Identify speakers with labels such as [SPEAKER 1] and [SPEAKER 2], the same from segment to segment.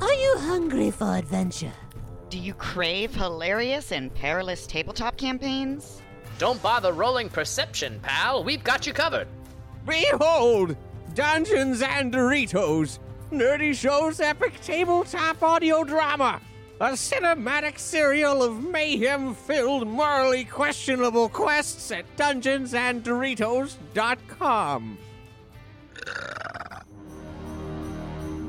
[SPEAKER 1] Are you hungry for adventure?
[SPEAKER 2] Do you crave hilarious and perilous tabletop campaigns?
[SPEAKER 3] Don't bother rolling perception, pal. We've got you covered.
[SPEAKER 4] Behold! Dungeons and Doritos! Nerdy Show's epic tabletop audio drama! A cinematic serial of mayhem filled, morally questionable quests at dungeonsanddoritos.com.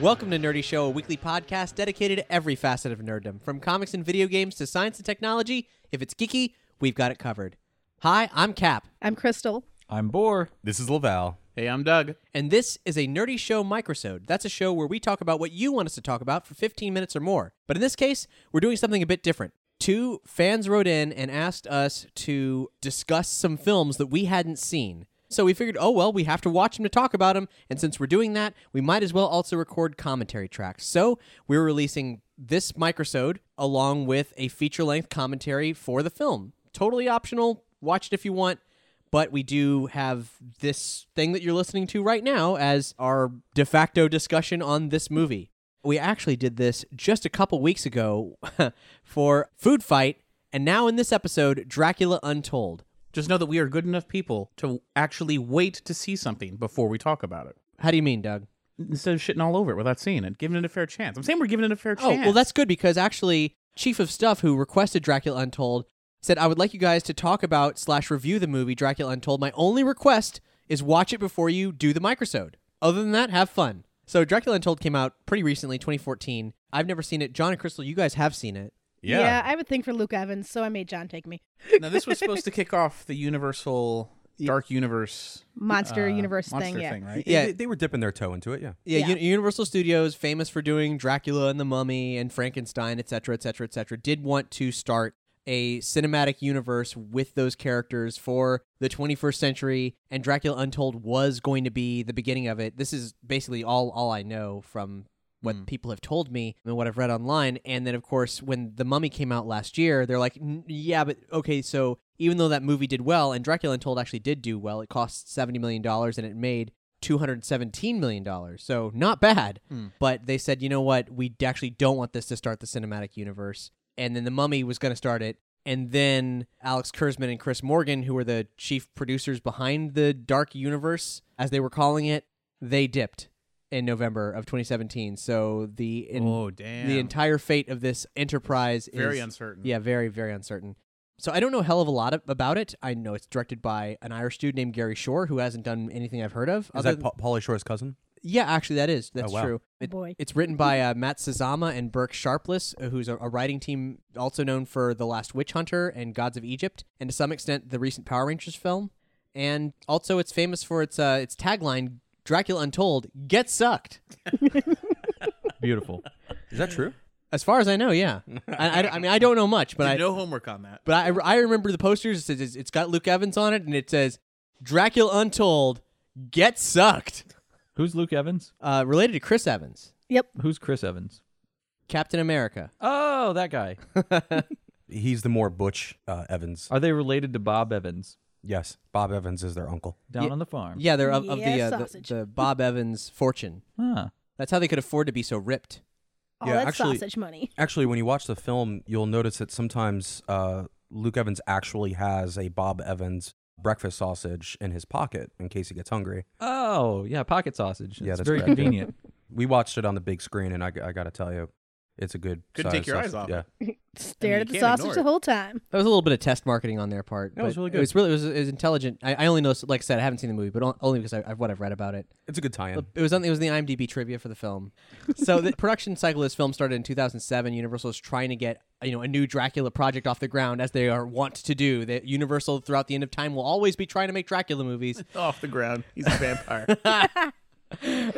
[SPEAKER 5] Welcome to Nerdy Show, a weekly podcast dedicated to every facet of nerddom, from comics and video games to science and technology. If it's geeky, we've got it covered. Hi, I'm Cap,
[SPEAKER 6] I'm Crystal.
[SPEAKER 7] I'm Boar.
[SPEAKER 8] This is Laval.
[SPEAKER 9] Hey, I'm Doug.
[SPEAKER 5] and this is a Nerdy Show microsode. That's a show where we talk about what you want us to talk about for 15 minutes or more. But in this case, we're doing something a bit different. Two fans wrote in and asked us to discuss some films that we hadn't seen. So we figured, oh well, we have to watch them to talk about them, and since we're doing that, we might as well also record commentary tracks. So we're releasing this microsode along with a feature-length commentary for the film. Totally optional. Watch it if you want but we do have this thing that you're listening to right now as our de facto discussion on this movie. We actually did this just a couple weeks ago for Food Fight, and now in this episode, Dracula Untold.
[SPEAKER 9] Just know that we are good enough people to actually wait to see something before we talk about it.
[SPEAKER 5] How do you mean, Doug?
[SPEAKER 9] Instead of shitting all over it without seeing it, giving it a fair chance. I'm saying we're giving it a fair
[SPEAKER 5] Oh,
[SPEAKER 9] chance.
[SPEAKER 5] well, that's good because actually, Chief of Stuff, who requested Dracula Untold, said, I would like you guys to talk about slash review the movie Dracula Untold. My only request is watch it before you do the microsode. Other than that, have fun. So, Dracula Untold came out pretty recently, 2014. I've never seen it. John and Crystal, you guys have seen it.
[SPEAKER 8] Yeah.
[SPEAKER 6] I would think for Luke Evans, so I made John take me.
[SPEAKER 9] now, this was supposed to kick off the Universal Dark Universe
[SPEAKER 6] Monster
[SPEAKER 9] uh,
[SPEAKER 6] universe
[SPEAKER 9] monster
[SPEAKER 6] thing, yeah.
[SPEAKER 9] right?
[SPEAKER 5] Yeah.
[SPEAKER 8] They, they were dipping their toe into it, yeah.
[SPEAKER 5] Yeah,
[SPEAKER 6] Yeah.
[SPEAKER 5] Uni- Universal Studios, famous for doing Dracula and the Mummy and Frankenstein, et cetera, et cetera, et cetera, did want to start a cinematic universe with those characters for the 21st century, and Dracula Untold was going to be the beginning of it. This is basically all all I know from what people have told me and what I've read online. And then, of course, when The Mummy came out last year, they're like, "N- yeah, but okay, so even though that movie did well, and Dracula Untold actually did do well, it cost $70 million and it made $217 million. So not bad. But they said, you know what? We d- actually don't want this to start the cinematic universe. And then The Mummy was going to start it. And then Alex Kurzman and Chris Morgan, who were the chief producers behind the Dark Universe, as they were calling it, they dipped in November of 2017. So the in,
[SPEAKER 9] Oh, damn.
[SPEAKER 5] the entire fate of this enterprise
[SPEAKER 9] Very
[SPEAKER 5] is
[SPEAKER 9] uncertain.
[SPEAKER 5] Yeah, very very uncertain. So I don't know a hell of a lot of, about it. I know it's directed by an Irish dude named Gary Shore, who hasn't done anything I've heard of.
[SPEAKER 8] Is
[SPEAKER 5] other
[SPEAKER 8] that pa- Polly Shore's cousin?
[SPEAKER 5] yeah, actually, that is that's
[SPEAKER 8] Oh, wow.
[SPEAKER 5] true. It-
[SPEAKER 6] Boy.
[SPEAKER 5] It's written by uh, Matt Sazama and Burke Sharpless, uh, who's a, a writing team also known for The Last Witch Hunter and Gods of Egypt, and to some extent the recent Power Rangers film. And also, it's famous for its uh, its tagline, "Dracula Untold, get sucked."
[SPEAKER 7] Beautiful.
[SPEAKER 8] Is that true?
[SPEAKER 5] As far as I know, yeah. I, I, I mean, I don't know much, but
[SPEAKER 9] Did
[SPEAKER 5] I
[SPEAKER 9] no homework on that.
[SPEAKER 5] but I, I remember the posters. It says it's got Luke Evans on it, and it says "Dracula Untold, get sucked."
[SPEAKER 7] Who's Luke Evans?
[SPEAKER 5] Uh, related to Chris Evans,
[SPEAKER 6] Yep.
[SPEAKER 7] Who's Chris Evans?
[SPEAKER 5] Captain America.
[SPEAKER 7] Oh, that guy.
[SPEAKER 8] He's the more butch uh, Evans.
[SPEAKER 7] Are they related to Bob Evans
[SPEAKER 8] yes, Bob Evans is their uncle.
[SPEAKER 7] down
[SPEAKER 5] Ye-
[SPEAKER 7] on the farm?
[SPEAKER 5] Yeah, they're of, of
[SPEAKER 6] Yeah,
[SPEAKER 5] the, uh, the
[SPEAKER 6] sausage.
[SPEAKER 5] the Bob Evans fortune.
[SPEAKER 7] Huh.
[SPEAKER 5] That's how they could afford to be so ripped.
[SPEAKER 6] All that Oh, sausage money.
[SPEAKER 8] Actually, when you watch the film, you'll notice that sometimes uh, Luke Evans actually has a Bob Evans breakfast sausage in his pocket in case he gets hungry.
[SPEAKER 7] Oh, yeah, pocket sausage.
[SPEAKER 8] yeah,
[SPEAKER 7] It's
[SPEAKER 8] that's
[SPEAKER 7] very
[SPEAKER 8] correct, yeah.
[SPEAKER 7] convenient.
[SPEAKER 8] we watched it on the big screen, and I, I got to tell you, it's a good.
[SPEAKER 9] Could
[SPEAKER 8] size
[SPEAKER 9] take your eyes
[SPEAKER 8] sausage.
[SPEAKER 9] off
[SPEAKER 8] Yeah,
[SPEAKER 9] it.
[SPEAKER 6] Stared at the sausage the whole time.
[SPEAKER 5] That was a little bit of test marketing on their part.
[SPEAKER 8] No, it was
[SPEAKER 5] but
[SPEAKER 8] really
[SPEAKER 5] It
[SPEAKER 8] good.
[SPEAKER 5] was really it was, it was intelligent. I, I only know, like I said, I haven't seen the movie, but on- only because I, I've what I've read about it.
[SPEAKER 8] it's a good tie-in.
[SPEAKER 5] It was on, it was the IMDb trivia for the film. So the production cycle of this film started in 2007. Universal is trying to get you know a new Dracula project off the ground as they are wont to do. That Universal throughout the end of time will always be trying to make Dracula movies.
[SPEAKER 9] Off the ground. He's a vampire.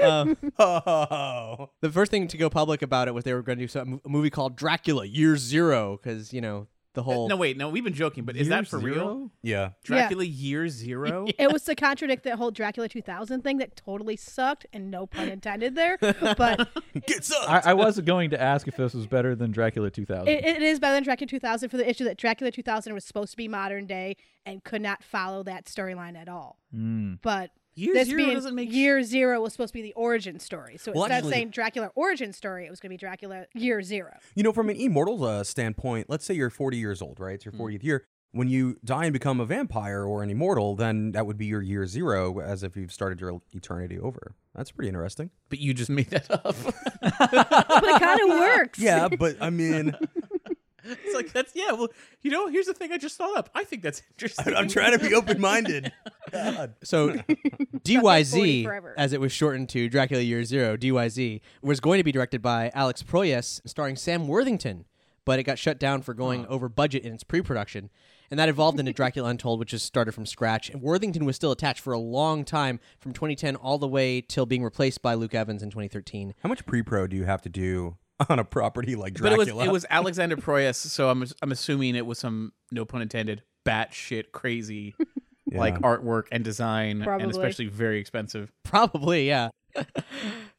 [SPEAKER 5] Um,
[SPEAKER 8] oh.
[SPEAKER 5] the first thing to go public about it was they were going to do some, a movie called Dracula Year Zero because you know the whole
[SPEAKER 9] no, wait, no, we've been joking, but is that for real?
[SPEAKER 8] Yeah.
[SPEAKER 9] Dracula Year Zero?
[SPEAKER 6] It was to contradict that whole Dracula 2000 thing that totally sucked, and no pun intended there. But
[SPEAKER 7] I, I was going to ask if this was better than Dracula 2000.
[SPEAKER 6] it, it is better than Dracula 2000 for the issue that Dracula 2000 was supposed to be modern day and could not follow that storyline at all.
[SPEAKER 8] Hmm.
[SPEAKER 7] Mm.
[SPEAKER 6] But
[SPEAKER 9] Year
[SPEAKER 6] this
[SPEAKER 9] Zero
[SPEAKER 6] being
[SPEAKER 9] doesn't make sh-
[SPEAKER 6] year zero was supposed to be the origin story. So
[SPEAKER 8] Well,
[SPEAKER 6] instead
[SPEAKER 8] actually-
[SPEAKER 6] of saying Dracula origin story, it was going to be Dracula year zero.
[SPEAKER 8] You know, from an immortal uh, standpoint, let's say you're 40 years old, right? It's your 40th year. When you die and become a vampire or an immortal, then that would be your year zero, as if you've started your eternity over. That's pretty interesting.
[SPEAKER 9] But you just made that up.
[SPEAKER 6] but it kind of works.
[SPEAKER 8] Yeah, but I mean,
[SPEAKER 9] It's like that's yeah. Well, you know, here's the thing I just thought up. I think that's interesting.
[SPEAKER 8] I'm trying to be open minded.
[SPEAKER 5] So
[SPEAKER 6] forty
[SPEAKER 5] DYZ,
[SPEAKER 6] forever.
[SPEAKER 5] as it was shortened to Dracula Year Zero, DYZ, was going to be directed by Alex Proyas, starring Sam Worthington, but it got shut down for going over budget in its pre production. And that evolved into Dracula Untold, which just started from scratch. And Worthington was still attached for a long time, from 2010 all the way till being replaced by Luke Evans in 2013.
[SPEAKER 8] How much pre pro do you have to do on a property like
[SPEAKER 9] But it
[SPEAKER 8] Dracula?
[SPEAKER 9] was it was Alexander Proyas, so I'm I'm assuming it was some no pun intended batshit crazy like
[SPEAKER 8] Yeah.
[SPEAKER 9] artwork and design
[SPEAKER 6] Probably.
[SPEAKER 9] and especially very expensive.
[SPEAKER 5] Probably, yeah.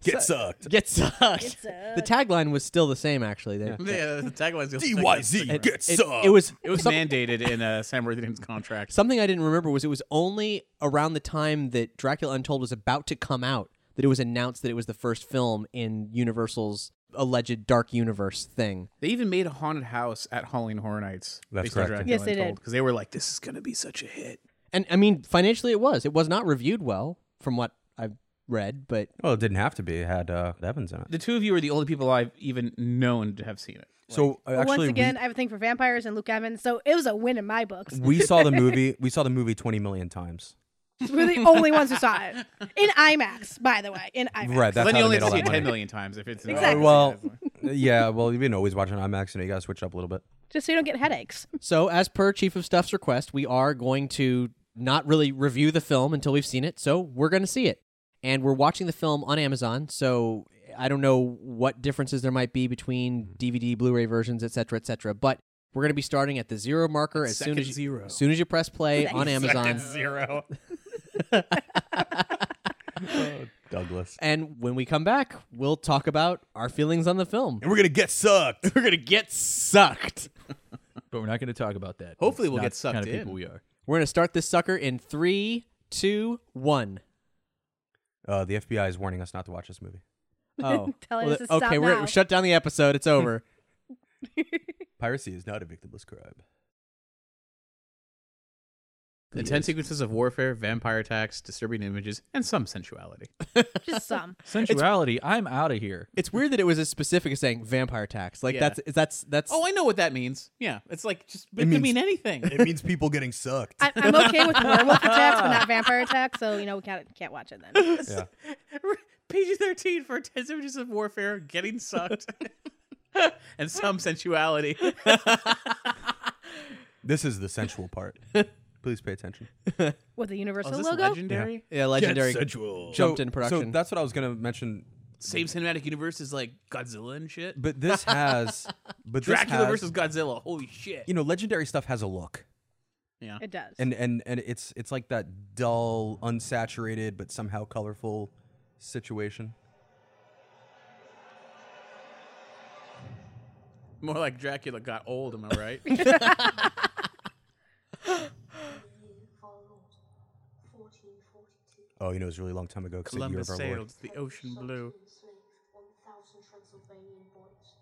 [SPEAKER 8] Get sucked.
[SPEAKER 5] Get sucked.
[SPEAKER 6] Get
[SPEAKER 5] The
[SPEAKER 6] sucked.
[SPEAKER 5] tagline was still the same, actually. They-
[SPEAKER 9] Yeah, the tagline's the only thing that's
[SPEAKER 8] DYZ,
[SPEAKER 9] different.
[SPEAKER 8] get
[SPEAKER 5] It,
[SPEAKER 8] sucked.
[SPEAKER 5] it was
[SPEAKER 9] It was
[SPEAKER 5] some-
[SPEAKER 9] mandated in uh, Sam Worthington's contract.
[SPEAKER 5] Something I didn't remember was it was only around the time that Dracula Untold was about to come out that it was announced that it was the first film in Universal's alleged dark universe thing.
[SPEAKER 9] They even made a haunted house at Halloween Horror Nights.
[SPEAKER 8] That's
[SPEAKER 9] based on
[SPEAKER 8] correct.
[SPEAKER 9] Dracula
[SPEAKER 6] Yes, they did.
[SPEAKER 9] Untold, Because they were like, "This is gonna be such a hit."
[SPEAKER 5] And I mean, financially, it was. It was not reviewed well, from what I've read, but
[SPEAKER 8] well, it didn't have to be. It had uh, Evans in it.
[SPEAKER 9] The two of you are the only people I've even known to have seen it.
[SPEAKER 8] so uh,
[SPEAKER 6] But
[SPEAKER 8] actually,
[SPEAKER 6] once
[SPEAKER 8] we-
[SPEAKER 6] again, I have a thing for vampires and Luke Evans, so it was a win in my books.
[SPEAKER 8] we saw the movie. We saw the movie 20 million times.
[SPEAKER 6] We're the only ones who saw it in IMAX, by the way, in IMAX.
[SPEAKER 8] Right.
[SPEAKER 9] then
[SPEAKER 8] That's how
[SPEAKER 9] you
[SPEAKER 8] they
[SPEAKER 9] only
[SPEAKER 8] made
[SPEAKER 9] have to
[SPEAKER 8] all
[SPEAKER 9] see
[SPEAKER 8] that
[SPEAKER 9] it
[SPEAKER 8] money.
[SPEAKER 9] ten million times if it's
[SPEAKER 6] Exactly.
[SPEAKER 8] well, yeah, well, you've been always watching IMAX, and you got to switch up a little bit.
[SPEAKER 6] Just so you don't get headaches.
[SPEAKER 5] so as per Chief of Stuff's request, we are going to not really review the film until we've seen it. So we're going to see it, and we're watching the film on Amazon. So I don't know what differences there might be
[SPEAKER 9] Hmm.
[SPEAKER 5] between DVD, Blu-ray versions, etc., cetera, etc. Cetera, but we're going to be starting at the zero marker as soon
[SPEAKER 9] Second
[SPEAKER 5] as you,
[SPEAKER 9] zero.
[SPEAKER 5] As soon as you press play on Amazon,
[SPEAKER 9] zero.
[SPEAKER 8] Douglas.
[SPEAKER 5] and when we come back, we'll talk about our feelings on the film.
[SPEAKER 8] And we're going to get sucked.
[SPEAKER 5] We're gonna get sucked.
[SPEAKER 7] But we're not going to talk about that.
[SPEAKER 9] Hopefully
[SPEAKER 7] It's
[SPEAKER 9] we'll
[SPEAKER 7] not
[SPEAKER 9] get
[SPEAKER 7] the
[SPEAKER 9] sucked
[SPEAKER 7] kind of
[SPEAKER 9] in.
[SPEAKER 7] people we are.
[SPEAKER 5] We're gonna start this sucker in three, two, one.
[SPEAKER 8] Uh, the FBI is warning us not to watch this movie.
[SPEAKER 5] Oh,
[SPEAKER 6] Telling us
[SPEAKER 5] th-
[SPEAKER 6] to stop
[SPEAKER 5] okay. We're
[SPEAKER 6] now.
[SPEAKER 5] shut down the episode. It's over.
[SPEAKER 8] Piracy is not a victimless crime.
[SPEAKER 9] The ten sequences of warfare, vampire attacks, disturbing images, and some sensuality.
[SPEAKER 6] Just some.
[SPEAKER 7] Sensuality, I'm out of here.
[SPEAKER 5] it's weird that it was as specific as saying vampire attacks. Like
[SPEAKER 9] Yeah.
[SPEAKER 5] that's that's that's.
[SPEAKER 9] Oh, I know what that means. Yeah, it's like just it,
[SPEAKER 8] It
[SPEAKER 9] could
[SPEAKER 8] means-
[SPEAKER 9] mean anything.
[SPEAKER 8] means people getting sucked.
[SPEAKER 6] I, I'm okay with werewolf attacks, but not vampire attacks. So you know we can't can't watch it then.
[SPEAKER 8] yeah.
[SPEAKER 9] PG thirteen for ten images of warfare, getting sucked, and some sensuality.
[SPEAKER 8] This is the sensual part. Please pay attention.
[SPEAKER 6] With the
[SPEAKER 9] Oh,
[SPEAKER 6] Universal
[SPEAKER 9] is this
[SPEAKER 6] logo,
[SPEAKER 9] legendary?
[SPEAKER 5] yeah, legendary
[SPEAKER 8] sensual.
[SPEAKER 5] jumped in
[SPEAKER 8] So
[SPEAKER 5] production.
[SPEAKER 8] that's what I was going to mention.
[SPEAKER 9] Same cinematic universe is like Godzilla and shit.
[SPEAKER 8] But this has. but this
[SPEAKER 9] Dracula
[SPEAKER 8] has-
[SPEAKER 9] versus Godzilla. Holy shit!
[SPEAKER 8] You know, legendary stuff has a look.
[SPEAKER 9] yeah.
[SPEAKER 6] it does.
[SPEAKER 8] And, and and it's it's like that dull, unsaturated, but somehow colorful situation.
[SPEAKER 9] More like Dracula got old. Am I right?
[SPEAKER 8] Oh, you know, it was a really long time ago. 'cause the year
[SPEAKER 9] Columbus
[SPEAKER 8] of our Lord.
[SPEAKER 9] sailed the ocean blue.
[SPEAKER 10] enslaved 1,000 Transylvanian boys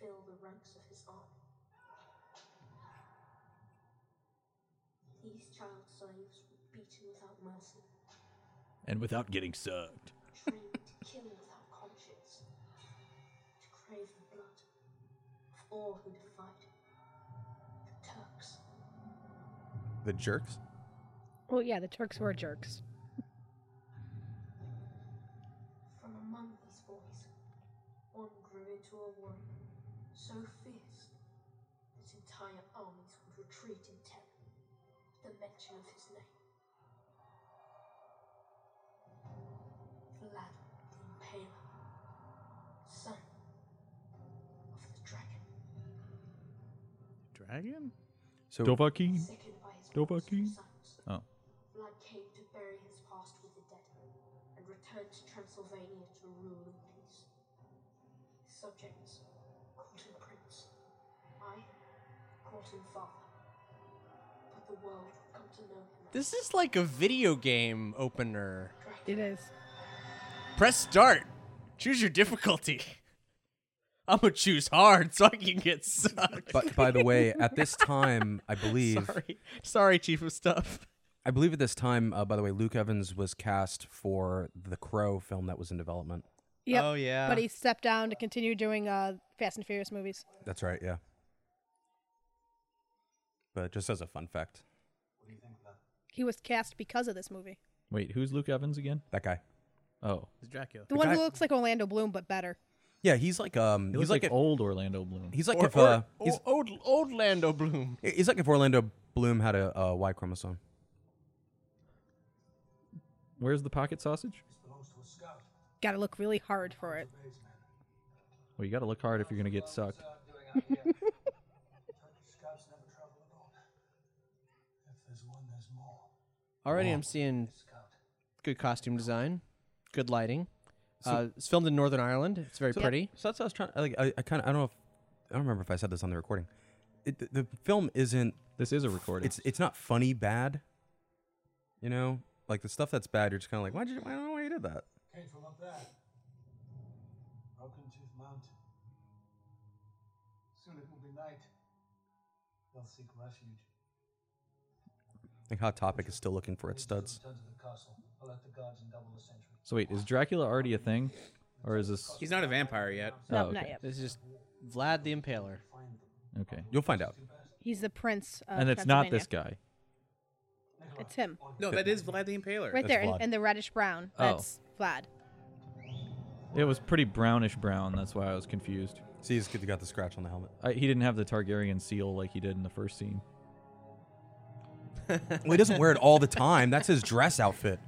[SPEAKER 10] the ranks of his army. These child slaves were beaten without mercy,
[SPEAKER 9] And without getting sucked.
[SPEAKER 10] trained to kill without conscience, to crave the blood of all who defied him. The Turks.
[SPEAKER 8] The jerks?
[SPEAKER 6] Well, yeah, the Turks were jerks.
[SPEAKER 10] From among these boys, one grew into a warrior so fierce that entire armies would retreat in terror at the mention of his name. Vlad the Impaler, son of the dragon.
[SPEAKER 11] Dragon?
[SPEAKER 8] So
[SPEAKER 11] Dovahkiin?
[SPEAKER 10] Sickened by his
[SPEAKER 11] Dovahkiin? Oh.
[SPEAKER 10] Vlad came to bury his past with the dead and returned to Transylvania to rule in peace. His subjects called him Prince. I called him Father. But the world would come to know him as
[SPEAKER 5] This is like a video game opener.
[SPEAKER 6] It is.
[SPEAKER 5] Press start. Choose your difficulty. I'm gonna choose hard so I can get sucked.
[SPEAKER 8] But by the way, at this time, I believe.
[SPEAKER 5] Sorry. Sorry, Chief of Stuff.
[SPEAKER 8] I believe at this time, uh, by the way, Luke Evans was cast for the Crow film that was in development.
[SPEAKER 6] Yep.
[SPEAKER 8] Oh, yeah.
[SPEAKER 6] But he stepped down to continue doing uh, Fast and Furious movies.
[SPEAKER 8] That's right, yeah. But just as a fun fact,
[SPEAKER 6] He was cast because of this movie.
[SPEAKER 11] Wait, who's Luke Evans again?
[SPEAKER 8] That guy.
[SPEAKER 11] Oh.
[SPEAKER 9] It's Dracula.
[SPEAKER 6] The, one who looks like Orlando Bloom but better.
[SPEAKER 8] yeah, he's like um,
[SPEAKER 11] He
[SPEAKER 8] he's
[SPEAKER 11] looks like,
[SPEAKER 8] like, if-
[SPEAKER 11] old Orlando Bloom.
[SPEAKER 8] he's like if uh, he's,
[SPEAKER 5] old, old Lando Bloom.
[SPEAKER 8] he's like if Orlando Bloom had a, uh Y chromosome.
[SPEAKER 11] Where's the pocket sausage?
[SPEAKER 6] Got to look really hard for it.
[SPEAKER 11] Well, you got to look hard if you're going to get sucked.
[SPEAKER 5] Already,
[SPEAKER 9] Oh.
[SPEAKER 5] I'm seeing good costume design, good lighting. uh, it's filmed in Northern Ireland. It's very
[SPEAKER 8] So-
[SPEAKER 5] pretty.
[SPEAKER 8] So that's what I was trying. Like I, I kind of I don't know. If, I don't remember if I said this on the recording. It, the, the film isn't.
[SPEAKER 11] This is a recording.
[SPEAKER 8] It's it's not funny bad. You know, like the stuff that's bad, you're just kind of like, why did you? I don't know why you did that.
[SPEAKER 12] Came from up there. Broken Tooth Mountain. Soon it will be night. They'll seek refuge.
[SPEAKER 8] Like Hot Topic is still looking for its studs.
[SPEAKER 12] Return to the castle. I'll let the guards and double the sentry.
[SPEAKER 11] So wait, is Dracula already a thing, or is this?
[SPEAKER 9] He's not a vampire yet.
[SPEAKER 6] No, not yet.
[SPEAKER 5] Oh, This is Vlad the Impaler.
[SPEAKER 11] Okay.
[SPEAKER 8] You'll find out.
[SPEAKER 6] He's the prince. Of
[SPEAKER 11] and it's not this guy.
[SPEAKER 6] Pennsylvania. It's him.
[SPEAKER 5] Oh,
[SPEAKER 9] No, that is Vlad the Impaler.
[SPEAKER 6] Right there, and, and the reddish brown.
[SPEAKER 11] Oh.
[SPEAKER 6] That's Vlad.
[SPEAKER 11] It was pretty brownish brown. That's why I was confused.
[SPEAKER 8] See, he's got the scratch on the helmet.
[SPEAKER 11] I, he didn't have the Targaryen seal like he did in the first scene.
[SPEAKER 8] well, he doesn't wear it all the time. That's his dress outfit.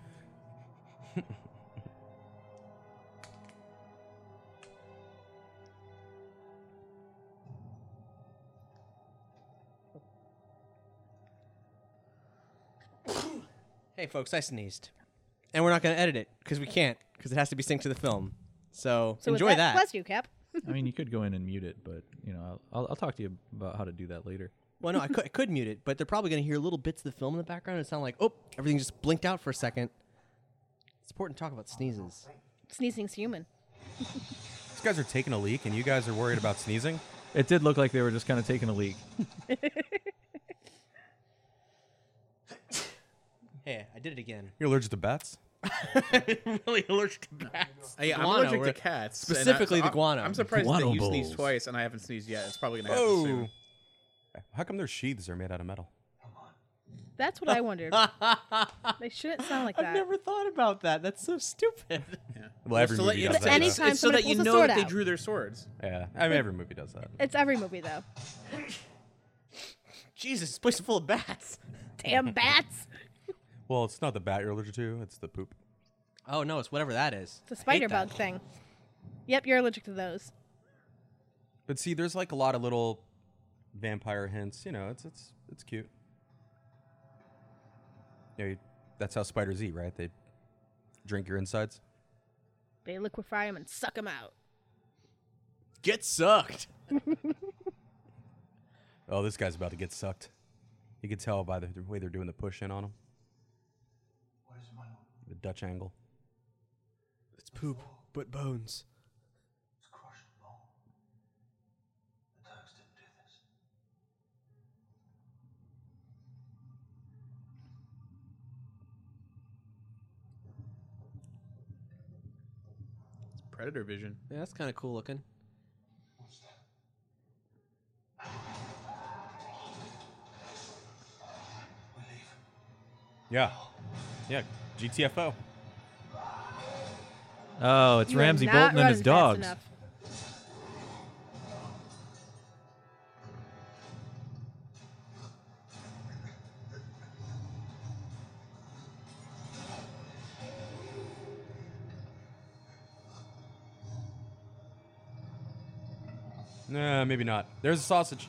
[SPEAKER 5] Hey, folks, I sneezed, and we're not going to edit it because we can't because it has to be synced to the film. So,
[SPEAKER 6] So with
[SPEAKER 5] enjoy that.
[SPEAKER 6] Bless you, Cap.
[SPEAKER 11] I mean, you could go in and mute it, but you know, I'll, I'll, I'll talk to you about how to do that later.
[SPEAKER 5] Well, no, I could, I could mute it, but they're probably going to hear little bits of the film in the background and sound like, oh, everything just blinked out for a second. It's important to talk about sneezes.
[SPEAKER 6] Sneezing's human.
[SPEAKER 8] These guys are taking a leak, and you guys are worried about sneezing.
[SPEAKER 11] It did look like they were just kind of taking a leak.
[SPEAKER 5] Hey, I did it again.
[SPEAKER 8] You're allergic to bats.
[SPEAKER 5] really allergic to bats.
[SPEAKER 9] Hey, I'm
[SPEAKER 5] Guano,
[SPEAKER 9] allergic
[SPEAKER 5] we're-
[SPEAKER 9] to cats. and I-
[SPEAKER 5] Specifically the
[SPEAKER 9] I'm-
[SPEAKER 5] guano.
[SPEAKER 9] I'm surprised
[SPEAKER 8] Guano
[SPEAKER 9] that you sneezed
[SPEAKER 8] balls.
[SPEAKER 9] twice and I haven't sneezed yet. It's probably gonna happen
[SPEAKER 8] Oh.
[SPEAKER 9] soon.
[SPEAKER 8] How come their sheaths are made out of metal?
[SPEAKER 6] That's what I wondered. they shouldn't sound like that.
[SPEAKER 5] I've never thought about that. That's so stupid.
[SPEAKER 8] Well, every
[SPEAKER 9] to
[SPEAKER 8] movie
[SPEAKER 9] let you
[SPEAKER 8] does
[SPEAKER 9] know-
[SPEAKER 8] that.
[SPEAKER 9] it's-
[SPEAKER 6] Anytime
[SPEAKER 9] it's so
[SPEAKER 6] somebody
[SPEAKER 9] that you
[SPEAKER 6] pulls a
[SPEAKER 9] know
[SPEAKER 6] sword
[SPEAKER 9] that they
[SPEAKER 6] out.
[SPEAKER 9] drew their swords.
[SPEAKER 8] Yeah, I mean every movie does that.
[SPEAKER 6] It's every movie though.
[SPEAKER 5] Jesus, this place is full of bats.
[SPEAKER 6] Damn bats!
[SPEAKER 8] Well, it's not the bat you're allergic to; it's the poop.
[SPEAKER 5] Oh, no, it's whatever that is.
[SPEAKER 6] It's a spider bug thing. Yep, you're allergic to those.
[SPEAKER 8] But see, there's like a lot of little vampire hints. You know, it's it's it's cute. You know, you- that's how spiders eat, right? They drink your insides.
[SPEAKER 6] They liquefy them and suck them out.
[SPEAKER 5] Get sucked.
[SPEAKER 8] Oh, this guy's about to get sucked. You can tell by the the way they're doing the push in on him. The Dutch angle.
[SPEAKER 5] It's poop, but bones.
[SPEAKER 9] Predator vision.
[SPEAKER 5] Yeah, that's kind of cool looking.
[SPEAKER 8] Yeah. Yeah. GTFO.
[SPEAKER 11] Oh, it's
[SPEAKER 6] You are
[SPEAKER 11] Ramsey
[SPEAKER 6] not
[SPEAKER 11] Bolton and his
[SPEAKER 6] running
[SPEAKER 11] dogs.
[SPEAKER 6] fast
[SPEAKER 8] Nah, maybe not. There's a sausage.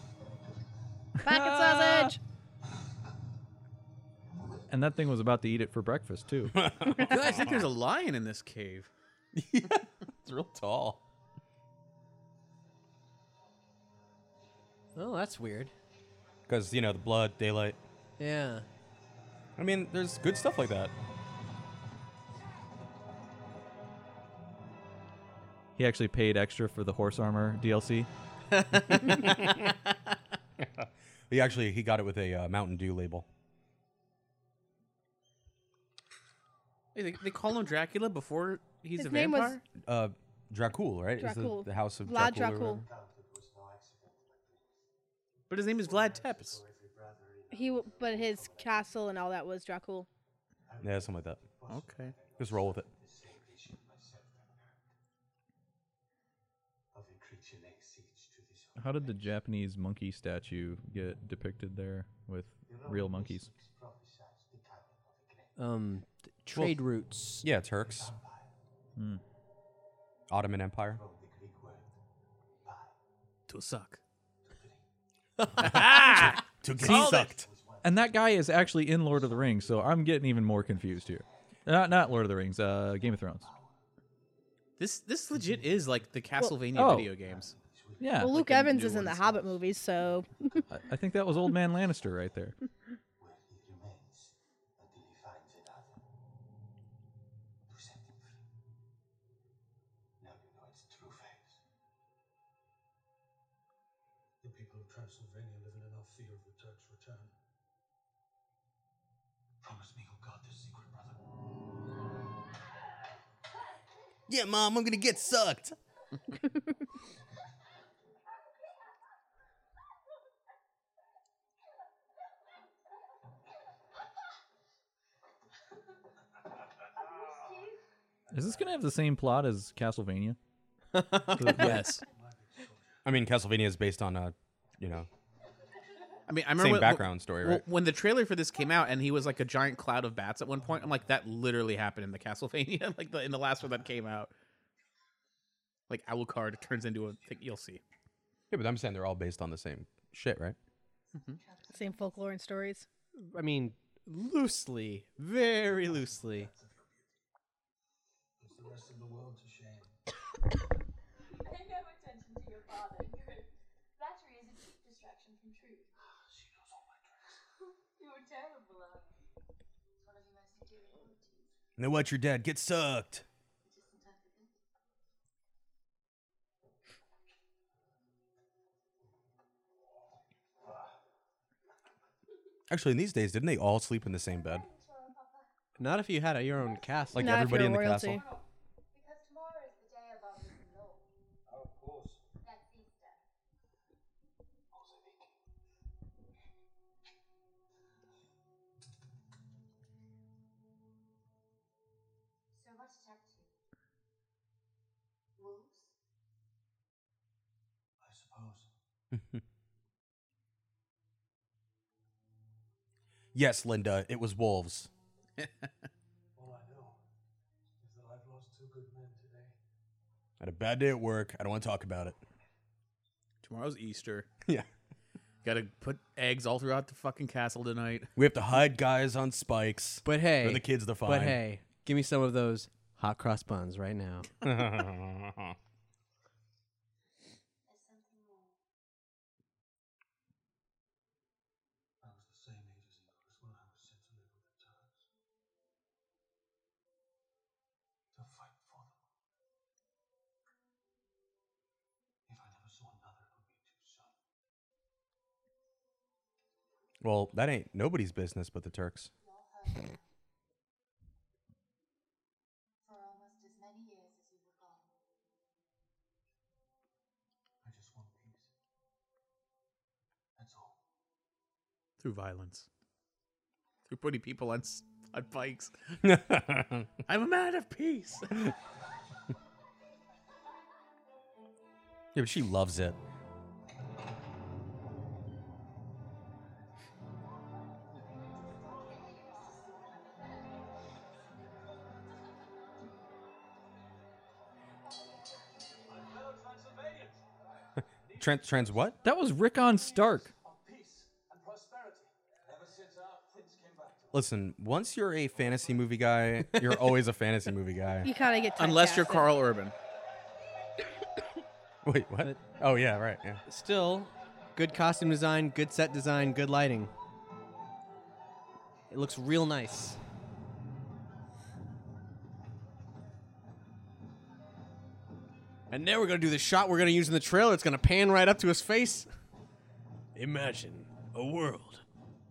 [SPEAKER 6] Pocket sausage.
[SPEAKER 11] And that thing was about to eat it for breakfast too.
[SPEAKER 9] I think there's a lion in this cave.
[SPEAKER 8] It's real tall.
[SPEAKER 5] Oh, that's weird.
[SPEAKER 8] Because, you know, the blood, daylight.
[SPEAKER 5] Yeah.
[SPEAKER 8] I mean, there's good stuff like that.
[SPEAKER 11] He actually paid extra for the horse armor DLC.
[SPEAKER 8] he actually he got it with a uh, Mountain Dew label.
[SPEAKER 9] Wait, They, they call him Dracula before he's
[SPEAKER 6] His
[SPEAKER 9] a
[SPEAKER 6] name was-
[SPEAKER 9] vampire.
[SPEAKER 8] Uh, Dracul, right? Is the-
[SPEAKER 6] Dracul.
[SPEAKER 8] the, house of
[SPEAKER 6] La
[SPEAKER 8] Dracul or
[SPEAKER 6] Dracul.
[SPEAKER 8] whatever.
[SPEAKER 9] But his name is Vlad Tepes.
[SPEAKER 6] He, w- but his castle and all that was Dracul.
[SPEAKER 8] Yeah, something like that.
[SPEAKER 9] Okay.
[SPEAKER 8] Just roll with it.
[SPEAKER 11] How did the Japanese monkey statue get depicted there with real monkeys?
[SPEAKER 5] Um, th- trade
[SPEAKER 8] Well,
[SPEAKER 5] routes.
[SPEAKER 8] Yeah, Turks.
[SPEAKER 11] Hmm.
[SPEAKER 8] Ottoman Empire.
[SPEAKER 9] To suck.
[SPEAKER 8] To get
[SPEAKER 11] Called
[SPEAKER 8] sucked.
[SPEAKER 11] it. And that guy is actually in Lord of the Rings, so I'm getting even more confused here. Not not Lord of the Rings, uh, Game of Thrones.
[SPEAKER 9] This this legit is like the Castlevania
[SPEAKER 11] Oh.
[SPEAKER 9] video games.
[SPEAKER 11] Yeah.
[SPEAKER 6] well,
[SPEAKER 11] like
[SPEAKER 6] Luke
[SPEAKER 11] the
[SPEAKER 6] Evans
[SPEAKER 11] new
[SPEAKER 6] is in the
[SPEAKER 11] ones.
[SPEAKER 6] Hobbit movies, so
[SPEAKER 11] I, I think that was Old Man Lannister right there.
[SPEAKER 12] The people of Transylvania live in enough fear of the Turks' return. Promise me you'll guard this secret, brother.
[SPEAKER 8] Yeah, mom, I'm gonna get sucked.
[SPEAKER 11] Is this gonna have the same plot as Castlevania?
[SPEAKER 9] yes.
[SPEAKER 8] I mean, Castlevania is based on a, you know,
[SPEAKER 9] I mean, I remember
[SPEAKER 8] Same
[SPEAKER 9] when-
[SPEAKER 8] background story,
[SPEAKER 9] w-
[SPEAKER 8] right?
[SPEAKER 9] When the trailer for this came out, and he was like a giant cloud of bats at one point. I'm like, that literally happened in the Castlevania, like the, in the last one that came out. Like Alucard turns into a thing. You'll see.
[SPEAKER 8] yeah, but I'm saying they're all based on the same shit, right?
[SPEAKER 6] same folklore and stories.
[SPEAKER 5] I mean, loosely, very loosely.
[SPEAKER 12] Puts the rest of the world to shame.
[SPEAKER 13] Pay no attention to your father. Your flattery is a cheap distraction from truth. Ah, She knows all my tricks. you were terrible at it. It's one of your most endearing qualities.
[SPEAKER 8] Now what your dad get sucked. Actually, in these days, didn't they all sleep in the same bed?
[SPEAKER 5] Not if you had a, your own castle.
[SPEAKER 8] Like Not if everybody you're in the royalty. castle.
[SPEAKER 10] Because tomorrow is the day of our risen Lord. Oh, of course. That's Easter. So much to talk to you. Wolves?
[SPEAKER 12] I suppose.
[SPEAKER 8] Yes, Linda, it was wolves.
[SPEAKER 12] All I know is that I've lost two good men today.
[SPEAKER 8] I had a bad day at work. I don't want to talk about it.
[SPEAKER 9] Tomorrow's Easter.
[SPEAKER 8] Yeah.
[SPEAKER 9] Got to put eggs all throughout the fucking castle tonight.
[SPEAKER 8] We have to hide guys on spikes.
[SPEAKER 5] But hey,
[SPEAKER 8] Or the kids to find.
[SPEAKER 5] But hey, give me some of those hot cross buns right now.
[SPEAKER 12] I was the same age as Icarus when I was sent to live with the Turks. To fight for them. If I never saw another, it would be too soon.
[SPEAKER 8] Well, that ain't nobody's business but the Turks.
[SPEAKER 10] For almost as many years as you were gone,
[SPEAKER 9] through violence, through putting people on s- on bikes. I'm a man of peace.
[SPEAKER 8] Yeah, but she loves it. Trans, trans what?
[SPEAKER 12] That was Rickon Stark.
[SPEAKER 8] Listen, once you're a fantasy movie guy, you're always a fantasy movie guy.
[SPEAKER 6] You kinda get
[SPEAKER 9] Unless you're
[SPEAKER 6] typecasted.
[SPEAKER 9] Carl Urban.
[SPEAKER 8] Wait, what? Oh yeah, right. Yeah.
[SPEAKER 5] Still, good costume design, good set design, good lighting. It looks real nice. And now we're gonna do the shot we're gonna use in the trailer. It's gonna pan right up to his face.
[SPEAKER 11] Imagine a world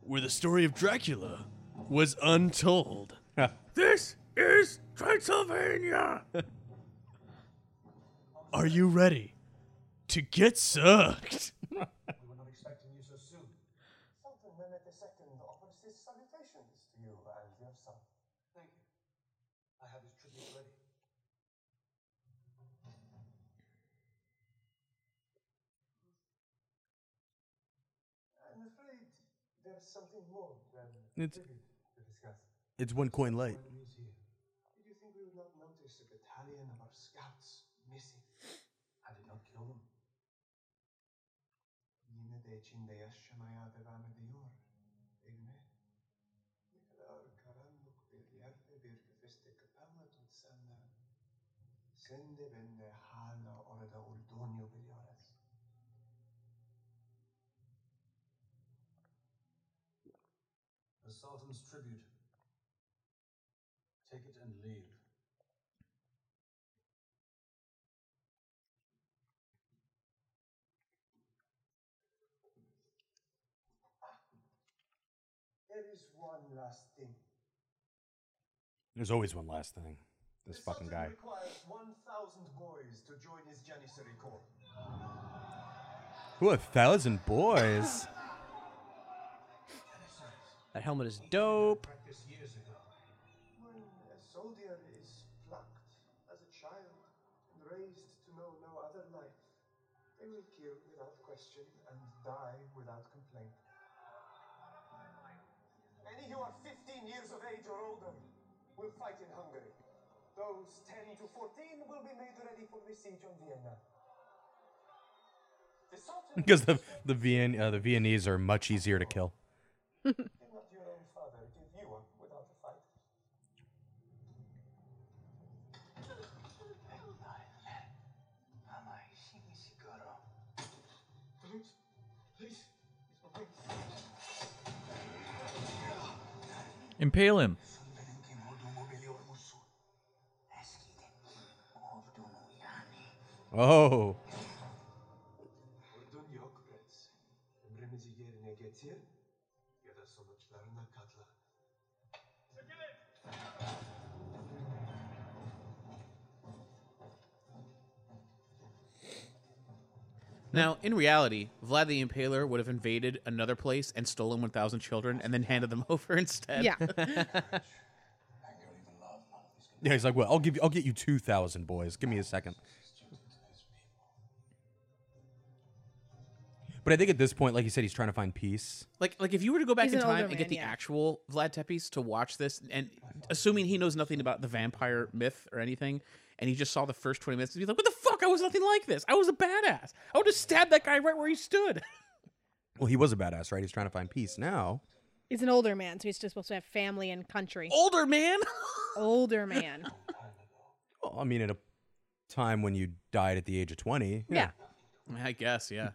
[SPEAKER 11] where the story of Dracula was untold. this is Transylvania! Are you ready to get sucked?
[SPEAKER 14] We were not expecting you so soon. Sultan Mehmed II offers his salutations to you and your son. Thank you. I have his tribute ready. I'm afraid there's something more than
[SPEAKER 8] It's-
[SPEAKER 14] tribute to discuss.
[SPEAKER 8] It's one coin light.
[SPEAKER 14] When he's here, Did you think we would not notice a battalion of our scouts missing? I did not kill them. Yine de içinde yaşamaya devam ediyor, değil mi? Ne kadar karanlık bir yerde bir kafeste kapanma tutsanlar, sen de ben de hala orada olduğunu biliyoruz. The Sultan's tribute. Take it and leave. There is one last thing.
[SPEAKER 8] There's always one last thing. This
[SPEAKER 14] The
[SPEAKER 8] fucking guy.
[SPEAKER 14] Sultan requires 1,000 boys to join his Janissary Corps.
[SPEAKER 8] Ooh, a thousand boys.
[SPEAKER 5] That helmet is dope.
[SPEAKER 14] Practice years ago. When a soldier is plucked as a child and raised to know no other life, they will kill without question and die without complaint. Any who are 15 years of age or older will fight in Hungary. Those 10 to 14 will be made ready for the siege on Vienna. The Sultan
[SPEAKER 8] Because the the Vien- uh, the Viennese are much easier to kill.
[SPEAKER 14] did not your own father give you up without a fight.
[SPEAKER 12] Impale him.
[SPEAKER 8] Oh.
[SPEAKER 14] Ordun yok prens. Emrimizi yerine getir ya da sonuçlarına katlan.
[SPEAKER 9] Now, in reality, Vlad the Impaler would have invaded another place and stolen 1,000 children and then handed them over instead.
[SPEAKER 6] Yeah.
[SPEAKER 8] Yeah, he's like, well, I'll give you, I'll get you two thousand boys. Give me a second. But I think at this point, like you said, he's trying to find peace.
[SPEAKER 9] Like, like if you were to go back
[SPEAKER 6] He's
[SPEAKER 9] in
[SPEAKER 6] an
[SPEAKER 9] time
[SPEAKER 6] older
[SPEAKER 9] and
[SPEAKER 6] man,
[SPEAKER 9] get the
[SPEAKER 6] yeah.
[SPEAKER 9] actual Vlad Tepes to watch this, and assuming he knows nothing about the vampire myth or anything, and he just saw the first 20 minutes, he'd be like, what the fuck? I was nothing like this. I was a badass. I would have stabbed that guy right where he stood.
[SPEAKER 8] Well, he was a badass, right? He's trying to find peace now.
[SPEAKER 6] He's an older man, so he's just supposed to have family and country.
[SPEAKER 9] Older man?
[SPEAKER 6] older man.
[SPEAKER 8] Well, I mean, at a time when you died at the age of twenty.
[SPEAKER 6] Yeah.
[SPEAKER 9] I guess, yeah.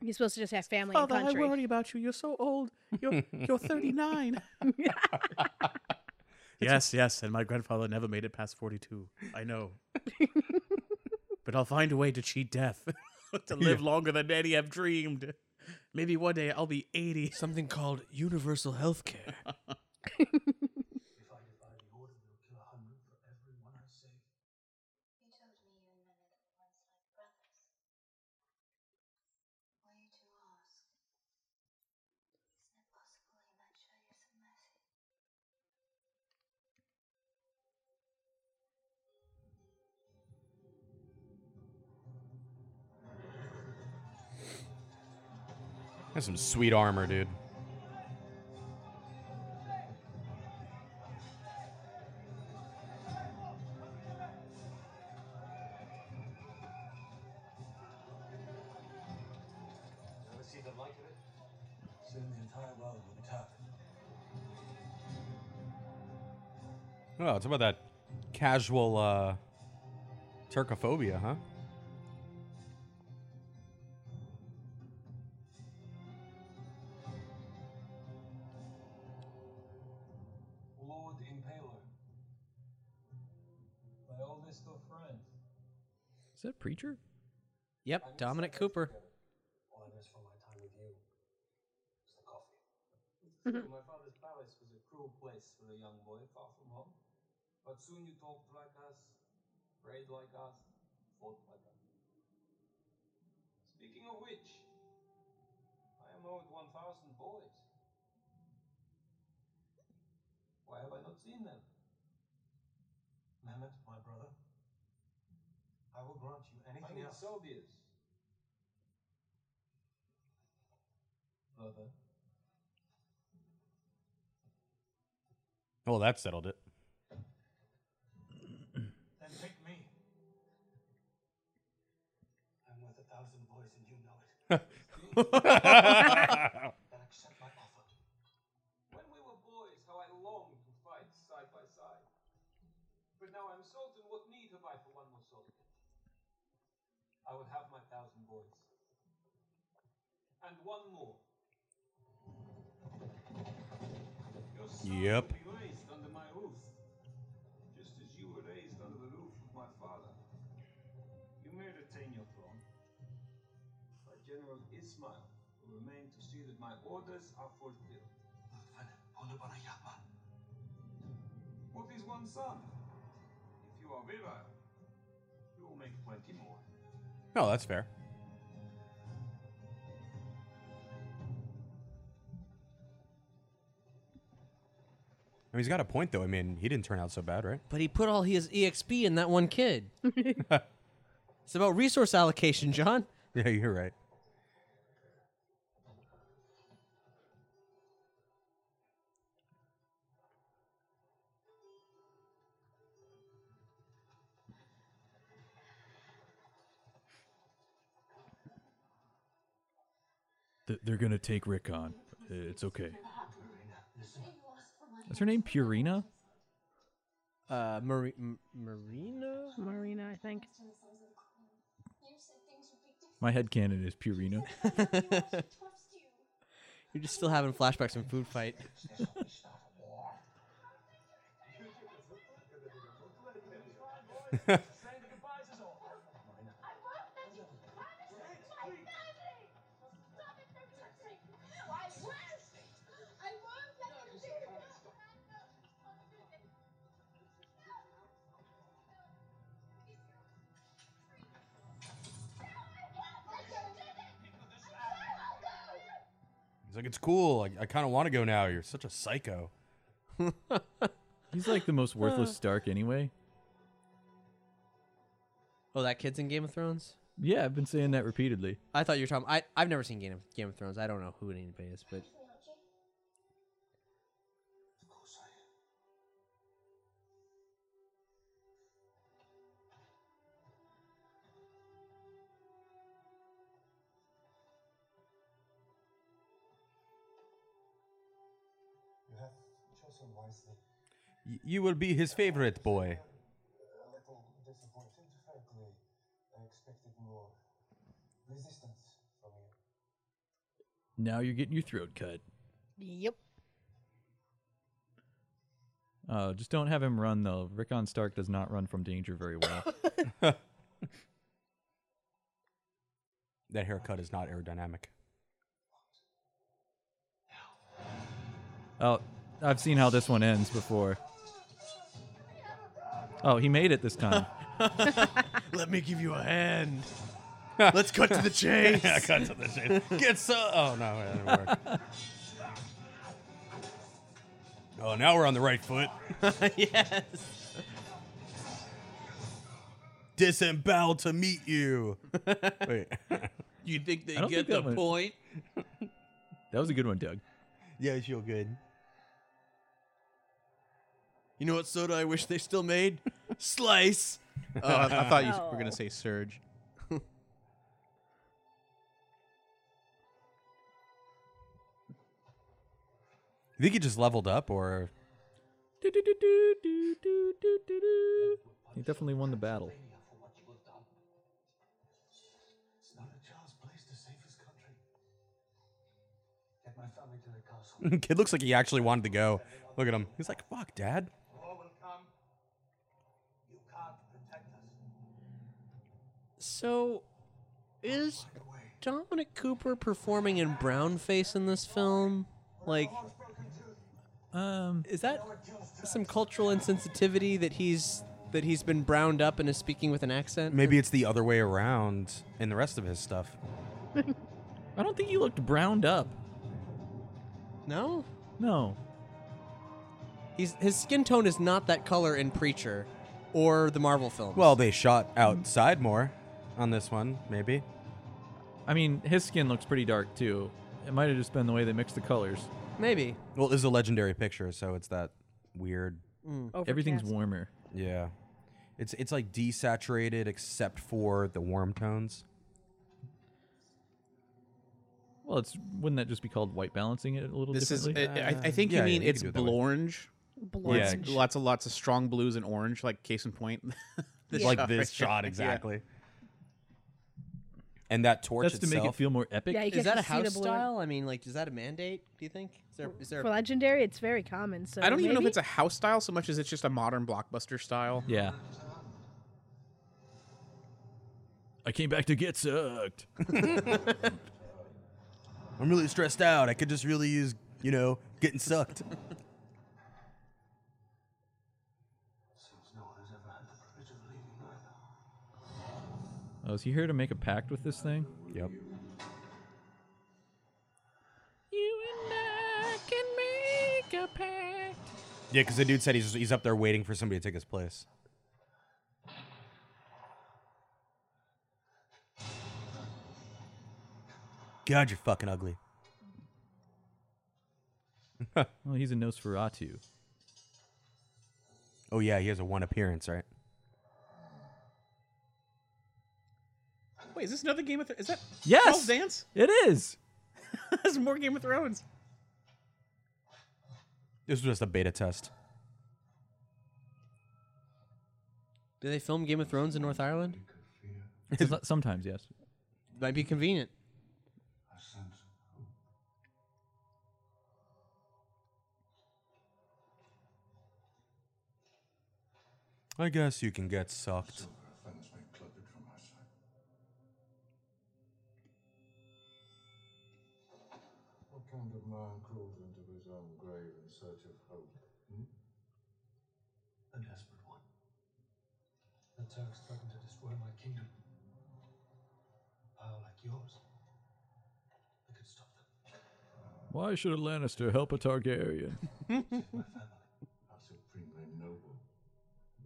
[SPEAKER 6] He's supposed to just have family
[SPEAKER 9] Father,
[SPEAKER 6] and
[SPEAKER 9] I
[SPEAKER 6] country.
[SPEAKER 9] worry about you. You're so old. You're, you're 39. yes, yes. And my grandfather never made it past 42. I know. but I'll find a way to cheat death, to live longer than any have dreamed. Maybe one day I'll be 80.
[SPEAKER 11] Something called universal health care.
[SPEAKER 8] That's some sweet armor, dude.
[SPEAKER 15] Never see the like of it. Soon the entire world will be tough.
[SPEAKER 8] Oh, it's about that casual uh, Turkophobia, huh?
[SPEAKER 15] Lord Impaler. My oldest of friends.
[SPEAKER 11] Is that preacher?
[SPEAKER 5] Yep, Dominic Cooper.
[SPEAKER 15] All I miss from my time with you was the coffee. my father's palace was a cruel place for a young boy far from home. But soon you talked like us, prayed like us, fought like us. Speaking of which, I am owed 1,000 boys. Why have I not seen them? Mehmet, my brother, I will grant you anything I need
[SPEAKER 12] else.
[SPEAKER 15] soldiers. Brother.
[SPEAKER 8] Well, that settled it.
[SPEAKER 15] Then pick me. I'm worth a thousand boys and you know it. then accept my offer. When we were boys, how I longed to fight side by side. But now I'm sultan, what need have I for one more soldier? I will have my thousand boys. And one more. Your son
[SPEAKER 8] Yep.
[SPEAKER 15] will be raised under my roof, just as you were raised under the roof of my father. You may retain your throne, but General Ismail will remain to see that my orders are fulfilled. What is one son? If you are virile, you will make plenty more.
[SPEAKER 8] Oh, that's fair. I mean, he's got a point, though. I mean, he didn't turn out so bad, right?
[SPEAKER 5] But he put all his EXP in that one kid. it's about resource allocation, John.
[SPEAKER 8] Yeah, you're right.
[SPEAKER 11] Th- they're gonna take Rick on. Uh, It's okay. Is her name Purina?
[SPEAKER 5] Uh, Mari- M- Marina?
[SPEAKER 1] Marina, I think.
[SPEAKER 11] My headcanon is Purina.
[SPEAKER 5] You're just still having flashbacks from Food Fight.
[SPEAKER 8] He's like, it's cool. I, I kind of want to go now. You're such a psycho.
[SPEAKER 11] He's like the most worthless Stark, anyway.
[SPEAKER 5] oh, that kid's in Game of Thrones?
[SPEAKER 11] Yeah, I've been saying that repeatedly.
[SPEAKER 5] I thought you were talking. I, I've never seen Game of, Game of Thrones. I don't know who anybody is, but.
[SPEAKER 15] You have chosen wisely.
[SPEAKER 8] Y- you will be his favorite boy.
[SPEAKER 15] A little disappointed, frankly. I expected more resistance from you.
[SPEAKER 11] Now you're getting your throat cut.
[SPEAKER 1] Yep.
[SPEAKER 11] Uh, just don't have him run though. Rickon Stark does not run from danger very well.
[SPEAKER 8] That haircut is not aerodynamic.
[SPEAKER 11] oh, I've seen how this one ends before. Oh, he made it this time.
[SPEAKER 9] Let me give you a hand. Let's cut to the chase.
[SPEAKER 8] Yeah, cut to the chase. Get so. Oh no, it didn't work. oh, now we're on the right foot.
[SPEAKER 5] yes.
[SPEAKER 8] Disembowel to meet you. Wait.
[SPEAKER 9] You think they
[SPEAKER 11] I don't
[SPEAKER 9] get
[SPEAKER 11] think that
[SPEAKER 9] the
[SPEAKER 11] one-
[SPEAKER 9] point?
[SPEAKER 7] That was a good one, Doug.
[SPEAKER 15] Yeah, I feel good.
[SPEAKER 14] You know what soda I wish they still made? Slice.
[SPEAKER 9] Oh, I, I thought you were gonna say Surge.
[SPEAKER 8] You think he just leveled up, or
[SPEAKER 7] He definitely won the battle.
[SPEAKER 16] It's not a child's place to save his country. Get my family to the castle.
[SPEAKER 8] kid looks like he actually wanted to go. Look at him. He's like, "Fuck, Dad."
[SPEAKER 5] So, is Dominic Cooper performing in brownface in this film? Like,
[SPEAKER 7] um,
[SPEAKER 5] is that some cultural insensitivity that he's that he's been browned up and is speaking with an accent?
[SPEAKER 8] Maybe it's the other way around in the rest of his stuff.
[SPEAKER 7] I don't think he looked browned up.
[SPEAKER 5] No.
[SPEAKER 7] No.
[SPEAKER 5] He's his skin tone is not that color in Preacher, or the Marvel films.
[SPEAKER 8] Well, they shot
[SPEAKER 7] Mm-hmm.
[SPEAKER 8] outside more on this one, maybe.
[SPEAKER 7] I mean, his skin looks pretty dark too. It might have just been the way they mixed the colors.
[SPEAKER 5] Maybe.
[SPEAKER 8] Well, it's a legendary picture, so it's that weird.
[SPEAKER 5] Mm.
[SPEAKER 7] Everything's
[SPEAKER 5] Overcast.
[SPEAKER 7] warmer.
[SPEAKER 8] Yeah, it's it's like desaturated except for the warm tones.
[SPEAKER 7] Well, it's wouldn't that just be called white balancing it a little
[SPEAKER 9] This is.
[SPEAKER 7] differently?
[SPEAKER 9] I, I- I think you mean it's blorange. Where it's
[SPEAKER 7] Blorange.
[SPEAKER 9] Lots of lots of strong blues and orange, like case in point.
[SPEAKER 8] Yeah. Like this
[SPEAKER 9] right
[SPEAKER 8] shot,
[SPEAKER 9] here.
[SPEAKER 8] exactly. And that torch
[SPEAKER 7] That's to make it
[SPEAKER 8] itself-
[SPEAKER 7] feel more epic.
[SPEAKER 6] Yeah, you
[SPEAKER 5] is
[SPEAKER 6] can
[SPEAKER 5] that a
[SPEAKER 6] actually see
[SPEAKER 5] house
[SPEAKER 6] the blue.
[SPEAKER 5] style? I mean, like, is that a mandate? Do you think? Is there is there
[SPEAKER 6] For legendary, it's very common. So
[SPEAKER 9] I don't even know if
[SPEAKER 6] maybe?
[SPEAKER 9] it's a house style so much as it's just a modern blockbuster style.
[SPEAKER 7] Yeah. I came back to get sucked.
[SPEAKER 8] I'm really stressed out. I could just really use, you know, getting sucked.
[SPEAKER 16] Seems no one has ever had the privilege of leaving either.
[SPEAKER 7] Oh, is he here to make a pact with this thing?
[SPEAKER 8] Yep.
[SPEAKER 4] You and I can make a pact.
[SPEAKER 8] Yeah, because the dude said he's he's up there waiting for somebody to take his place. God, you're fucking ugly.
[SPEAKER 7] Well, he's a Nosferatu.
[SPEAKER 8] Oh yeah, he has a one appearance, right?
[SPEAKER 9] Wait, is this another Game of Thrones? Is that
[SPEAKER 7] Yes!
[SPEAKER 9] Twelve Dance?
[SPEAKER 7] It is.
[SPEAKER 9] That's more Game of Thrones.
[SPEAKER 8] This was just a beta test.
[SPEAKER 5] do they film Game of Thrones in North Ireland?
[SPEAKER 7] Sometimes, yes.
[SPEAKER 5] Might be convenient.
[SPEAKER 8] I guess you can get sucked.
[SPEAKER 16] What kind of man crawls into his own grave in search of hope? Hmm? A desperate one. The Turks threatened to destroy my kingdom. Power like yours. I could stop them.
[SPEAKER 7] Why should a Lannister help a Targaryen?
[SPEAKER 16] Save my family. Our supremely noble,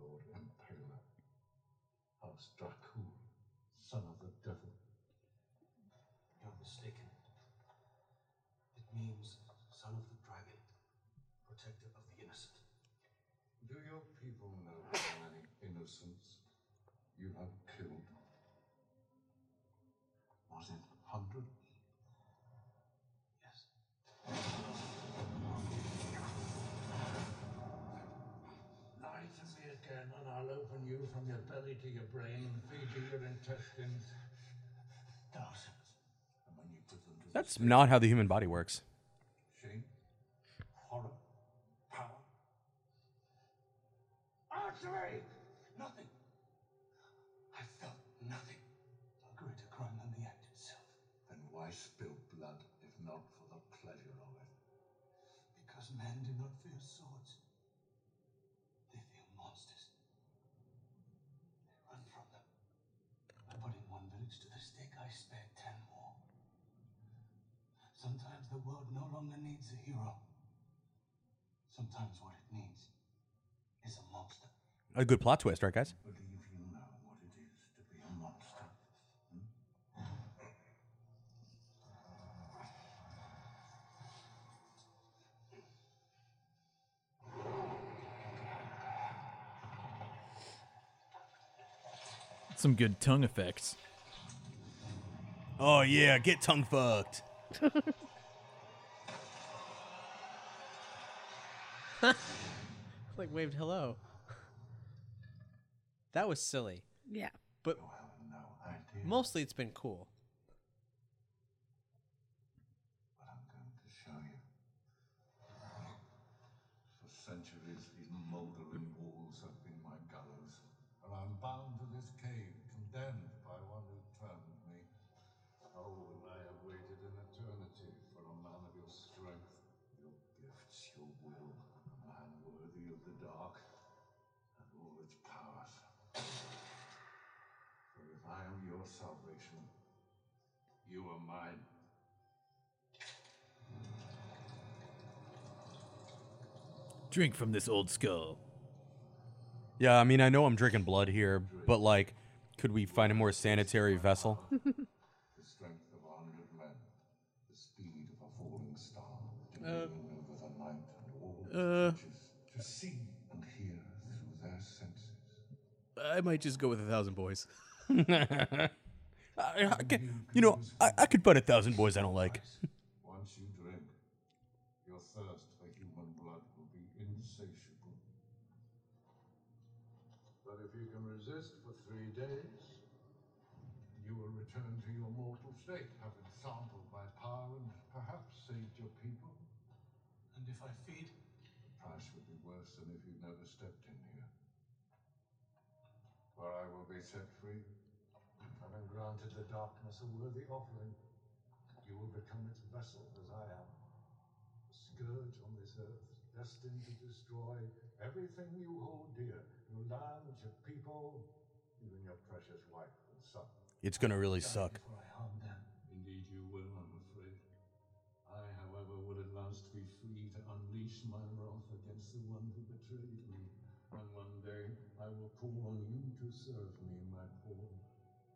[SPEAKER 16] Lord Impaler. House Dracul, son of the devil. You're mistaken. It means son of the dragon, protector of the innocent. Do your people know how many innocents you have killed? Was it hundreds? Yes. Lie to me again, and I'll open you from your belly to your brain, feed you your intestines. Thousands. And when you put them to the
[SPEAKER 8] That's
[SPEAKER 16] stake,
[SPEAKER 8] not how the human body works.
[SPEAKER 16] Shame, horror, power. Archery! Nothing. I felt nothing. A greater crime than the act itself. Then why spill blood if not for the pleasure of it? Because men do not fear swords. They fear monsters. They run from them. By putting one village to the stake, I spared ten more. Sometimes the world no longer needs a hero. Sometimes what it needs is a monster.
[SPEAKER 8] A good plot twist, right, guys?
[SPEAKER 16] Believe you know what it is to be a monster. Hmm?
[SPEAKER 11] some good tongue effects.
[SPEAKER 8] Oh yeah, get tongue fucked.
[SPEAKER 5] like waved hello. That was silly.
[SPEAKER 6] Yeah.
[SPEAKER 5] But
[SPEAKER 8] Oh,
[SPEAKER 5] mostly it's been cool.
[SPEAKER 16] For centuries, these mouldering walls have been my gallows, and I'm bound to this cave, condemned by one who turned me. Oh, and I have waited an eternity for a man of your strength, your gifts, your will, a man worthy of the dark and all its powers. For if I am your salvation, you are mine.
[SPEAKER 11] Drink from this old skull.
[SPEAKER 8] Yeah, I mean, I know I'm drinking blood here, but like, could we find a more sanitary vessel?
[SPEAKER 16] the strength of a hundred men, the speed of a falling star,
[SPEAKER 11] Uh,
[SPEAKER 16] dominion over the night and all
[SPEAKER 9] uh,
[SPEAKER 16] the creatures, to see and hear through their senses.
[SPEAKER 9] I might just go with a thousand boys.
[SPEAKER 8] I- I can- you know, I, I could put a thousand boys I don't like.
[SPEAKER 16] Once you drink, your thirst for human blood will be insatiable. But if you can resist for three days, you will return to your mortal state, having sampled my power and perhaps saved your people. And if I feed? The price would be worse than if you never stepped in here. For I will be set free, having granted the darkness a worthy offering. You will become its vessel as I am. A scourge on this earth, destined to destroy everything you hold dear your land, your people, even your precious wife and son.
[SPEAKER 8] It's gonna really
[SPEAKER 16] Die
[SPEAKER 8] suck.
[SPEAKER 16] before I harm them. Indeed, you will, I'm afraid. I, however, will at last be free to unleash my wrath against the one who betrayed me. And one day I will call on you to serve me, my Paul,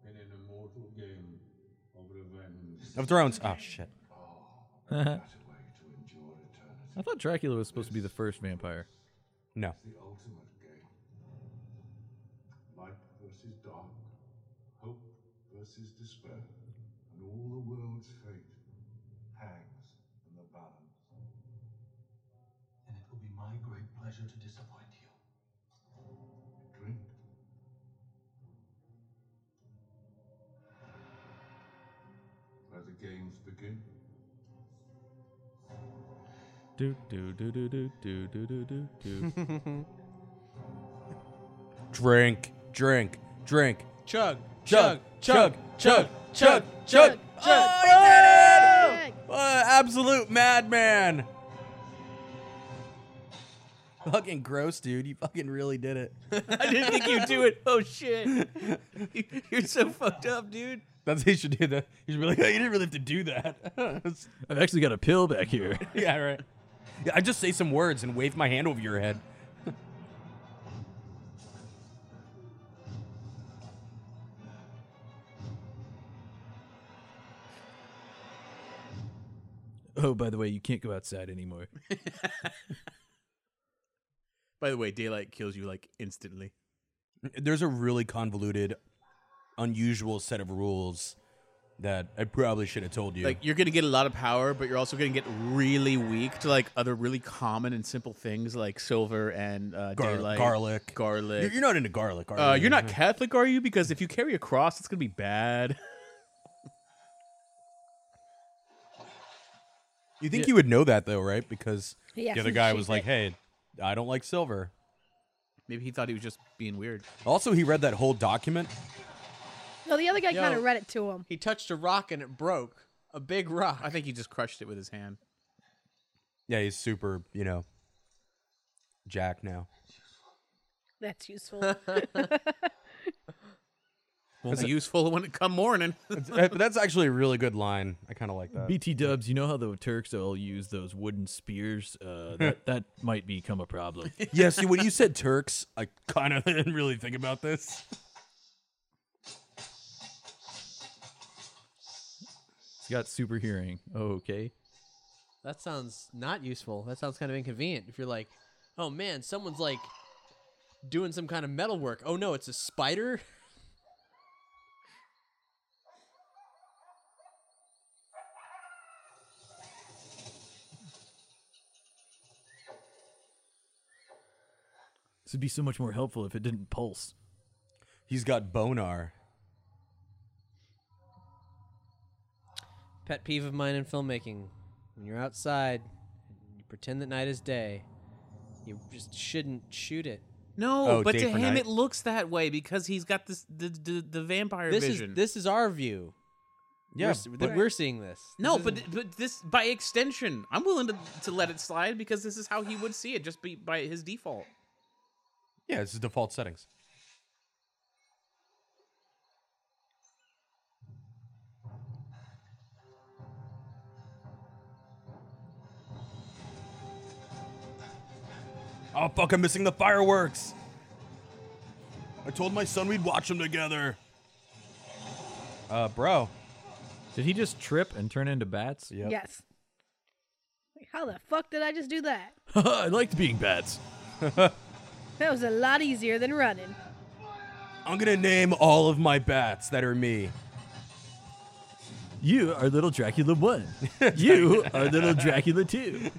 [SPEAKER 16] in an immortal game of revenge.
[SPEAKER 8] Of Thrones. Oh shit.
[SPEAKER 11] I thought Dracula was supposed to be the first vampire.
[SPEAKER 8] No.
[SPEAKER 16] It's the ultimate game. Light versus dark, hope versus despair, and all the world's fate hangs in the balance. And it will be my great pleasure to disappoint you. Drink. Let the games begin.
[SPEAKER 11] Do do do do do do do do do do.
[SPEAKER 8] Drink, drink, drink.
[SPEAKER 9] Chug,
[SPEAKER 8] chug, chug, chug, chug, chug.
[SPEAKER 9] chug.
[SPEAKER 8] Oh, he did it! Uh, absolute madman. Fucking gross, dude. You fucking really did it.
[SPEAKER 9] I didn't think you'd do it. Oh shit. You- You're so fucked up, dude.
[SPEAKER 8] That's he should do that. You should be like, oh, you didn't really have to do that.
[SPEAKER 11] I've actually got a pill back here.
[SPEAKER 8] yeah, right. Yeah, I just say some words and wave my hand over your head.
[SPEAKER 11] Oh, by the way, you can't go outside anymore.
[SPEAKER 9] By the way, daylight kills you like instantly.
[SPEAKER 8] There's a really convoluted, unusual set of rules that I probably should have told you.
[SPEAKER 9] Like you're gonna get a lot of power, but you're also gonna get really weak to like other really common and simple things like silver and uh,
[SPEAKER 8] Gar-
[SPEAKER 9] daylight,
[SPEAKER 8] garlic.
[SPEAKER 9] garlic.
[SPEAKER 8] You're- you're not into garlic, are
[SPEAKER 9] uh,
[SPEAKER 8] you?
[SPEAKER 9] You're not Catholic, are you? Because if you carry a cross, it's gonna be bad.
[SPEAKER 8] you think you would know that though, right? Because
[SPEAKER 9] Yeah,
[SPEAKER 8] the other
[SPEAKER 9] he-
[SPEAKER 8] guy
[SPEAKER 9] she
[SPEAKER 8] was like,
[SPEAKER 9] did.
[SPEAKER 8] "Hey, I don't like silver."
[SPEAKER 9] Maybe he thought he was just being weird.
[SPEAKER 8] Also, he read that whole document.
[SPEAKER 6] No, the other guy
[SPEAKER 9] Yo.
[SPEAKER 6] kind of read it to him.
[SPEAKER 5] He touched a rock and it broke. A big rock.
[SPEAKER 9] I think he just crushed it with his hand.
[SPEAKER 8] Yeah, he's super, you know, Jack now.
[SPEAKER 6] That's useful.
[SPEAKER 9] Won't be useful when it come morning.
[SPEAKER 8] That- That's actually a really good line. I kind of like that.
[SPEAKER 11] BT Dubs, you know how the Turks all use those wooden spears? Uh, that that might become a problem.
[SPEAKER 8] yeah, see, when you said Turks, I kind of didn't really think about this.
[SPEAKER 11] He's got super hearing. Oh, okay.
[SPEAKER 5] That sounds not useful. That sounds kind of inconvenient. If you're like, oh man, someone's like doing some kind of metal work. Oh no, it's a spider.
[SPEAKER 11] This would be so much more helpful if it didn't pulse.
[SPEAKER 8] He's got bonar.
[SPEAKER 5] Pet peeve of mine in filmmaking: when you're outside, you pretend that night is day. You just shouldn't shoot it.
[SPEAKER 9] No, but to him it looks that way because he's got this the the, the vampire
[SPEAKER 5] this
[SPEAKER 9] vision.
[SPEAKER 5] is this is our view.
[SPEAKER 9] Yeah,
[SPEAKER 5] we're, s- that
[SPEAKER 9] but-
[SPEAKER 5] we're seeing this.
[SPEAKER 9] no,
[SPEAKER 5] This
[SPEAKER 9] but
[SPEAKER 5] isn't-
[SPEAKER 9] but this by extension, I'm willing to, to let it slide because this is how he would see it, just be by his default.
[SPEAKER 8] Yeah, it's his default settings. Oh fuck! I'm missing the fireworks.
[SPEAKER 14] I told my son we'd watch them together.
[SPEAKER 8] Uh, bro.
[SPEAKER 7] Did he just trip and turn into bats?
[SPEAKER 6] Yes. Like, how the fuck did I just do that?
[SPEAKER 11] I liked being bats.
[SPEAKER 6] That was a lot easier than running.
[SPEAKER 8] I'm gonna name all of my bats that are me.
[SPEAKER 11] You are little Dracula 1. you are little Dracula 2.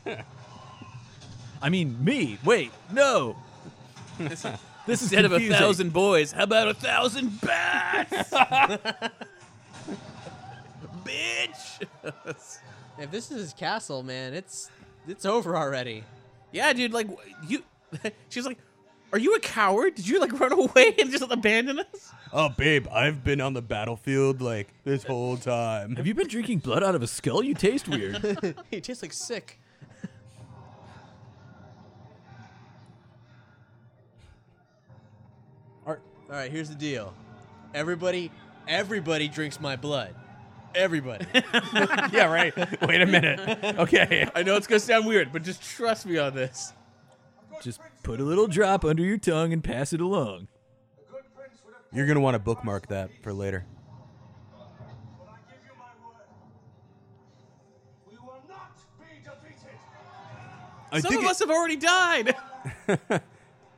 [SPEAKER 11] I mean, me. Wait, no. this is
[SPEAKER 9] Instead of a
[SPEAKER 11] confusing.
[SPEAKER 9] thousand boys, how about a thousand bats? Bitch.
[SPEAKER 5] if this is his castle, man, it's it's over already.
[SPEAKER 9] yeah, dude. Like you, she's like, "Are you a coward? Did you like run away and just abandon us?"
[SPEAKER 8] Oh, babe, I've been on the battlefield like this whole time. Have
[SPEAKER 11] you been drinking blood out of a skull? You taste weird.
[SPEAKER 5] he tastes like sick.
[SPEAKER 8] All
[SPEAKER 5] right, here's the deal. Everybody, everybody drinks my blood. Everybody.
[SPEAKER 9] yeah, right. Wait a minute. Okay. I know it's going to sound weird, but just trust me on this.
[SPEAKER 11] Just put a little drop under your tongue and pass it along.
[SPEAKER 8] You're gonna want to bookmark that for later. I
[SPEAKER 9] Some
[SPEAKER 8] think
[SPEAKER 9] of us have already died.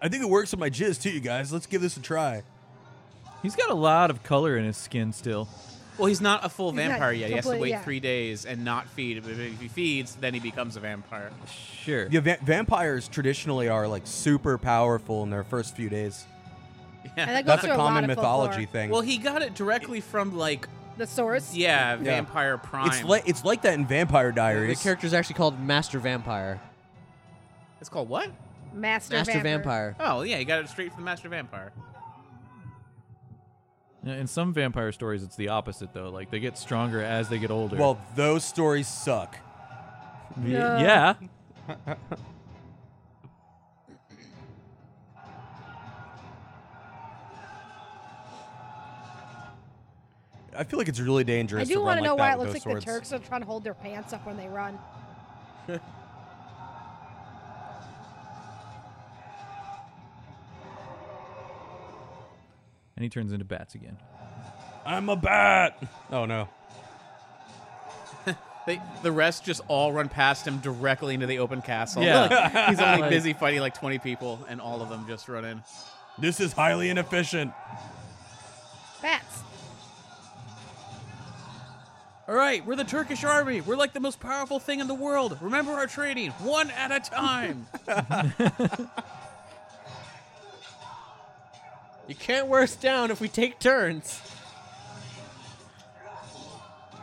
[SPEAKER 8] I think it works with my jizz too, you guys. Let's give this a try.
[SPEAKER 11] He's got a lot of color in his skin still.
[SPEAKER 9] Well, he's not a full
[SPEAKER 8] He's not
[SPEAKER 9] vampire yet. He has to
[SPEAKER 8] complete-
[SPEAKER 9] wait
[SPEAKER 8] yeah.
[SPEAKER 9] three days and not feed. But if he feeds, then he becomes a vampire.
[SPEAKER 11] Sure.
[SPEAKER 8] Yeah, va- vampires traditionally are like super powerful in their first few days.
[SPEAKER 6] And that goes
[SPEAKER 8] That's
[SPEAKER 6] through
[SPEAKER 8] a
[SPEAKER 6] a lot
[SPEAKER 8] common
[SPEAKER 6] of
[SPEAKER 8] mythology
[SPEAKER 6] folklore.
[SPEAKER 8] thing.
[SPEAKER 9] Well, he got it directly from like
[SPEAKER 6] the source.
[SPEAKER 9] Yeah,
[SPEAKER 8] Yeah.
[SPEAKER 9] Vampire Prime.
[SPEAKER 8] It's like it's like that in Vampire
[SPEAKER 5] The
[SPEAKER 8] Diaries.
[SPEAKER 5] character's actually called Master Vampire.
[SPEAKER 9] it's called what?
[SPEAKER 6] Master,
[SPEAKER 5] Master
[SPEAKER 6] Vampire.
[SPEAKER 5] Vampire.
[SPEAKER 9] Oh yeah, he got it straight from the Master Vampire.
[SPEAKER 11] Yeah, In some vampire stories, it's the opposite though. Like they get stronger as they get older.
[SPEAKER 8] well, those stories suck.
[SPEAKER 11] Y-
[SPEAKER 6] Uh,
[SPEAKER 11] yeah.
[SPEAKER 8] I feel like it's really dangerous.
[SPEAKER 6] I do
[SPEAKER 8] want to
[SPEAKER 6] know
[SPEAKER 8] run
[SPEAKER 6] why
[SPEAKER 8] like
[SPEAKER 6] it looks like
[SPEAKER 8] that with
[SPEAKER 6] the Turks are trying to hold their pants up when they run.
[SPEAKER 8] those swords.
[SPEAKER 11] And he turns into bats again.
[SPEAKER 8] I'm a bat. Oh no.
[SPEAKER 9] They, the rest just all run past him directly into the open castle.
[SPEAKER 8] Yeah.
[SPEAKER 9] Like, he's only
[SPEAKER 8] Like-
[SPEAKER 9] busy fighting like 20 people, and all of them just run in.
[SPEAKER 8] This is highly inefficient.
[SPEAKER 6] Bats.
[SPEAKER 9] All right, we're the Turkish army. We're like the most powerful thing in the world. Remember our training, one at a time.
[SPEAKER 5] You can't wear us down if we take turns.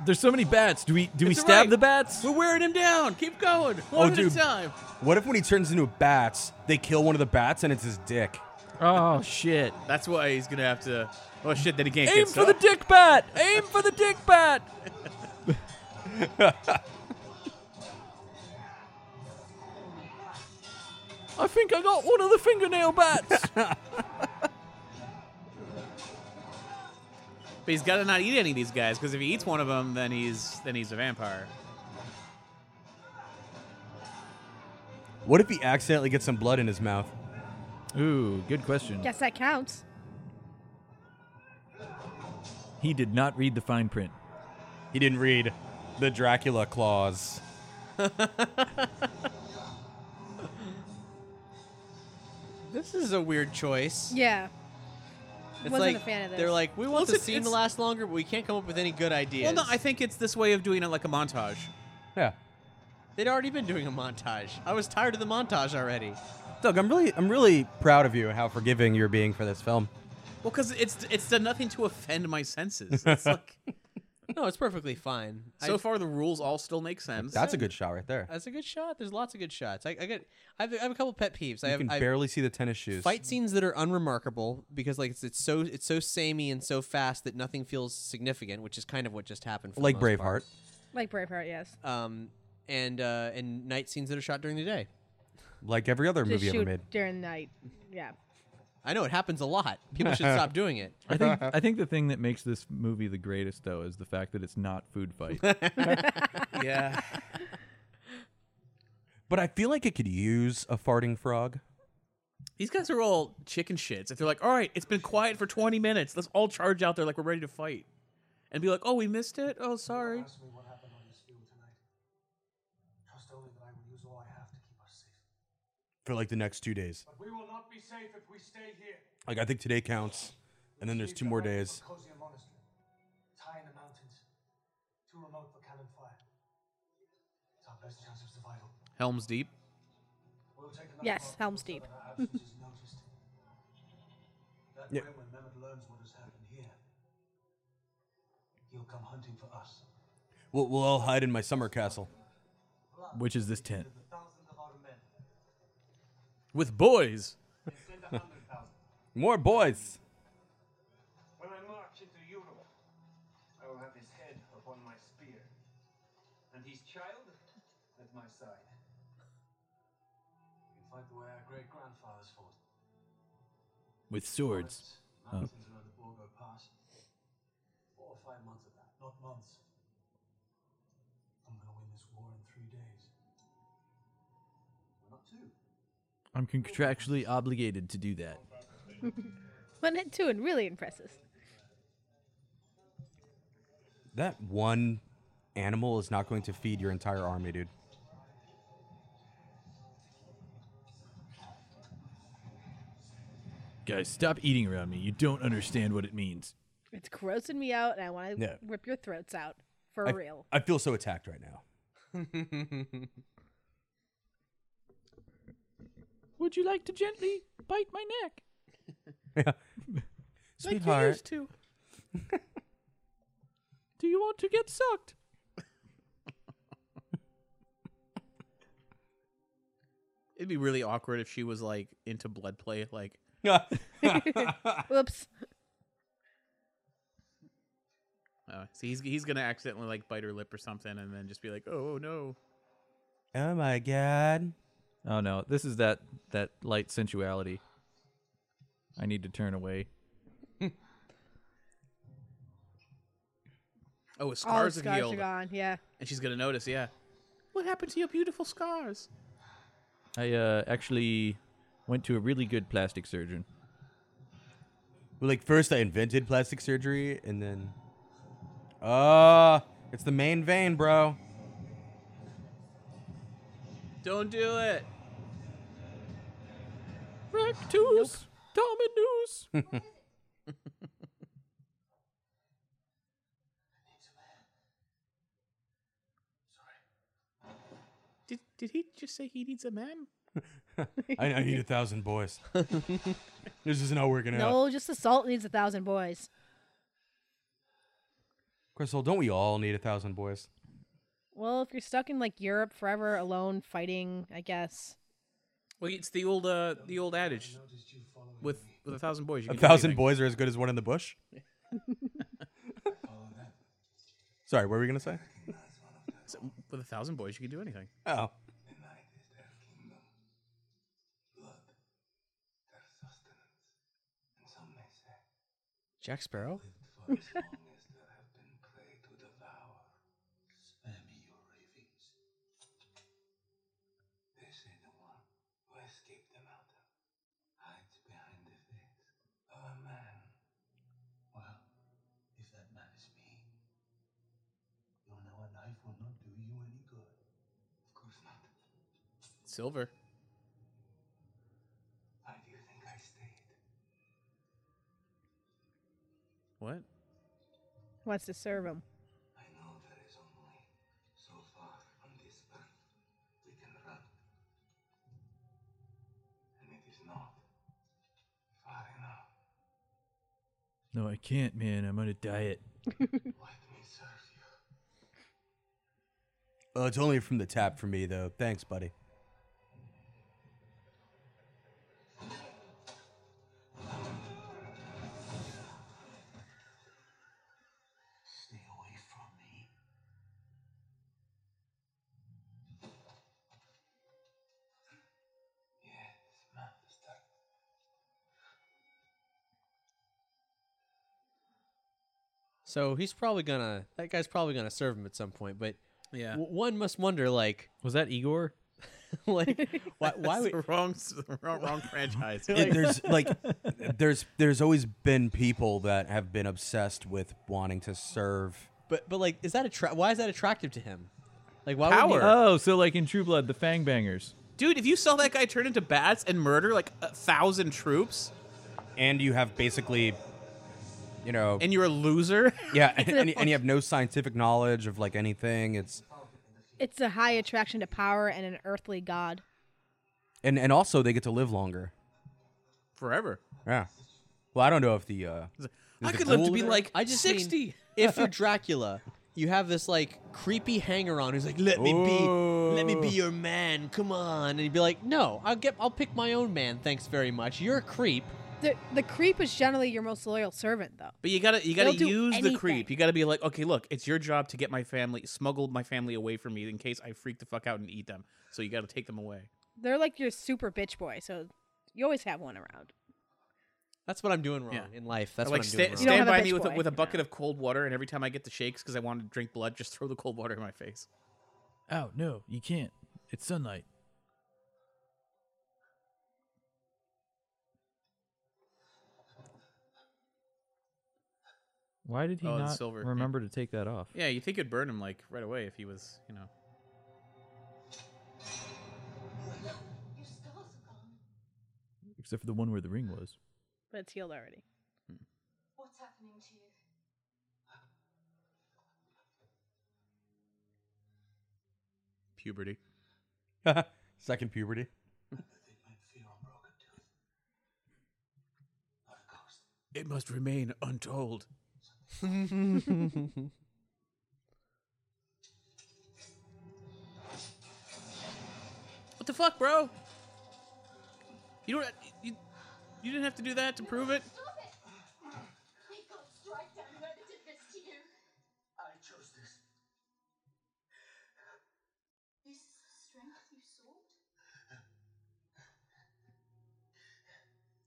[SPEAKER 11] There's so many bats. Do we do we
[SPEAKER 9] It's all
[SPEAKER 11] stab
[SPEAKER 9] right.
[SPEAKER 11] the bats?
[SPEAKER 9] We're wearing him down. Keep going.
[SPEAKER 8] Oh,
[SPEAKER 9] One at a
[SPEAKER 8] dude.
[SPEAKER 9] time.
[SPEAKER 8] What if when he turns into bats, they kill one of the bats and it's his dick?
[SPEAKER 11] Oh shit.
[SPEAKER 9] That's why he's gonna have to. Oh shit! Then he can't
[SPEAKER 11] Aim
[SPEAKER 9] get
[SPEAKER 11] for the
[SPEAKER 9] stuff.
[SPEAKER 11] dick bat. Aim for the dick bat. I think I got one of the fingernail bats.
[SPEAKER 9] But he's got to not eat any of these guys because if he eats one of them, then he's then he's a vampire.
[SPEAKER 8] What if he accidentally gets some blood in his mouth?
[SPEAKER 11] Ooh, good question.
[SPEAKER 6] Guess that counts.
[SPEAKER 11] He did not read the fine print.
[SPEAKER 8] He didn't read the Dracula clause.
[SPEAKER 5] This is a weird choice.
[SPEAKER 6] Yeah.
[SPEAKER 5] It's
[SPEAKER 6] Wasn't
[SPEAKER 5] like
[SPEAKER 6] a fan of this.
[SPEAKER 5] they're like, we want
[SPEAKER 9] Well,
[SPEAKER 5] the
[SPEAKER 9] it's-
[SPEAKER 5] scene to
[SPEAKER 9] it's-
[SPEAKER 5] last longer, but we can't come up with any good ideas.
[SPEAKER 9] Well, no, I think it's this way of doing it like a montage.
[SPEAKER 8] Yeah.
[SPEAKER 5] They'd already been doing a montage. I was tired of the montage already.
[SPEAKER 8] Doug, I'm really, I'm really proud of you and how forgiving you're being for this film.
[SPEAKER 9] Well, because it's it's done nothing to offend my senses. It's like
[SPEAKER 5] no, it's perfectly fine.
[SPEAKER 9] so
[SPEAKER 5] I-
[SPEAKER 9] far the rules all still make sense.
[SPEAKER 8] That's a good shot right there.
[SPEAKER 5] That's a good shot. There's lots of good shots. I, I get. I have, I have a couple pet peeves. I
[SPEAKER 8] You
[SPEAKER 5] have,
[SPEAKER 8] can
[SPEAKER 5] I have
[SPEAKER 8] barely see the tennis shoes.
[SPEAKER 5] fight scenes that are unremarkable because like it's, it's so it's so samey and so fast that nothing feels significant, which is kind of what just happened. For the
[SPEAKER 8] Like
[SPEAKER 5] most part.
[SPEAKER 6] Like Braveheart, yes.
[SPEAKER 5] Um, and uh, and night scenes that are shot during the day.
[SPEAKER 8] like every other
[SPEAKER 6] Just
[SPEAKER 8] movie
[SPEAKER 6] shoot
[SPEAKER 8] ever made.
[SPEAKER 6] during the night. Yeah.
[SPEAKER 5] I know it happens a lot. People should stop doing it.
[SPEAKER 11] I think I think the thing that makes this movie the greatest though is the fact that it's not food fight.
[SPEAKER 9] yeah.
[SPEAKER 8] But I feel like it could use a farting frog.
[SPEAKER 9] These guys are all chicken shits. If they're like, all right, it's been quiet for 20 minutes, let's all charge out there like we're ready to fight. And be like, oh, we missed it? Oh, sorry.
[SPEAKER 12] Ask me what happened on this field tonight. Trust only that I will use all I have to keep us safe.
[SPEAKER 8] for like the next two days.
[SPEAKER 12] But we will not be safe if we stay here.
[SPEAKER 8] Like I think today counts, and then there's two more days.
[SPEAKER 12] Nicosia Monastery. It's high in the mountains. Too remote for cannon fire. It's our best chance of survival.
[SPEAKER 9] Helm's Deep.
[SPEAKER 12] We'll take another
[SPEAKER 6] Yes,
[SPEAKER 12] boat
[SPEAKER 6] Helm's
[SPEAKER 12] so
[SPEAKER 6] Deep.
[SPEAKER 12] that our absence is noticed. That
[SPEAKER 8] Yeah.
[SPEAKER 12] way, when Mehmet learns what has happened here, he'll come hunting for us.
[SPEAKER 8] We'll, we'll all hide in my summer castle.
[SPEAKER 1] Which is this tent?
[SPEAKER 9] With boys.
[SPEAKER 8] More boys.
[SPEAKER 12] When I march into Europe, I will have his head upon my spear, and his child at my side. We can fight the way our great grandfathers fought.
[SPEAKER 1] With swords. Oh.
[SPEAKER 12] Mountains around the Borgo Pass. Four or five months of that, not months. I'm gonna win this war in three days. Or not two.
[SPEAKER 1] I'm contractually obligated to do that.
[SPEAKER 6] One and two, and really impresses.
[SPEAKER 8] That one animal is not going to feed your entire army, dude.
[SPEAKER 1] Guys, stop eating around me. You don't understand what it means.
[SPEAKER 6] It's grossing me out, and I want to
[SPEAKER 1] Yeah.
[SPEAKER 6] rip your throats out for
[SPEAKER 8] I,
[SPEAKER 6] real.
[SPEAKER 8] I feel so attacked right now.
[SPEAKER 1] Would you like to gently bite my neck?
[SPEAKER 8] Sweetheart.
[SPEAKER 1] to. Do you want to get sucked?
[SPEAKER 9] It'd be really awkward if she was like into blood play. Like,
[SPEAKER 6] Whoops.
[SPEAKER 9] oh, see, he's, he's going to accidentally like bite her lip or something and then just be like, oh, oh, no.
[SPEAKER 8] Oh my god.
[SPEAKER 11] Oh no, this is that that light sensuality. I need to turn away.
[SPEAKER 9] Oh, his
[SPEAKER 6] All the scars
[SPEAKER 9] scars, have
[SPEAKER 6] are
[SPEAKER 9] healed.
[SPEAKER 6] gone. Yeah.
[SPEAKER 9] And she's going to notice, yeah. What happened to your beautiful scars?
[SPEAKER 11] I uh, actually went to a really good plastic surgeon.
[SPEAKER 8] Well, like first I invented plastic surgery, and then, uh, it's the main vein, bro.
[SPEAKER 9] Don't do it.
[SPEAKER 1] Rectus Dominus.
[SPEAKER 9] Did, did he just say he needs a man?
[SPEAKER 8] I, I need a thousand boys. this is not working out.
[SPEAKER 6] No, just assault needs a thousand boys.
[SPEAKER 8] Crystal, don't we all need a thousand boys?
[SPEAKER 6] Well, if you're stuck in like Europe forever alone fighting, I guess.
[SPEAKER 9] Well, it's the old uh, the old adage with with a thousand boys. You
[SPEAKER 8] A
[SPEAKER 9] can do
[SPEAKER 8] thousand
[SPEAKER 9] anything.
[SPEAKER 8] boys are as good as one in the bush. Sorry, what were we gonna say?
[SPEAKER 9] So, with a thousand boys, you can do anything.
[SPEAKER 8] Oh,
[SPEAKER 5] Jack Sparrow.
[SPEAKER 12] They say the one who escaped the mountain hides behind the face of a man. Well, if that man is me, you'll
[SPEAKER 8] Oh.
[SPEAKER 12] know a knife will not do you any good. Of course not.
[SPEAKER 9] Silver.
[SPEAKER 12] Why do you think I stayed?
[SPEAKER 9] What?
[SPEAKER 6] Wants to serve him.
[SPEAKER 12] I know there is only so far on this earth we can run. not far enough.
[SPEAKER 11] No, I can't, man. I'm on a diet.
[SPEAKER 8] Uh, it's only from the tap for me, though. Thanks, buddy.
[SPEAKER 12] Stay away from me. Yes, master.
[SPEAKER 5] So he's probably gonna. That guy's probably gonna serve him at some point. But
[SPEAKER 9] Yeah.
[SPEAKER 5] w- one must wonder, like,
[SPEAKER 11] was that Igor?
[SPEAKER 5] like, why? why
[SPEAKER 9] That's
[SPEAKER 5] would,
[SPEAKER 9] the wrong, s- the wrong, wrong franchise.
[SPEAKER 8] It- there's like there's there's always been people that have been obsessed with wanting to serve.
[SPEAKER 5] but but like, is that attra- Why is that attractive to him? Like, why would he?
[SPEAKER 11] Oh, so like in True Blood, the Fang Bangers.
[SPEAKER 9] Dude, if you saw that guy turn into bats and murder like a thousand troops,
[SPEAKER 8] and you have basically, you know,
[SPEAKER 9] and you're a loser.
[SPEAKER 8] Yeah, and, and, you have no scientific knowledge of like anything. It's
[SPEAKER 6] It's a high attraction to power and an earthly god.
[SPEAKER 8] and and also they get to live longer.
[SPEAKER 9] Forever.
[SPEAKER 8] Yeah. Well, I don't know if the uh,
[SPEAKER 9] I
[SPEAKER 8] the
[SPEAKER 9] could live to
[SPEAKER 8] goal
[SPEAKER 9] be
[SPEAKER 8] there-
[SPEAKER 9] like
[SPEAKER 5] I just mean,
[SPEAKER 9] 60.
[SPEAKER 5] if you're Dracula, you have this like creepy hanger on who's like, "Let me be, let me be your man. Come on," and you'd be like, "No, I'll get, I'll pick my own man. Thanks very much. You're a creep."
[SPEAKER 6] The the creep is generally your most loyal servant, though.
[SPEAKER 9] But you gotta you gotta
[SPEAKER 6] They'll do
[SPEAKER 9] use
[SPEAKER 6] anything.
[SPEAKER 9] the creep. You gotta be like, okay, look, it's your job to get my family, smuggle my family away from me in case I freak the fuck out and eat them. So you gotta take them away.
[SPEAKER 6] They're like your super bitch boy, so you always have one around.
[SPEAKER 5] That's what I'm doing wrong in life. That's
[SPEAKER 9] Or,
[SPEAKER 5] what
[SPEAKER 9] like
[SPEAKER 5] I'm
[SPEAKER 9] sta-
[SPEAKER 5] doing wrong.
[SPEAKER 6] You don't
[SPEAKER 9] stand
[SPEAKER 6] have a
[SPEAKER 9] by
[SPEAKER 6] bitch
[SPEAKER 9] me with a,
[SPEAKER 6] boy.
[SPEAKER 9] with a bucket of cold water, and every time I get the shakes because I want to drink blood, just throw the cold water in my face.
[SPEAKER 11] Oh no, you can't. It's sunlight. Why did he
[SPEAKER 9] Oh, the
[SPEAKER 11] not
[SPEAKER 9] silver, yeah.
[SPEAKER 11] remember to take that off?
[SPEAKER 9] Yeah, you think it'd burn him like right away if he was, you know.
[SPEAKER 11] Except for the one where the ring was.
[SPEAKER 6] But it's healed already.
[SPEAKER 10] What's happening to you?
[SPEAKER 9] Puberty.
[SPEAKER 8] second puberty.
[SPEAKER 9] It must remain untold. What the fuck, bro? You don't you, you didn't have to do that to prove it.
[SPEAKER 10] Stop it! May God strike down whoever did this to you.
[SPEAKER 12] I chose this.
[SPEAKER 10] This is the strength you sought?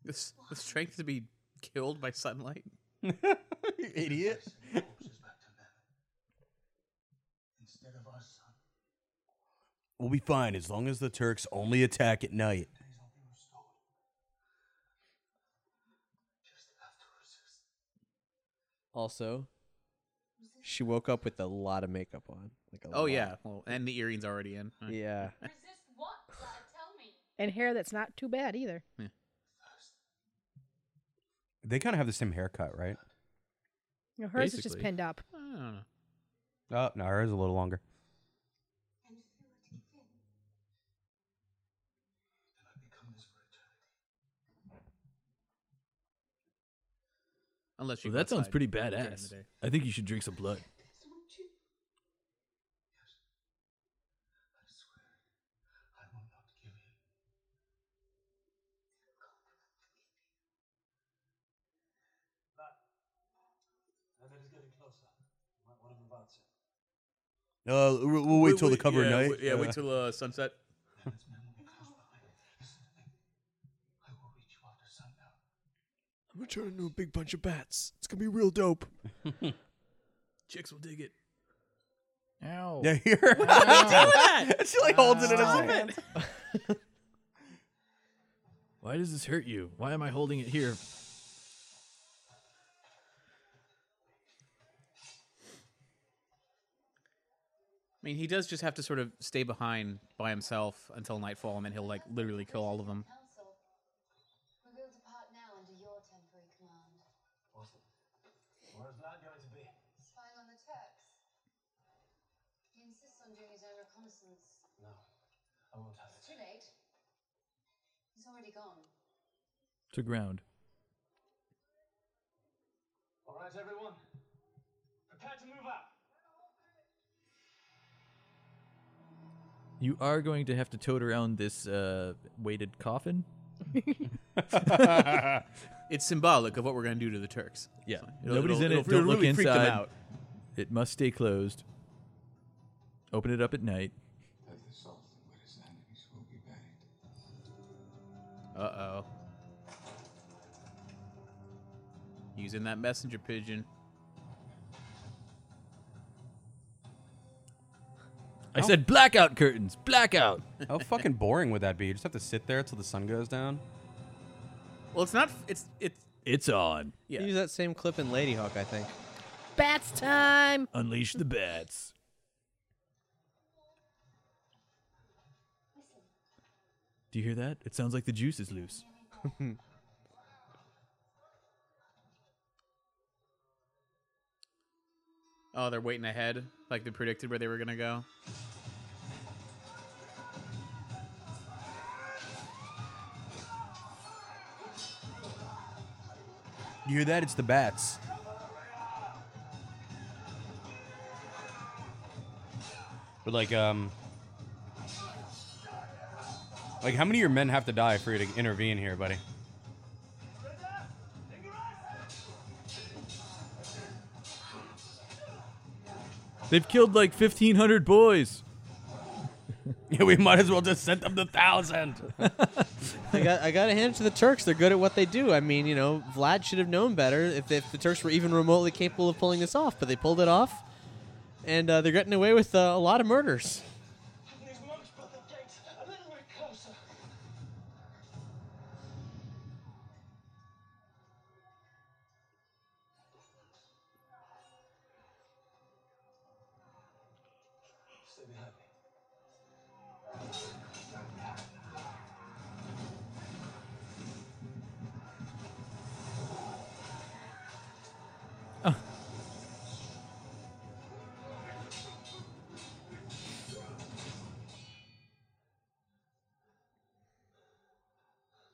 [SPEAKER 9] This the strength to be killed by sunlight.
[SPEAKER 8] idiot.
[SPEAKER 12] Instead of our son,
[SPEAKER 8] We'll be fine as long as the Turks only attack at night.
[SPEAKER 5] Also, she woke up with a lot of makeup on. Like a
[SPEAKER 9] Oh
[SPEAKER 5] lot.
[SPEAKER 9] yeah, well, and the earrings already in.
[SPEAKER 5] Yeah.
[SPEAKER 10] Resist what, lad? Tell me.
[SPEAKER 6] And hair that's not too bad either.
[SPEAKER 8] They kind of have the same haircut, right?
[SPEAKER 6] You know, hers is just
[SPEAKER 8] Basically.
[SPEAKER 6] pinned up.
[SPEAKER 9] I don't know.
[SPEAKER 8] Oh no, hers is a little longer.
[SPEAKER 9] Unless you.
[SPEAKER 11] Well,
[SPEAKER 9] go
[SPEAKER 11] that sounds
[SPEAKER 9] outside
[SPEAKER 11] pretty
[SPEAKER 9] during the
[SPEAKER 11] badass.
[SPEAKER 9] day.
[SPEAKER 11] I think you should drink some blood.
[SPEAKER 12] and it is getting closer. What what have you about to?
[SPEAKER 8] Uh, we'll, we'll wait till the cover
[SPEAKER 9] yeah,
[SPEAKER 8] night.
[SPEAKER 9] wait- yeah, wait
[SPEAKER 8] Uh,
[SPEAKER 9] till uh, sunset.
[SPEAKER 14] I'm gonna turn into a big bunch of bats. It's gonna be real dope.
[SPEAKER 9] Chicks will dig it.
[SPEAKER 11] Ow.
[SPEAKER 8] Yeah, here. Why
[SPEAKER 9] are you doing that?
[SPEAKER 8] She like holds it in
[SPEAKER 9] Stop
[SPEAKER 8] her hand.
[SPEAKER 11] Why does this hurt you? Why am I holding it here?
[SPEAKER 9] I mean, he does just have to sort of stay behind by himself until nightfall, and then he'll like literally kill all of them.
[SPEAKER 10] Council. We will depart now under your temporary command.
[SPEAKER 12] Awesome. Where's that going to be?
[SPEAKER 10] Spying on the Turks. He insists on doing his own reconnaissance.
[SPEAKER 12] No, I won't have
[SPEAKER 10] It's
[SPEAKER 12] it.
[SPEAKER 10] too late. He's already gone.
[SPEAKER 11] to ground.
[SPEAKER 12] All right, everyone. Prepare to move out.
[SPEAKER 11] You are going to have to tote around this uh, weighted coffin.
[SPEAKER 9] it's symbolic of what we're going to do to the Turks.
[SPEAKER 11] Yeah.
[SPEAKER 9] So
[SPEAKER 11] Nobody's in it.
[SPEAKER 9] it'll
[SPEAKER 11] Don't look
[SPEAKER 9] really freak them
[SPEAKER 11] inside.
[SPEAKER 9] out.
[SPEAKER 11] It must stay closed. Open it up at night.
[SPEAKER 16] That the Sultan with his enemies will be buried.
[SPEAKER 9] Uh oh. Using that messenger pigeon.
[SPEAKER 11] I said blackout curtains. Blackout.
[SPEAKER 8] How fucking boring would that be? You just have to sit there till the sun goes down.
[SPEAKER 9] Well, it's not. It's it's.
[SPEAKER 11] It's on.
[SPEAKER 5] Use that same clip in Lady Hawk, I think.
[SPEAKER 6] Bats time.
[SPEAKER 11] Unleash the bats. Do you hear that? It sounds like the juice is loose.
[SPEAKER 9] Oh, they're waiting ahead, like they predicted where they were gonna go.
[SPEAKER 8] You hear that? It's the bats. But like, um, like how many of your men have to die for you to intervene here, buddy?
[SPEAKER 11] They've killed like 1,500 boys.
[SPEAKER 8] yeah, we might as well just send them the thousand.
[SPEAKER 5] I got I got to hand it to the Turks. They're good at what they do. I mean, you know, Vlad should have known better if, if the Turks were even remotely capable of pulling this off, but they pulled it off, and uh, they're getting away with uh, a lot of murders.
[SPEAKER 12] These monks brought the gates a little bit closer. Stay behind me.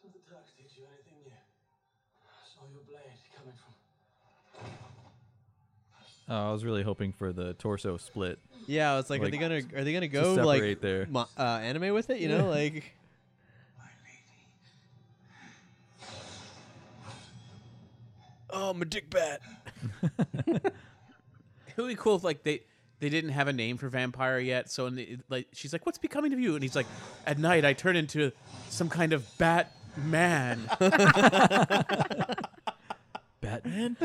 [SPEAKER 12] Did the Turks teach you anything new? I saw your blade coming from.
[SPEAKER 11] Oh, I was really hoping for the torso split.
[SPEAKER 5] Yeah, I was like, are they gonna are they gonna
[SPEAKER 11] to
[SPEAKER 5] go
[SPEAKER 11] separate
[SPEAKER 5] like
[SPEAKER 11] there?
[SPEAKER 5] mo- uh, anime with it? You know, like
[SPEAKER 14] Oh, I'm a dick bat.
[SPEAKER 9] It would be cool if like they they didn't have a name for vampire yet. So in the, like she's like, "What's becoming of you?" And he's like, "At night, I turn into some kind of bat man."
[SPEAKER 11] Batman.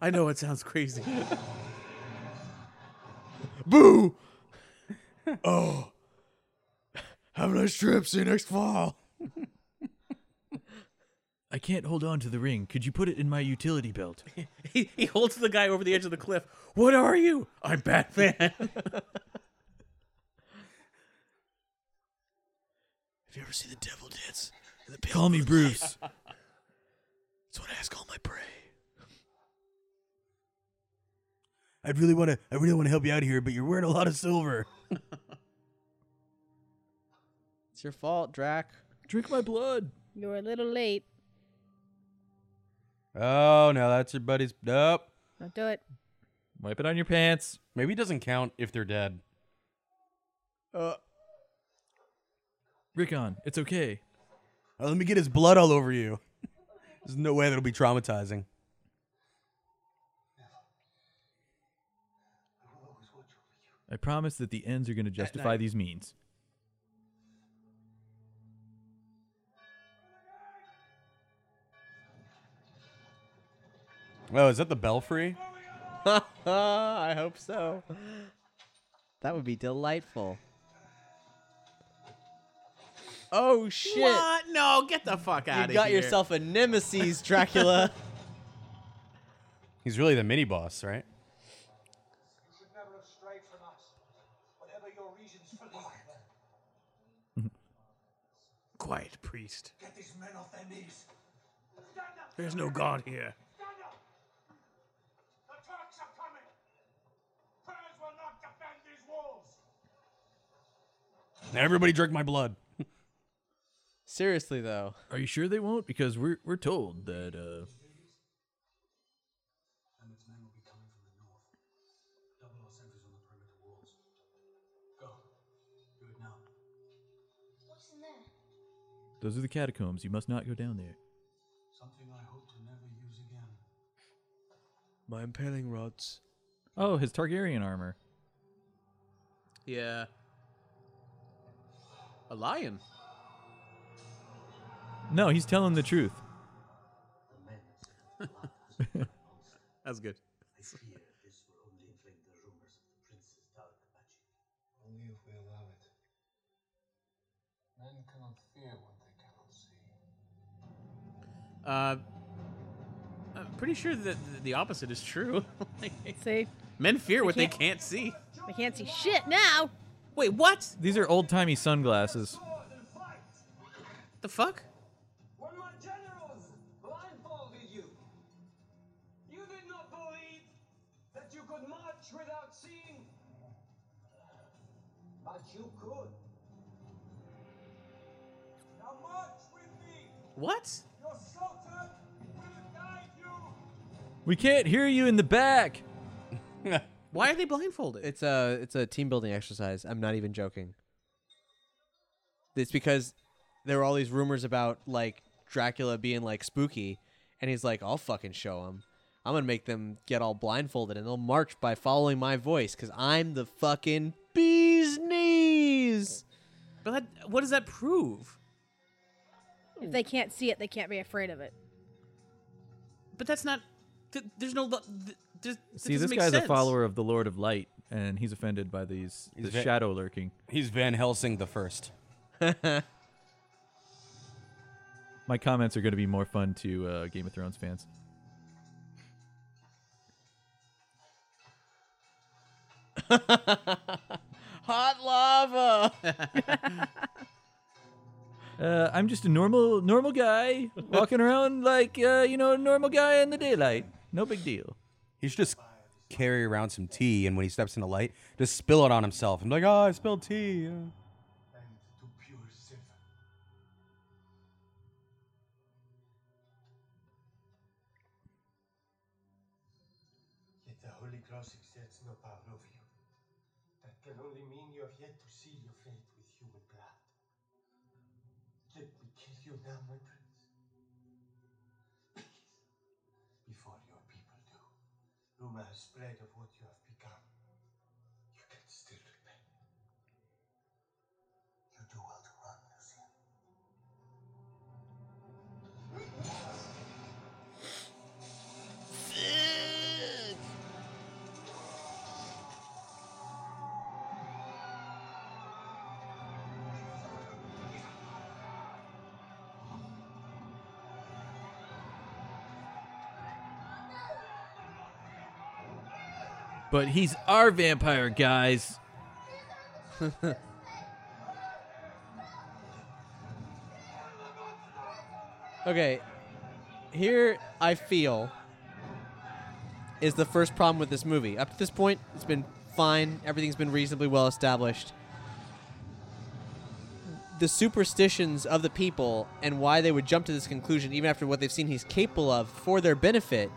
[SPEAKER 9] I know it sounds crazy.
[SPEAKER 14] Boo! oh. Have a nice trip. See you next fall.
[SPEAKER 11] I can't hold on to the ring. Could you put it in my utility belt?
[SPEAKER 9] He, he holds the guy over the edge of the cliff. What are you? I'm Batman.
[SPEAKER 14] Have you ever seen the devil dance? in the pale
[SPEAKER 11] Call me
[SPEAKER 14] moonlight?
[SPEAKER 11] Bruce.
[SPEAKER 14] That's what I ask all my prey.
[SPEAKER 8] I really want to. I really want to help you out here, but you're wearing a lot of silver.
[SPEAKER 5] it's your fault, Drac.
[SPEAKER 11] Drink my blood.
[SPEAKER 6] You were a little late.
[SPEAKER 8] Oh no, that's your buddy's. Nope.
[SPEAKER 6] Don't do it.
[SPEAKER 11] Wipe it on your pants.
[SPEAKER 8] Maybe it doesn't count if they're dead.
[SPEAKER 11] Uh. Rickon, it's okay.
[SPEAKER 8] Oh, let me get his blood all over you. There's no way that'll be traumatizing.
[SPEAKER 11] I promise that the ends are going to justify these means.
[SPEAKER 8] Oh, is that the belfry?
[SPEAKER 5] I hope so. That would be delightful. Oh shit!
[SPEAKER 9] What? No, get the fuck out of
[SPEAKER 5] You
[SPEAKER 9] here.
[SPEAKER 5] got yourself a nemesis, Dracula.
[SPEAKER 8] He's really the mini boss, right?
[SPEAKER 10] You should never have strayed from us, whatever your reasons for leaving.
[SPEAKER 9] Quiet priest.
[SPEAKER 10] Get these men off their knees. Stand up!
[SPEAKER 9] There's no god here.
[SPEAKER 10] Stand up! The Turks are coming! Prayers will not defend these walls!
[SPEAKER 8] Everybody drink my blood.
[SPEAKER 17] Seriously though.
[SPEAKER 11] Are you sure they won't? Because we're we're told that uh
[SPEAKER 12] Emmett's men will be coming from the north. Double our sentries on the perimeter walls. Go. Do it now.
[SPEAKER 10] What's in there?
[SPEAKER 11] those are the catacombs. You must not go down there.
[SPEAKER 12] Something I hope to never use again.
[SPEAKER 14] My impaling rods.
[SPEAKER 11] Oh, his Targaryen armor.
[SPEAKER 9] Yeah. A lion.
[SPEAKER 11] No, he's telling the truth.
[SPEAKER 9] That's good.
[SPEAKER 12] I fear this will only inflame the rumors of the prince's dark magic. Only if we allow it. Men cannot fear what they cannot see.
[SPEAKER 9] Uh, I'm pretty sure that the opposite is true.
[SPEAKER 6] See?
[SPEAKER 9] Men fear what they
[SPEAKER 6] can't-
[SPEAKER 9] can't see.
[SPEAKER 6] I can't see shit now.
[SPEAKER 9] Wait, what?
[SPEAKER 11] These are old timey sunglasses.
[SPEAKER 9] The fuck?
[SPEAKER 12] When my generals blindfolded you, you did not believe that you could march without seeing. But you could. Now march with me.
[SPEAKER 9] What?
[SPEAKER 12] Your sultan will guide you.
[SPEAKER 11] We can't hear you in the back.
[SPEAKER 9] Why are they blindfolded?
[SPEAKER 5] It's a it's a team building exercise. I'm not even joking. It's because there were all these rumors about like Dracula being like spooky, and he's like, "I'll fucking show them. I'm gonna make them get all blindfolded, and they'll march by following my voice, cause I'm the fucking bee's knees."
[SPEAKER 9] But that, what does that prove?
[SPEAKER 6] If they can't see it, they can't be afraid of it.
[SPEAKER 9] But that's not. Th- there's no. lo- Th- th- that
[SPEAKER 11] See,
[SPEAKER 9] doesn't
[SPEAKER 11] this
[SPEAKER 9] make
[SPEAKER 11] guy's
[SPEAKER 9] sense.
[SPEAKER 11] a follower of the Lord of Light, and he's offended by these
[SPEAKER 8] He's
[SPEAKER 11] the
[SPEAKER 8] ve-
[SPEAKER 11] shadow lurking.
[SPEAKER 8] He's Van Helsing the first.
[SPEAKER 11] My comments are going to be more fun to uh, Game of Thrones fans.
[SPEAKER 17] Hot lava.
[SPEAKER 11] Uh, I'm just a normal normal guy walking around like uh, you know a normal guy in the daylight. No big deal.
[SPEAKER 8] He should just carry around some tea, and when he steps into light, just spill it on himself. I'm like, oh, I spilled tea. uh."
[SPEAKER 12] Pure silver. Yet the Holy Cross exerts no power over you. That can only mean you have yet to seal your fate with human blood. Let me kill you now, my prince. Please. Before your people do, rumor has spread of what you have become. You can still repent. You do well to run, Lucien.
[SPEAKER 11] But he's our vampire, guys.
[SPEAKER 5] Okay. Here I feel is the first problem with this movie. Up to this point, it's been fine. Everything's been reasonably well established. The superstitions of the people and why they would jump to this conclusion, even after what they've seen he's capable of for their benefit,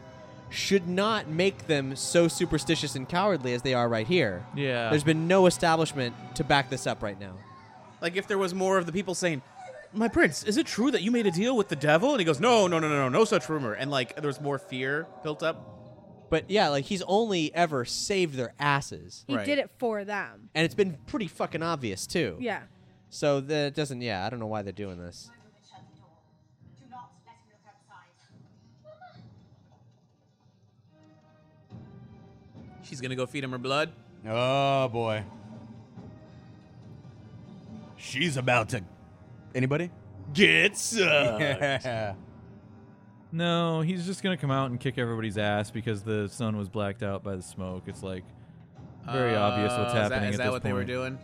[SPEAKER 5] should not make them so superstitious and cowardly as they are right here.
[SPEAKER 9] Yeah.
[SPEAKER 5] There's been no establishment to back this up right now.
[SPEAKER 9] Like if there was more of the people saying, "My prince, is it true that you made a deal with the devil?" And he goes, "No, no, no, no, no, no such rumor." And like there was more fear built up.
[SPEAKER 5] But yeah, like he's only ever saved their asses.
[SPEAKER 6] He did it for them.
[SPEAKER 5] and it's been pretty fucking obvious too.
[SPEAKER 6] Yeah.
[SPEAKER 5] So that doesn't. Yeah, I don't know why they're doing this.
[SPEAKER 10] Do not let him look outside.
[SPEAKER 9] She's gonna go feed him her blood.
[SPEAKER 8] Oh boy. She's about to. Uh, Anybody?
[SPEAKER 9] Get
[SPEAKER 11] sucked.
[SPEAKER 8] Yeah.
[SPEAKER 11] No, he's just gonna come out and kick everybody's ass because the sun was blacked out by the smoke. It's like very obvious what's
[SPEAKER 9] Oh, is that-
[SPEAKER 11] happening.
[SPEAKER 9] Is that
[SPEAKER 11] at this
[SPEAKER 9] what they were
[SPEAKER 11] point.
[SPEAKER 9] doing?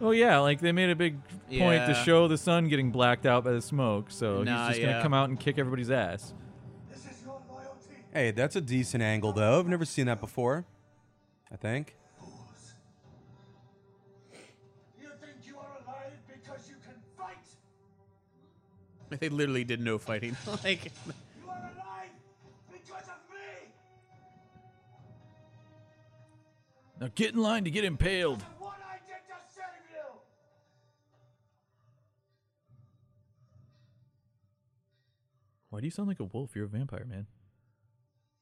[SPEAKER 11] Oh yeah, like they made a big point to
[SPEAKER 9] Yeah.
[SPEAKER 11] show the sun getting blacked out by the smoke, so
[SPEAKER 9] Nah,
[SPEAKER 11] he's just
[SPEAKER 9] yeah.
[SPEAKER 11] gonna come out and kick everybody's ass.
[SPEAKER 8] Hey, that's a decent angle though. I've never seen that before. I think.
[SPEAKER 12] You think you are alive because you can fight?
[SPEAKER 9] They literally did no fighting. like,
[SPEAKER 12] You are alive because of me!
[SPEAKER 18] Now get in line to get impaled.
[SPEAKER 12] What I did to save you!
[SPEAKER 11] Why do you sound like a wolf? You're a vampire, man.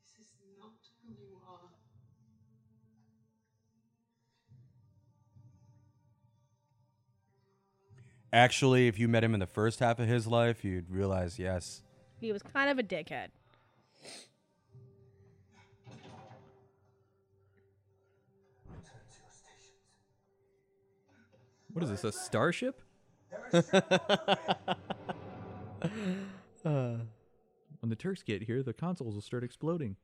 [SPEAKER 12] This is not who you are.
[SPEAKER 8] Actually, if you met him in the first half of his life, you'd realize, yes,
[SPEAKER 6] He was kind of a dickhead.
[SPEAKER 11] What is this? A starship? when the Turks get here, the consoles will start exploding.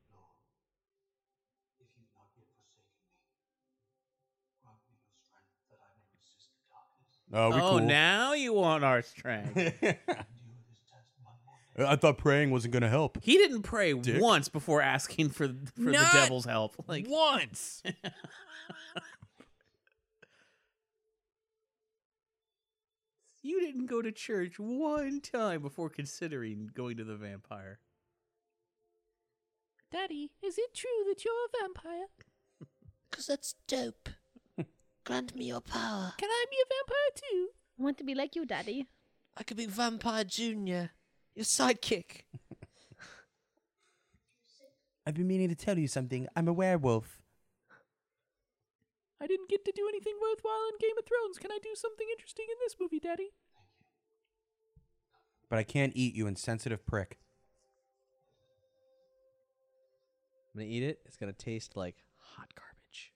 [SPEAKER 8] Oh, we cool.
[SPEAKER 9] now you want our strength.
[SPEAKER 8] I thought praying wasn't going to help.
[SPEAKER 9] he didn't pray
[SPEAKER 8] Dick.
[SPEAKER 9] once before asking for, for the
[SPEAKER 18] Not
[SPEAKER 9] devil's help. Like
[SPEAKER 18] once.
[SPEAKER 9] you didn't go to church one time before considering going to the vampire.
[SPEAKER 1] Daddy, is it true that you're a vampire? Because that's dope. Grant me your power. Can I be a vampire too?
[SPEAKER 6] I want to be like you, Daddy.
[SPEAKER 1] I could be Vampire Junior, your sidekick.
[SPEAKER 8] I've been meaning to tell you something. I'm a werewolf.
[SPEAKER 18] I didn't get to do anything worthwhile in Game of Thrones. Can I do something interesting in this movie, Daddy?
[SPEAKER 8] But I can't eat you, insensitive prick.
[SPEAKER 5] I'm gonna eat it. It's gonna taste like hot garbage.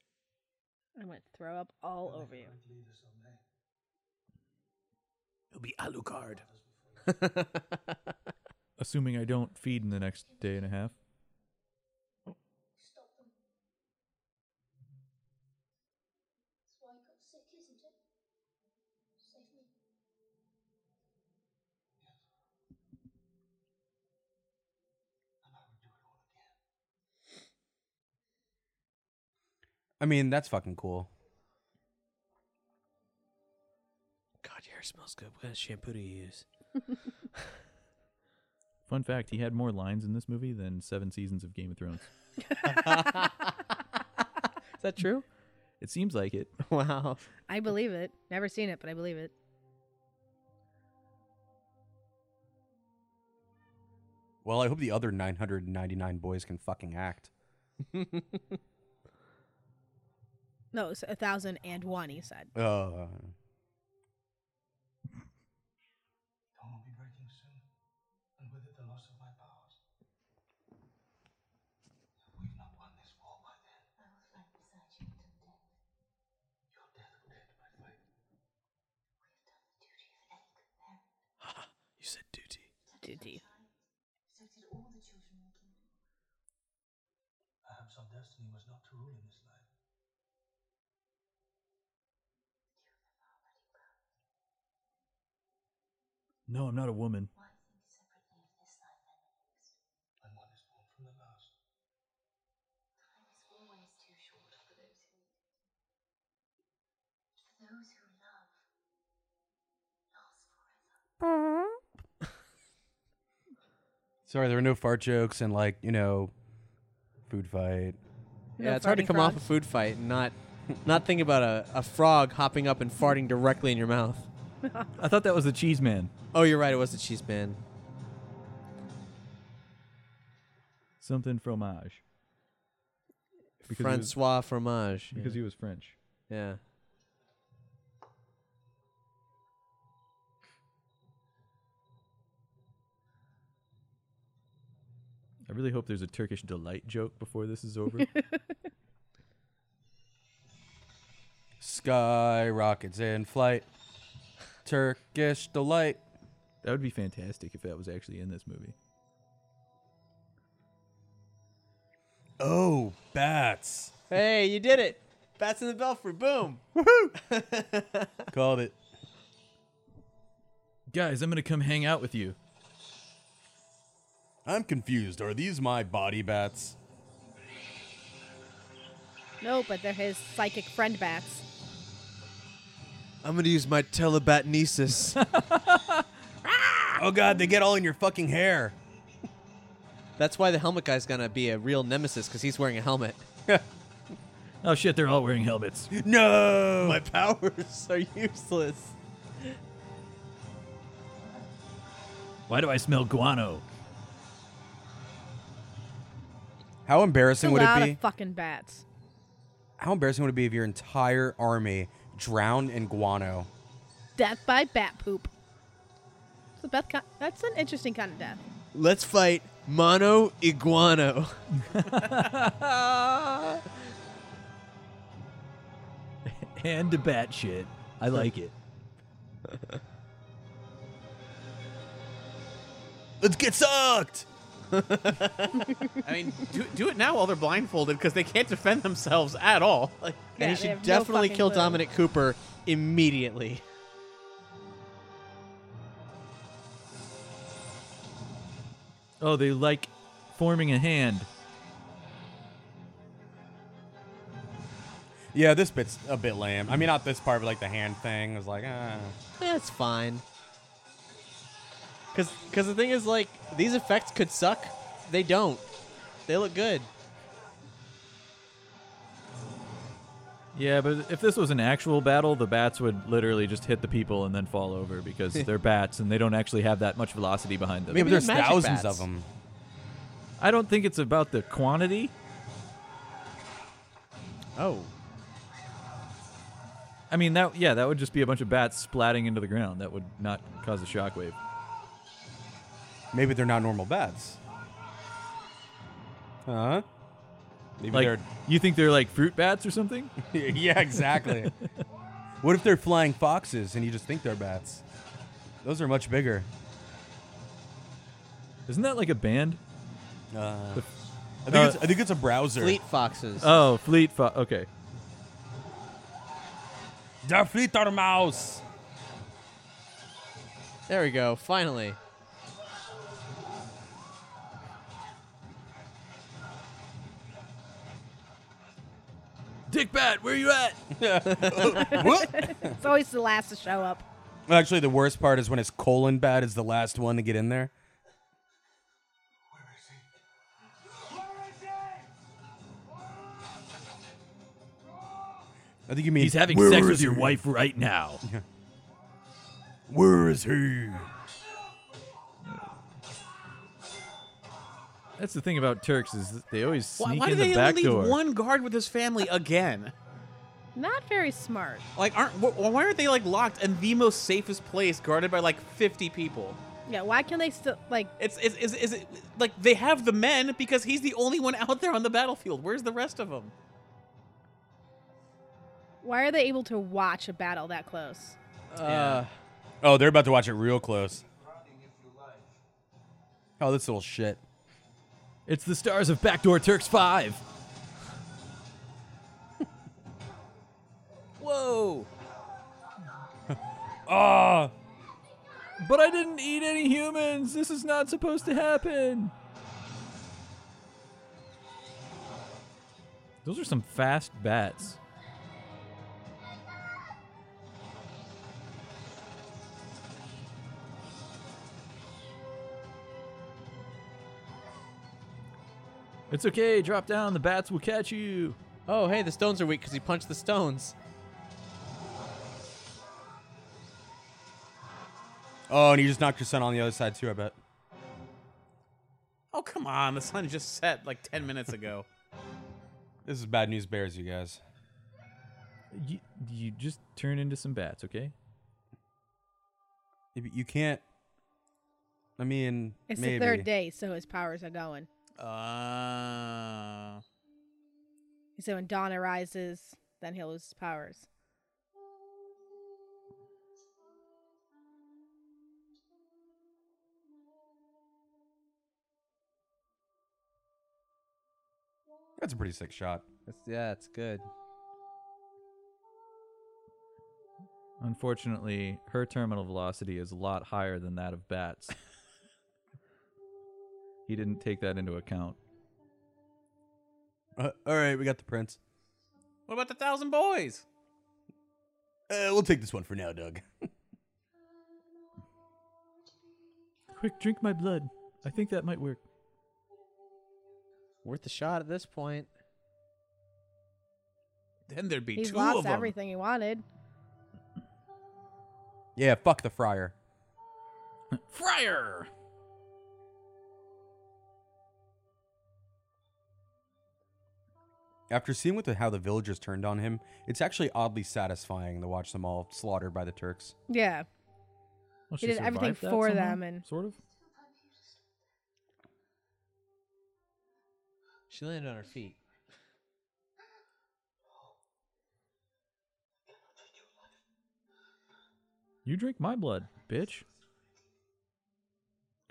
[SPEAKER 6] I'm gonna throw up all over you.
[SPEAKER 9] It'll be Alucard.
[SPEAKER 11] Assuming I don't feed in the next day and a half.
[SPEAKER 10] That's why I got sick, isn't it? Save me.
[SPEAKER 8] I mean, that's fucking cool.
[SPEAKER 5] God, your hair smells good. What kind of shampoo do you use?
[SPEAKER 11] Fun fact, he had more lines in this movie than seven seasons of Game of Thrones.
[SPEAKER 5] Is that true?
[SPEAKER 11] It seems like it.
[SPEAKER 5] Wow.
[SPEAKER 6] I believe it. Never seen it, but I believe it.
[SPEAKER 8] Well, I hope the other 999 boys can fucking act.
[SPEAKER 6] No, it's a thousand and one. He said.
[SPEAKER 8] Uh,
[SPEAKER 12] Dawn will be breaking soon, and with it the loss of my powers. We've not won this war by then. I will fight beside you until death. Your death will end my fight.
[SPEAKER 18] You said duty.
[SPEAKER 6] Duty.
[SPEAKER 10] So did all the children in the kingdom.
[SPEAKER 12] Perhaps our destiny was not to rule in this life.
[SPEAKER 18] No, I'm not a woman.
[SPEAKER 12] When one is born from the last,
[SPEAKER 10] Time is always too short for those who for those who love.
[SPEAKER 8] sorry, there are no fart jokes and, like, you know, food fight.
[SPEAKER 5] Yeah, it's hard to come off a food fight and not not think about a, a frog hopping up and farting directly in your mouth.
[SPEAKER 11] I thought that was the cheese man.
[SPEAKER 5] Oh, you're right. It was the cheese man.
[SPEAKER 11] Something fromage. Because he was-
[SPEAKER 5] Francois fromage.
[SPEAKER 11] Because he was French.
[SPEAKER 5] Yeah.
[SPEAKER 11] I really hope there's a Turkish delight joke before this is over.
[SPEAKER 8] Skyrockets in flight. Turkish delight.
[SPEAKER 11] that would be fantastic if that was actually in this movie.
[SPEAKER 8] Oh, bats.
[SPEAKER 5] Hey, you did it! Bats in the belfry. Boom! Woohoo!
[SPEAKER 8] Called it.
[SPEAKER 11] Guys, I'm gonna come hang out with you.
[SPEAKER 8] I'm confused. Are these my body bats?
[SPEAKER 6] No, but they're his psychic friend bats.
[SPEAKER 5] I'm gonna use my telebatnesis.
[SPEAKER 8] oh god, they get all in your fucking hair.
[SPEAKER 5] That's why the helmet guy's gonna be a real nemesis because he's wearing a helmet.
[SPEAKER 11] oh shit, they're all wearing helmets. Oh.
[SPEAKER 8] No,
[SPEAKER 5] my powers are useless.
[SPEAKER 11] Why do I smell guano?
[SPEAKER 8] How embarrassing
[SPEAKER 6] a
[SPEAKER 8] would
[SPEAKER 6] lot
[SPEAKER 8] it be?
[SPEAKER 6] of fucking bats.
[SPEAKER 8] How embarrassing would it be if your entire army drowned in guano?
[SPEAKER 6] Death by bat poop. So Beth, con- that's an interesting kind of death.
[SPEAKER 5] Let's fight Mono Iguano.
[SPEAKER 11] And to bat shit. I like it.
[SPEAKER 8] Let's get sucked.
[SPEAKER 9] I mean, do, do it now while they're blindfolded because they can't defend themselves at all. Like,
[SPEAKER 5] and he should definitely kill Dominic Cooper immediately.
[SPEAKER 11] Oh, they like forming a hand.
[SPEAKER 8] Yeah, this bit's a bit lame. I mean, not this part, but like the hand thing is like, ah.
[SPEAKER 5] That's fine. Cause, cause the thing is, like, these effects could suck. They don't. They look good.
[SPEAKER 11] Yeah, but if this was an actual battle, the bats would literally just hit the people and then fall over because they're bats and they don't actually have that much velocity behind them.
[SPEAKER 8] Maybe there's thousands of them.
[SPEAKER 11] I don't think it's about the quantity.
[SPEAKER 5] Oh.
[SPEAKER 11] I mean that yeah, that would just be a bunch of bats splatting into the ground. That would not cause a shockwave.
[SPEAKER 8] Maybe they're not normal bats. Huh? Maybe
[SPEAKER 11] Like,
[SPEAKER 8] they're
[SPEAKER 11] you think they're like fruit bats or something?
[SPEAKER 8] yeah, exactly. what if they're flying foxes and you just think they're bats? Those are much bigger.
[SPEAKER 11] Isn't that like a band?
[SPEAKER 8] Uh,
[SPEAKER 11] The-
[SPEAKER 8] I think it's- I think it's a browser. Fleet
[SPEAKER 5] foxes.
[SPEAKER 11] Oh, fleet fo- okay.
[SPEAKER 8] Der Flittermaus.
[SPEAKER 5] There we go. Finally.
[SPEAKER 11] Dick Bat, where you at?
[SPEAKER 6] it's always the last to show up.
[SPEAKER 8] Actually, the worst part is when his colon bat is the last one to get in there. I think you mean
[SPEAKER 11] He's having
[SPEAKER 8] "Where
[SPEAKER 11] sex
[SPEAKER 8] is
[SPEAKER 11] with your
[SPEAKER 8] he?"
[SPEAKER 11] wife right now.
[SPEAKER 8] Where is he?
[SPEAKER 11] That's the thing about Turks is that they always
[SPEAKER 9] Why,
[SPEAKER 11] sneak
[SPEAKER 9] why do
[SPEAKER 11] in the
[SPEAKER 9] they
[SPEAKER 11] back
[SPEAKER 9] leave
[SPEAKER 11] door.
[SPEAKER 9] one guard with his family again?
[SPEAKER 6] Not very smart.
[SPEAKER 9] Like, aren't wh- why aren't they like locked in the most safest place, guarded by like fifty people?
[SPEAKER 6] Yeah, why can they still like?
[SPEAKER 9] It's is is, is it like they have the men because he's the only one out there on the battlefield. Where's the rest of them?
[SPEAKER 6] Why are they able to watch a battle that close?
[SPEAKER 8] Uh, oh, they're about to watch it real close. Oh, this little shit.
[SPEAKER 11] It's the stars of Backdoor Turks 5.
[SPEAKER 9] Whoa!
[SPEAKER 11] Ah! But I didn't eat any humans. This is not supposed to happen. Those are some fast bats. It's okay. Drop down. The bats will catch you.
[SPEAKER 5] Oh, hey, the stones are weak because he punched the stones.
[SPEAKER 8] Oh, and you just knocked your son on the other side too. I bet.
[SPEAKER 9] Oh come on! The sun just set like ten minutes ago.
[SPEAKER 8] This is bad news bears, you guys.
[SPEAKER 11] You, you just turn into some bats, okay?
[SPEAKER 8] If You can't. I mean,
[SPEAKER 6] It's
[SPEAKER 8] maybe.
[SPEAKER 6] the third day, so his powers are going.
[SPEAKER 9] Uh,
[SPEAKER 6] So when dawn arises, then he'll lose his powers.
[SPEAKER 8] That's a pretty sick shot.
[SPEAKER 5] yeah, it's good.
[SPEAKER 11] Unfortunately, her terminal velocity is a lot higher than that of bats. he didn't take that into account.
[SPEAKER 8] Uh, all right, we got the prince.
[SPEAKER 9] what about the thousand boys?
[SPEAKER 8] Uh, we'll take this one for now, Doug.
[SPEAKER 11] Quick, drink my blood. I think that might work.
[SPEAKER 5] Worth the shot at this point.
[SPEAKER 9] Then there'd be
[SPEAKER 6] He's
[SPEAKER 9] two
[SPEAKER 6] lost
[SPEAKER 9] of them.
[SPEAKER 6] everything he wanted.
[SPEAKER 8] Yeah, fuck the fryer.
[SPEAKER 9] Fryer.
[SPEAKER 8] After seeing what the, how the villagers turned on him, it's actually oddly satisfying to watch them all slaughtered by the Turks.
[SPEAKER 6] Yeah.
[SPEAKER 8] Well,
[SPEAKER 6] he
[SPEAKER 8] she
[SPEAKER 6] did everything
[SPEAKER 8] survived that
[SPEAKER 6] for
[SPEAKER 8] somehow,
[SPEAKER 6] them and
[SPEAKER 11] sort of.
[SPEAKER 5] She landed on her feet.
[SPEAKER 11] You drink my blood, bitch.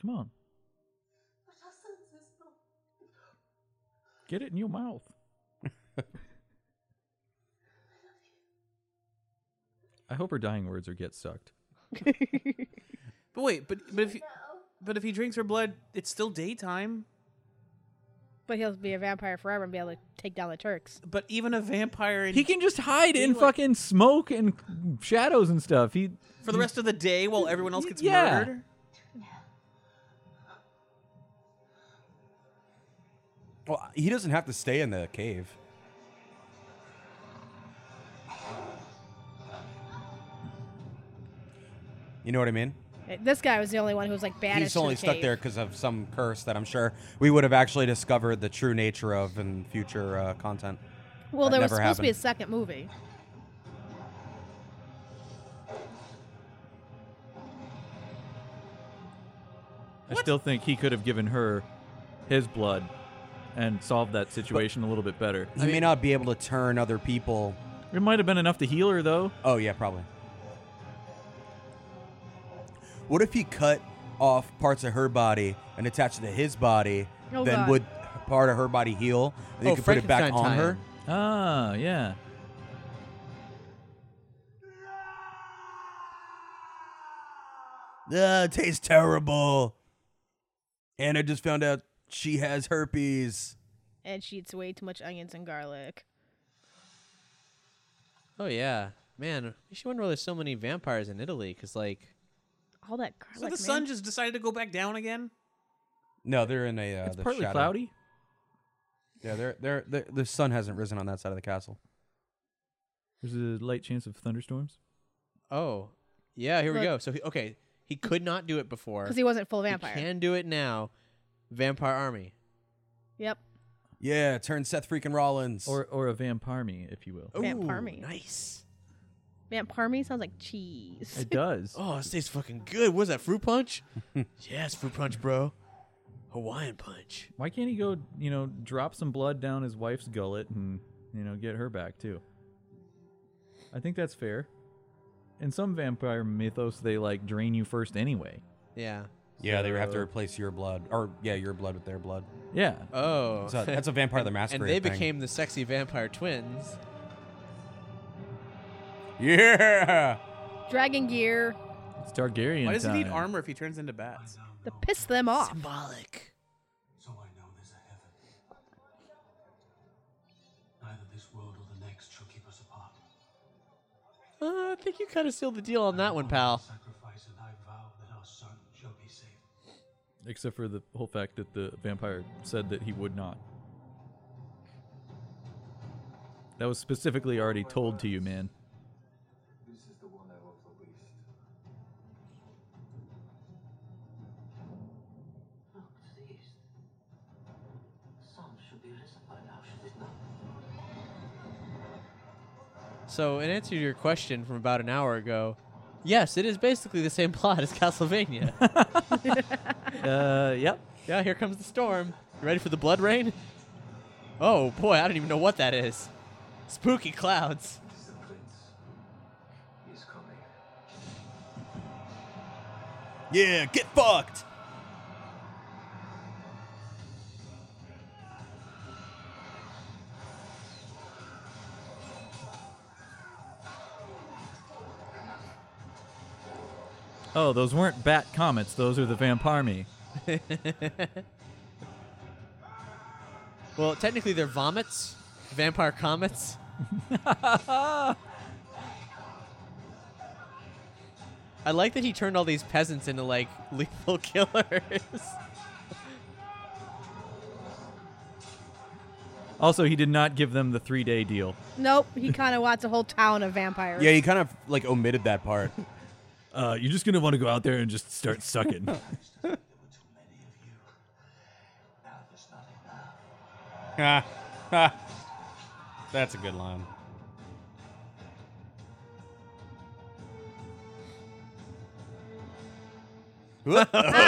[SPEAKER 11] Come on,
[SPEAKER 10] But our senses, no.
[SPEAKER 11] get it in your mouth. I hope her dying words are get sucked.
[SPEAKER 9] But wait, but but if but if he drinks her blood, it's still daytime.
[SPEAKER 6] But he'll be a vampire forever and be able to take down the Turks.
[SPEAKER 9] But even a vampire, in
[SPEAKER 11] He can just hide in fucking smoke and shadows and stuff. He
[SPEAKER 9] for the rest of the day while everyone else gets
[SPEAKER 11] Yeah.
[SPEAKER 9] murdered.
[SPEAKER 8] Well, he doesn't have to stay in the cave. You know what I mean?
[SPEAKER 6] Uh, This guy was the only one who was like banished.
[SPEAKER 8] He's only
[SPEAKER 6] to the
[SPEAKER 8] stuck
[SPEAKER 6] cave.
[SPEAKER 8] there because of some curse that I'm sure we would have actually discovered the true nature of in future uh, content.
[SPEAKER 6] Well,
[SPEAKER 8] That
[SPEAKER 6] there was
[SPEAKER 8] never
[SPEAKER 6] supposed to be a
[SPEAKER 8] happened.
[SPEAKER 6] second movie.
[SPEAKER 11] I still think he could have given her his blood and solved that situation a little bit better.
[SPEAKER 8] He may not be able to turn other people.
[SPEAKER 11] It might have been enough to heal her, though.
[SPEAKER 8] Oh yeah, probably. What if he cut off parts of her body and attached it to his body?
[SPEAKER 11] Oh,
[SPEAKER 8] then
[SPEAKER 11] God.
[SPEAKER 8] would part of her body heal? And
[SPEAKER 11] Oh,
[SPEAKER 8] you could put it back
[SPEAKER 11] Frankenstein
[SPEAKER 8] on her.
[SPEAKER 11] Ah, yeah.
[SPEAKER 8] Ugh, Ah, it tastes terrible. And I just found out she has herpes.
[SPEAKER 6] And she eats way too much onions and garlic.
[SPEAKER 5] Oh yeah, man. You should wonder why there's so many vampires in Italy. Cause like,
[SPEAKER 6] All that
[SPEAKER 9] So
[SPEAKER 6] garlic.
[SPEAKER 9] the sun just decided to go back down again.
[SPEAKER 8] No, they're in a. Uh,
[SPEAKER 11] It's
[SPEAKER 8] the
[SPEAKER 11] partly
[SPEAKER 8] shadow.
[SPEAKER 11] cloudy.
[SPEAKER 8] Yeah, they're, they're, they the sun hasn't risen on that side of the castle.
[SPEAKER 11] There's a light chance of thunderstorms.
[SPEAKER 5] oh, yeah. Here we
[SPEAKER 6] Look.
[SPEAKER 5] go. So he, okay, he could not do it before
[SPEAKER 6] 'Cause he wasn't full vampire.
[SPEAKER 5] He can do it now. Vampire army.
[SPEAKER 6] Yep.
[SPEAKER 8] Yeah, turn Seth freaking Rollins.
[SPEAKER 11] Or or a vampire me, if you will.
[SPEAKER 6] Vamparmy.
[SPEAKER 5] Nice.
[SPEAKER 6] Vamparmy sounds like cheese.
[SPEAKER 11] It does.
[SPEAKER 5] Oh, this tastes fucking good. What is that fruit punch? yes, fruit punch, bro. Hawaiian punch.
[SPEAKER 11] Why can't he go, you know, drop some blood down his wife's gullet and, you know, get her back too? I think that's fair. In some vampire mythos, they like drain you first anyway.
[SPEAKER 5] Yeah.
[SPEAKER 8] Yeah, they would have to
[SPEAKER 11] So-
[SPEAKER 8] replace your blood, or yeah, your blood with their blood.
[SPEAKER 11] Yeah.
[SPEAKER 5] Oh,
[SPEAKER 8] So that's a Vampire the
[SPEAKER 5] And-
[SPEAKER 8] Masquerade
[SPEAKER 5] And they
[SPEAKER 8] thing.
[SPEAKER 5] became the sexy vampire twins.
[SPEAKER 8] Yeah.
[SPEAKER 6] Dragon gear
[SPEAKER 11] It's Targaryen.
[SPEAKER 9] Why does he need
[SPEAKER 11] time.
[SPEAKER 9] armor if he turns into bats?
[SPEAKER 6] to piss them off.
[SPEAKER 5] Symbolic.
[SPEAKER 12] Neither this world or the next shall keep us apart.
[SPEAKER 5] Uh, I think you kind of sealed the deal on that one, pal.
[SPEAKER 12] Sacrifice, and I vow that our son shall be saved.
[SPEAKER 11] Except for the whole fact that the vampire said that he would not. That was specifically already told to you, man.
[SPEAKER 12] This is the one I love the least.
[SPEAKER 19] Look to the east. The sun should be risen by now, should it not?
[SPEAKER 5] So, in answer to your question from about an hour ago, yes, it is basically the same plot as Castlevania.
[SPEAKER 11] uh, yep.
[SPEAKER 5] Yeah, here comes the storm. You ready for the blood rain? Oh boy, I don't even know what that is. Spooky clouds.
[SPEAKER 12] The prince is coming.
[SPEAKER 8] Yeah, get fucked.
[SPEAKER 11] Oh, those weren't bat comets. Those are the vampire me.
[SPEAKER 5] Well, technically they're vomits, vampire comets. I like that he turned all these peasants into like lethal killers.
[SPEAKER 11] Also, he did not give them the three day deal.
[SPEAKER 6] Nope, he kind of wants a whole town of vampires.
[SPEAKER 8] Yeah, he kind of like omitted that part.
[SPEAKER 11] Uh, you're just gonna want to go out there and just start sucking.
[SPEAKER 15] Ah, ah. That's a good line.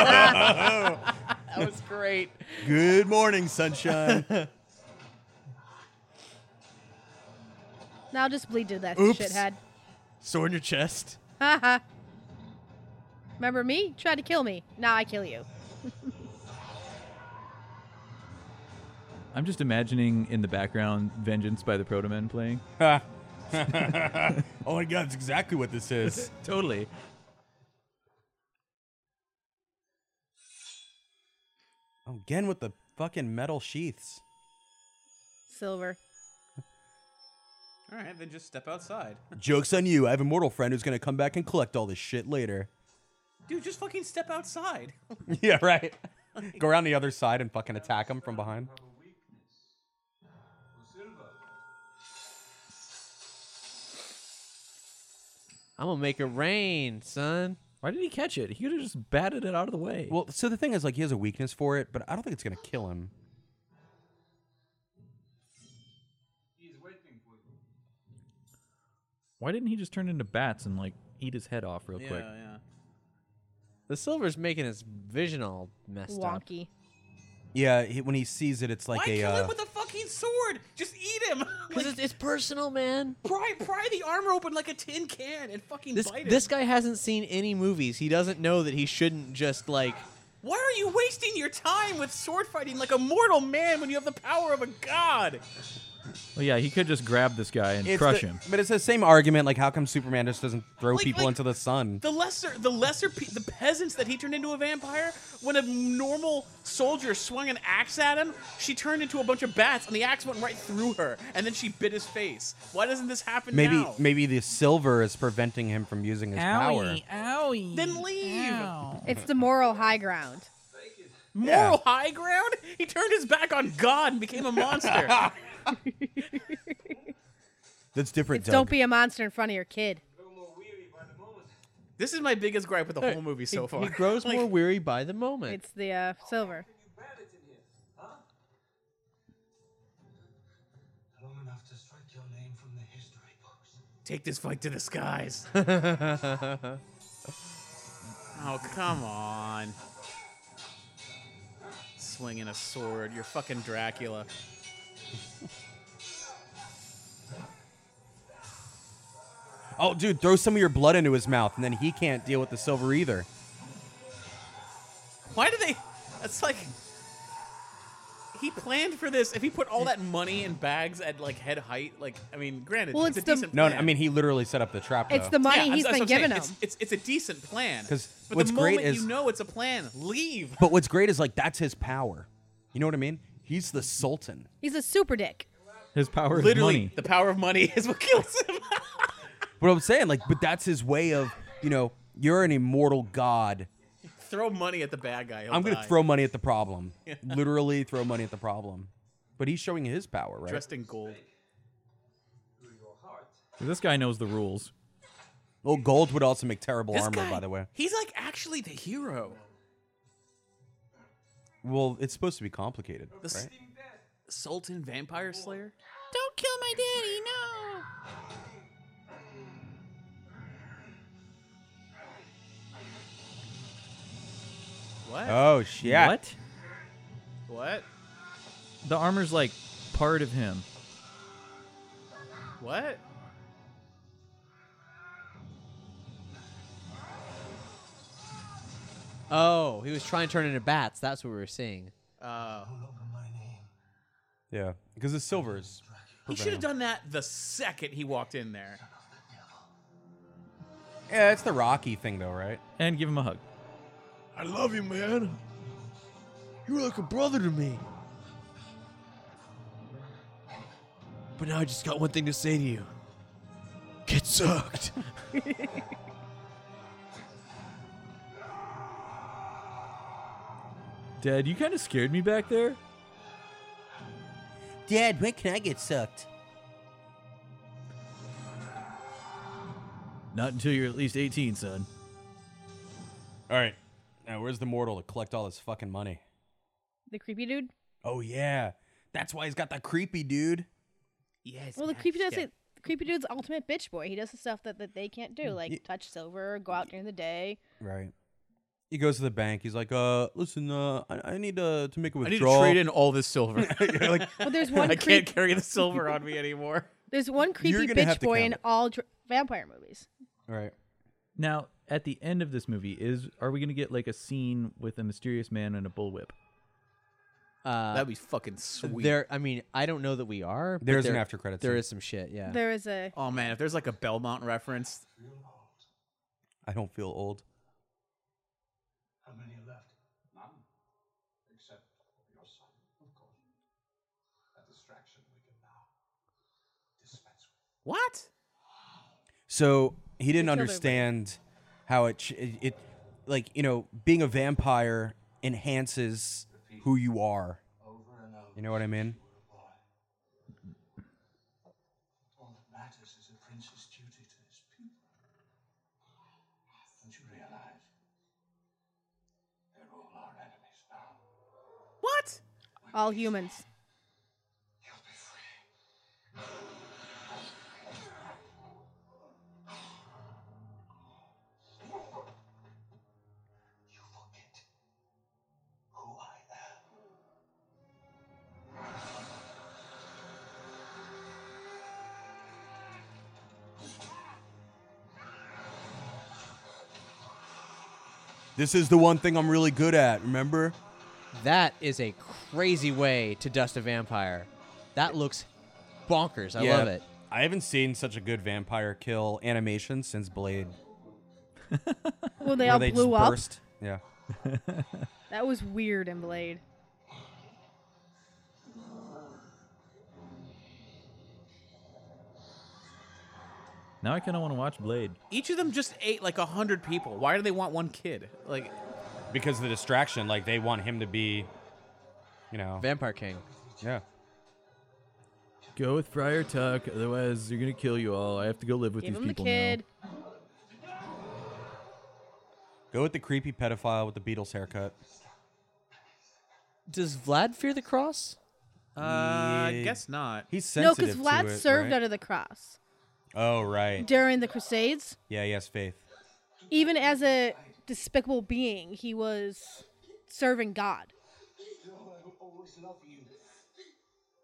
[SPEAKER 17] that
[SPEAKER 15] was great.
[SPEAKER 14] Good morning, sunshine.
[SPEAKER 6] Now just bleed to that
[SPEAKER 14] Oops.
[SPEAKER 6] shithead.
[SPEAKER 14] Sword in your chest.
[SPEAKER 6] Haha. Remember me? Tried to kill me. Now I kill you.
[SPEAKER 11] I'm just imagining in the background "Vengeance" by the Proto Men playing.
[SPEAKER 14] oh my god, that's exactly what this is.
[SPEAKER 11] totally.
[SPEAKER 8] Again with the fucking metal sheaths.
[SPEAKER 6] Silver.
[SPEAKER 9] All right, then just step outside.
[SPEAKER 8] Joke's on you. I have a mortal friend who's gonna come back and collect all this shit later.
[SPEAKER 9] Dude, just fucking step outside.
[SPEAKER 8] yeah, right. Go around the other side and fucking attack him from behind.
[SPEAKER 5] I'm gonna make it rain, son.
[SPEAKER 11] Why did he catch it? He could have just batted it out of the way.
[SPEAKER 8] Well, so the thing is, like, he has a weakness for it, but I don't think it's gonna kill him.
[SPEAKER 11] Why didn't he just turn into bats and like eat his head off real quick?
[SPEAKER 9] yeah.
[SPEAKER 5] The silver's making his vision all messed up.
[SPEAKER 6] Wonky.
[SPEAKER 8] Yeah, he, when he sees it, it's like
[SPEAKER 9] Why
[SPEAKER 8] a.
[SPEAKER 9] kill
[SPEAKER 8] uh,
[SPEAKER 9] him with a fucking sword? Just eat him. Because
[SPEAKER 5] it's, personal, man.
[SPEAKER 9] Pry, pry the armor open like a tin can and fucking
[SPEAKER 5] This
[SPEAKER 9] bite him.
[SPEAKER 5] this guy hasn't seen any movies. He doesn't know that he shouldn't just like
[SPEAKER 9] Why are you wasting your time with sword fighting like a mortal man when you have the power of a god?
[SPEAKER 11] Well, yeah, he could just grab this guy and
[SPEAKER 8] it's
[SPEAKER 11] crush
[SPEAKER 8] the-
[SPEAKER 11] him.
[SPEAKER 8] But it's the same argument. Like, how come Superman just doesn't throw
[SPEAKER 9] Like-
[SPEAKER 8] people
[SPEAKER 9] like-
[SPEAKER 8] into the sun?
[SPEAKER 9] The lesser, the lesser, pe- the peasants that he turned into a vampire. When a normal soldier swung an axe at him, she turned into a bunch of bats, and the axe went right through her, and then she bit his face. Why doesn't this happen
[SPEAKER 8] Maybe,
[SPEAKER 9] now?
[SPEAKER 8] maybe the silver is preventing him from using his power.
[SPEAKER 9] owie. Then leave.
[SPEAKER 6] It's the moral high ground.
[SPEAKER 9] Moral high ground? He turned his back on God and became a monster.
[SPEAKER 8] That's different.
[SPEAKER 6] It's don't be a monster in front of your kid.
[SPEAKER 9] this is my biggest gripe with the whole movie so
[SPEAKER 5] he,
[SPEAKER 9] far.
[SPEAKER 5] He grows
[SPEAKER 9] Like,
[SPEAKER 5] more weary by the moment.
[SPEAKER 6] It's the uh, silver.
[SPEAKER 12] Long enough to strike your name from the history books.
[SPEAKER 9] Take this fight to the skies. Oh, come on. Swinging a sword. You're fucking Dracula.
[SPEAKER 8] Oh, dude, throw some of your blood into his mouth, and then he can't deal with the silver either.
[SPEAKER 9] Why do they. That's like. He planned for this. If he put all that money in bags at like head height, like I mean, granted,
[SPEAKER 6] Well,
[SPEAKER 9] it's,
[SPEAKER 6] it's
[SPEAKER 9] a
[SPEAKER 6] the-
[SPEAKER 9] decent
[SPEAKER 8] No,
[SPEAKER 9] plan.
[SPEAKER 8] no, I mean he literally set up the trap.
[SPEAKER 6] It's
[SPEAKER 8] though.
[SPEAKER 6] the money
[SPEAKER 9] Yeah,
[SPEAKER 6] he's
[SPEAKER 9] that's what
[SPEAKER 6] been
[SPEAKER 9] I'm saying.
[SPEAKER 6] giving him.
[SPEAKER 9] It's, it's it's a decent plan.
[SPEAKER 8] 'Cause
[SPEAKER 9] but
[SPEAKER 8] what's
[SPEAKER 9] the
[SPEAKER 8] great
[SPEAKER 9] moment
[SPEAKER 8] is-
[SPEAKER 9] you know it's a plan, leave.
[SPEAKER 8] But what's great is like that's his power. You know what I mean? He's the Sultan.
[SPEAKER 6] He's a super dick.
[SPEAKER 11] His power
[SPEAKER 8] Literally.
[SPEAKER 11] is money.
[SPEAKER 9] The power of money is what kills him.
[SPEAKER 8] But I'm saying like, but that's his way of you know you're an immortal god.
[SPEAKER 9] throw money at the bad guy. he'll
[SPEAKER 8] I'm gonna
[SPEAKER 9] die.
[SPEAKER 8] throw money at the problem.
[SPEAKER 9] Yeah.
[SPEAKER 8] Literally throw money at the problem. But he's showing his power, right?
[SPEAKER 9] dressed in gold.
[SPEAKER 11] This guy knows the rules.
[SPEAKER 8] Well, gold would also make terrible
[SPEAKER 9] This
[SPEAKER 8] armor,
[SPEAKER 9] guy-
[SPEAKER 8] by the way.
[SPEAKER 9] He's like actually the hero.
[SPEAKER 8] Well, it's supposed to be complicated,
[SPEAKER 9] The s-
[SPEAKER 8] right?
[SPEAKER 9] Sultan Vampire Slayer?
[SPEAKER 1] Don't kill my daddy, no.
[SPEAKER 9] What?
[SPEAKER 8] Oh shit!
[SPEAKER 11] What?
[SPEAKER 9] What?
[SPEAKER 11] The armor's like part of him.
[SPEAKER 9] What?
[SPEAKER 5] Oh, he was trying to turn into bats. That's what we were seeing.
[SPEAKER 9] Oh.
[SPEAKER 8] Yeah, because the silver is.
[SPEAKER 9] He should have done that the second he walked in there.
[SPEAKER 8] Yeah, it's the Rocky thing, though, right?
[SPEAKER 11] And give him a hug.
[SPEAKER 14] I love you, man. You're like a brother to me. But now I just got one thing to say to you. Get sucked.
[SPEAKER 11] Dad, you kind of scared me back there.
[SPEAKER 8] Dad, when can I get sucked?
[SPEAKER 11] Not until you're at least 18, son.
[SPEAKER 8] All right. Now, where's the mortal to collect all this fucking money?
[SPEAKER 6] The creepy dude.
[SPEAKER 8] Oh, yeah. That's why he's got that creepy dude.
[SPEAKER 9] Yes.
[SPEAKER 6] Well, the creepy does it. the Creepy dude's ultimate bitch boy. He does the stuff that, that they can't do, like touch silver, go out during the day.
[SPEAKER 8] Right. He goes to the bank. He's like, uh, listen, uh, I, I need uh, to make a
[SPEAKER 9] I need to
[SPEAKER 8] withdrawal.
[SPEAKER 9] trade in all this silver.
[SPEAKER 8] You're like,
[SPEAKER 6] But there's one
[SPEAKER 9] I can't
[SPEAKER 6] creep-
[SPEAKER 9] carry the silver on me anymore.
[SPEAKER 6] There's one creepy
[SPEAKER 11] gonna have
[SPEAKER 6] bitch
[SPEAKER 11] to
[SPEAKER 6] boy
[SPEAKER 11] count
[SPEAKER 6] in
[SPEAKER 11] it.
[SPEAKER 6] all dr- vampire movies.
[SPEAKER 8] Right.
[SPEAKER 11] Now, at the end of this movie, is are we going to get like a scene with a mysterious man and a bullwhip?
[SPEAKER 5] Uh,
[SPEAKER 11] That'd be fucking sweet.
[SPEAKER 5] There, I mean, I don't know that we are. but
[SPEAKER 11] There's
[SPEAKER 5] there,
[SPEAKER 11] an after credits
[SPEAKER 5] There
[SPEAKER 11] scene.
[SPEAKER 5] is some shit. Yeah.
[SPEAKER 6] There is a.
[SPEAKER 9] Oh man, if there's like a Belmont reference,
[SPEAKER 8] I don't feel old.
[SPEAKER 12] How many are left? None. Except your son, of course. A distraction we can now dispense with.
[SPEAKER 9] What?
[SPEAKER 8] So he didn't
[SPEAKER 12] killed
[SPEAKER 8] understand how it, ch- it it like you know being a vampire enhances who you are. You know what I mean?
[SPEAKER 12] All that matters is a prince's duty to his people. Don't you realize? They're all our enemies now.
[SPEAKER 6] What? All humans.
[SPEAKER 8] This is the one thing I'm really good at. Remember?
[SPEAKER 5] That is a crazy way to dust a vampire. That looks bonkers. I
[SPEAKER 8] Yeah.
[SPEAKER 5] love it.
[SPEAKER 8] I haven't seen such a good vampire kill animation since Blade.
[SPEAKER 6] Well, they
[SPEAKER 8] Where
[SPEAKER 6] all
[SPEAKER 8] they
[SPEAKER 6] blew
[SPEAKER 8] just
[SPEAKER 6] up.
[SPEAKER 8] burst. Yeah.
[SPEAKER 6] That was weird and Blade.
[SPEAKER 11] Now I kind of want to watch Blade.
[SPEAKER 9] each of them just ate like a hundred people. Why do they want one kid? Like,
[SPEAKER 8] Because of the distraction, like they want him to be, you know,
[SPEAKER 5] vampire king.
[SPEAKER 8] Yeah.
[SPEAKER 11] Go with Friar Tuck, otherwise you're gonna kill you all. I have to go live with
[SPEAKER 6] Give
[SPEAKER 11] these
[SPEAKER 6] him the
[SPEAKER 11] people
[SPEAKER 6] kid.
[SPEAKER 8] Go with the creepy pedophile with the Beatles haircut.
[SPEAKER 5] Does Vlad fear the cross?
[SPEAKER 9] uh, I guess not.
[SPEAKER 8] He's
[SPEAKER 6] No, because
[SPEAKER 8] sensitive
[SPEAKER 6] Vlad
[SPEAKER 8] to it,
[SPEAKER 6] served
[SPEAKER 8] right?
[SPEAKER 6] under the cross
[SPEAKER 8] Oh right.
[SPEAKER 6] during the Crusades.
[SPEAKER 8] Yeah, he has faith.
[SPEAKER 6] Even as a despicable being, he was serving God.
[SPEAKER 12] No, I will always love you.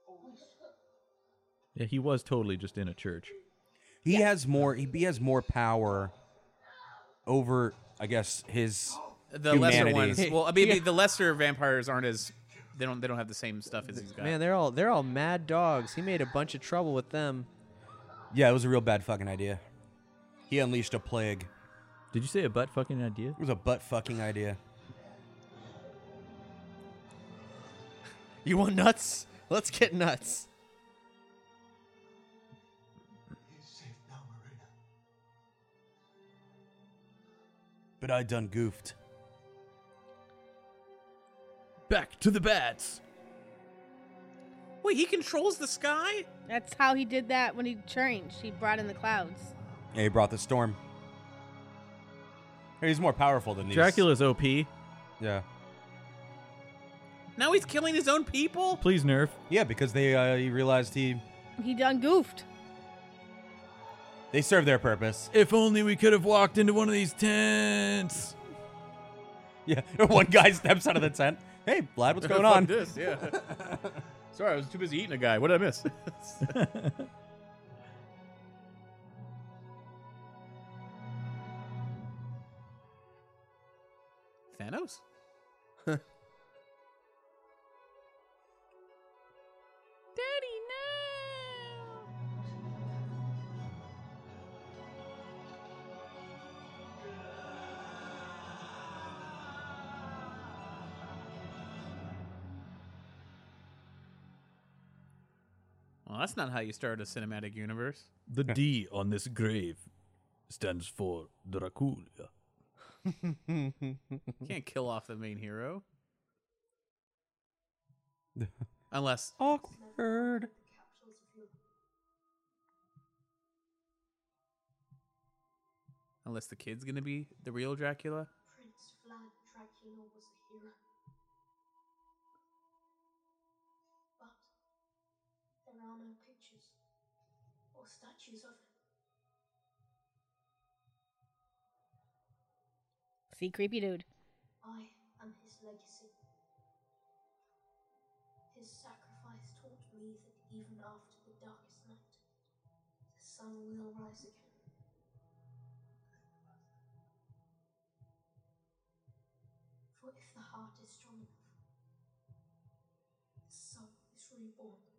[SPEAKER 12] Always.
[SPEAKER 11] now. Yeah, he was totally just in a church.
[SPEAKER 8] He has more. He, he has more power over, I guess, his
[SPEAKER 9] the
[SPEAKER 8] humanity.
[SPEAKER 9] lesser ones. Well, I mean, the lesser vampires aren't as they don't they don't have the same stuff as he's got.
[SPEAKER 5] Man, they're all they're all mad dogs. He made a bunch of trouble with them.
[SPEAKER 8] Yeah, it was a real bad fucking idea. He unleashed a plague.
[SPEAKER 11] Did you say a butt fucking idea? It
[SPEAKER 8] was a butt fucking idea.
[SPEAKER 5] You want nuts? Let's get nuts.
[SPEAKER 8] But I done goofed.
[SPEAKER 11] Back to the bats.
[SPEAKER 9] Wait, he controls the sky?
[SPEAKER 6] That's how he did that when he changed. He brought in the clouds.
[SPEAKER 8] Yeah, he brought the storm. Hey, He's more powerful than these.
[SPEAKER 11] Dracula's OP.
[SPEAKER 8] Yeah.
[SPEAKER 9] Now he's killing his own people.
[SPEAKER 11] Please nerf.
[SPEAKER 8] Yeah, because they uh, he realized he
[SPEAKER 6] He done goofed.
[SPEAKER 8] they served their purpose.
[SPEAKER 11] If only we could have walked into one of these tents.
[SPEAKER 8] Yeah, one guy steps out of the tent. Hey, Vlad, what's going
[SPEAKER 9] Fuck
[SPEAKER 8] on?
[SPEAKER 9] This, yeah. Sorry, I was too busy eating a guy. What did I miss? Thanos. Well, that's not how you start a cinematic universe.
[SPEAKER 11] The D on this grave stands for Dracula.
[SPEAKER 9] Can't kill off the main hero.
[SPEAKER 15] Unless
[SPEAKER 8] awkward.
[SPEAKER 15] unless the kid's gonna be the real Dracula.
[SPEAKER 10] Prince Vlad Dracula was a hero. But there are no pictures or statues of him.
[SPEAKER 6] See, creepy dude.
[SPEAKER 10] I am his legacy. His sacrifice taught me that even after the darkest night, the sun will rise again. For if the heart is strong enough, the soul is reborn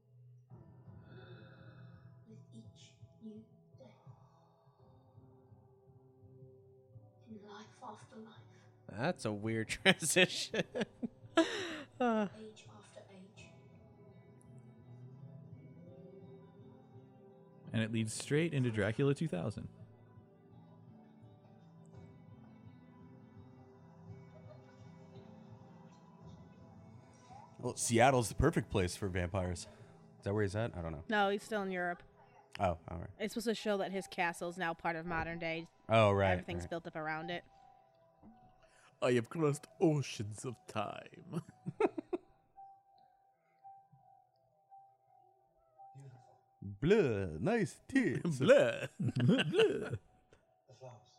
[SPEAKER 10] with each new day. In life after life,
[SPEAKER 5] That's a weird transition.
[SPEAKER 10] age after age,
[SPEAKER 11] And it leads straight into Dracula 2000.
[SPEAKER 8] Well, Seattle's the perfect place for vampires. Is that where he's at? I don't know.
[SPEAKER 6] No, he's still in Europe.
[SPEAKER 8] Oh, all right.
[SPEAKER 6] It's supposed to show that his castle is now part of modern day.
[SPEAKER 8] Oh, right,
[SPEAKER 6] Everything's
[SPEAKER 8] right.
[SPEAKER 6] built up around it.
[SPEAKER 15] I have crossed oceans of time.
[SPEAKER 8] Bleh, nice tits.
[SPEAKER 15] Bleh.
[SPEAKER 8] Bleh.
[SPEAKER 12] The flowers,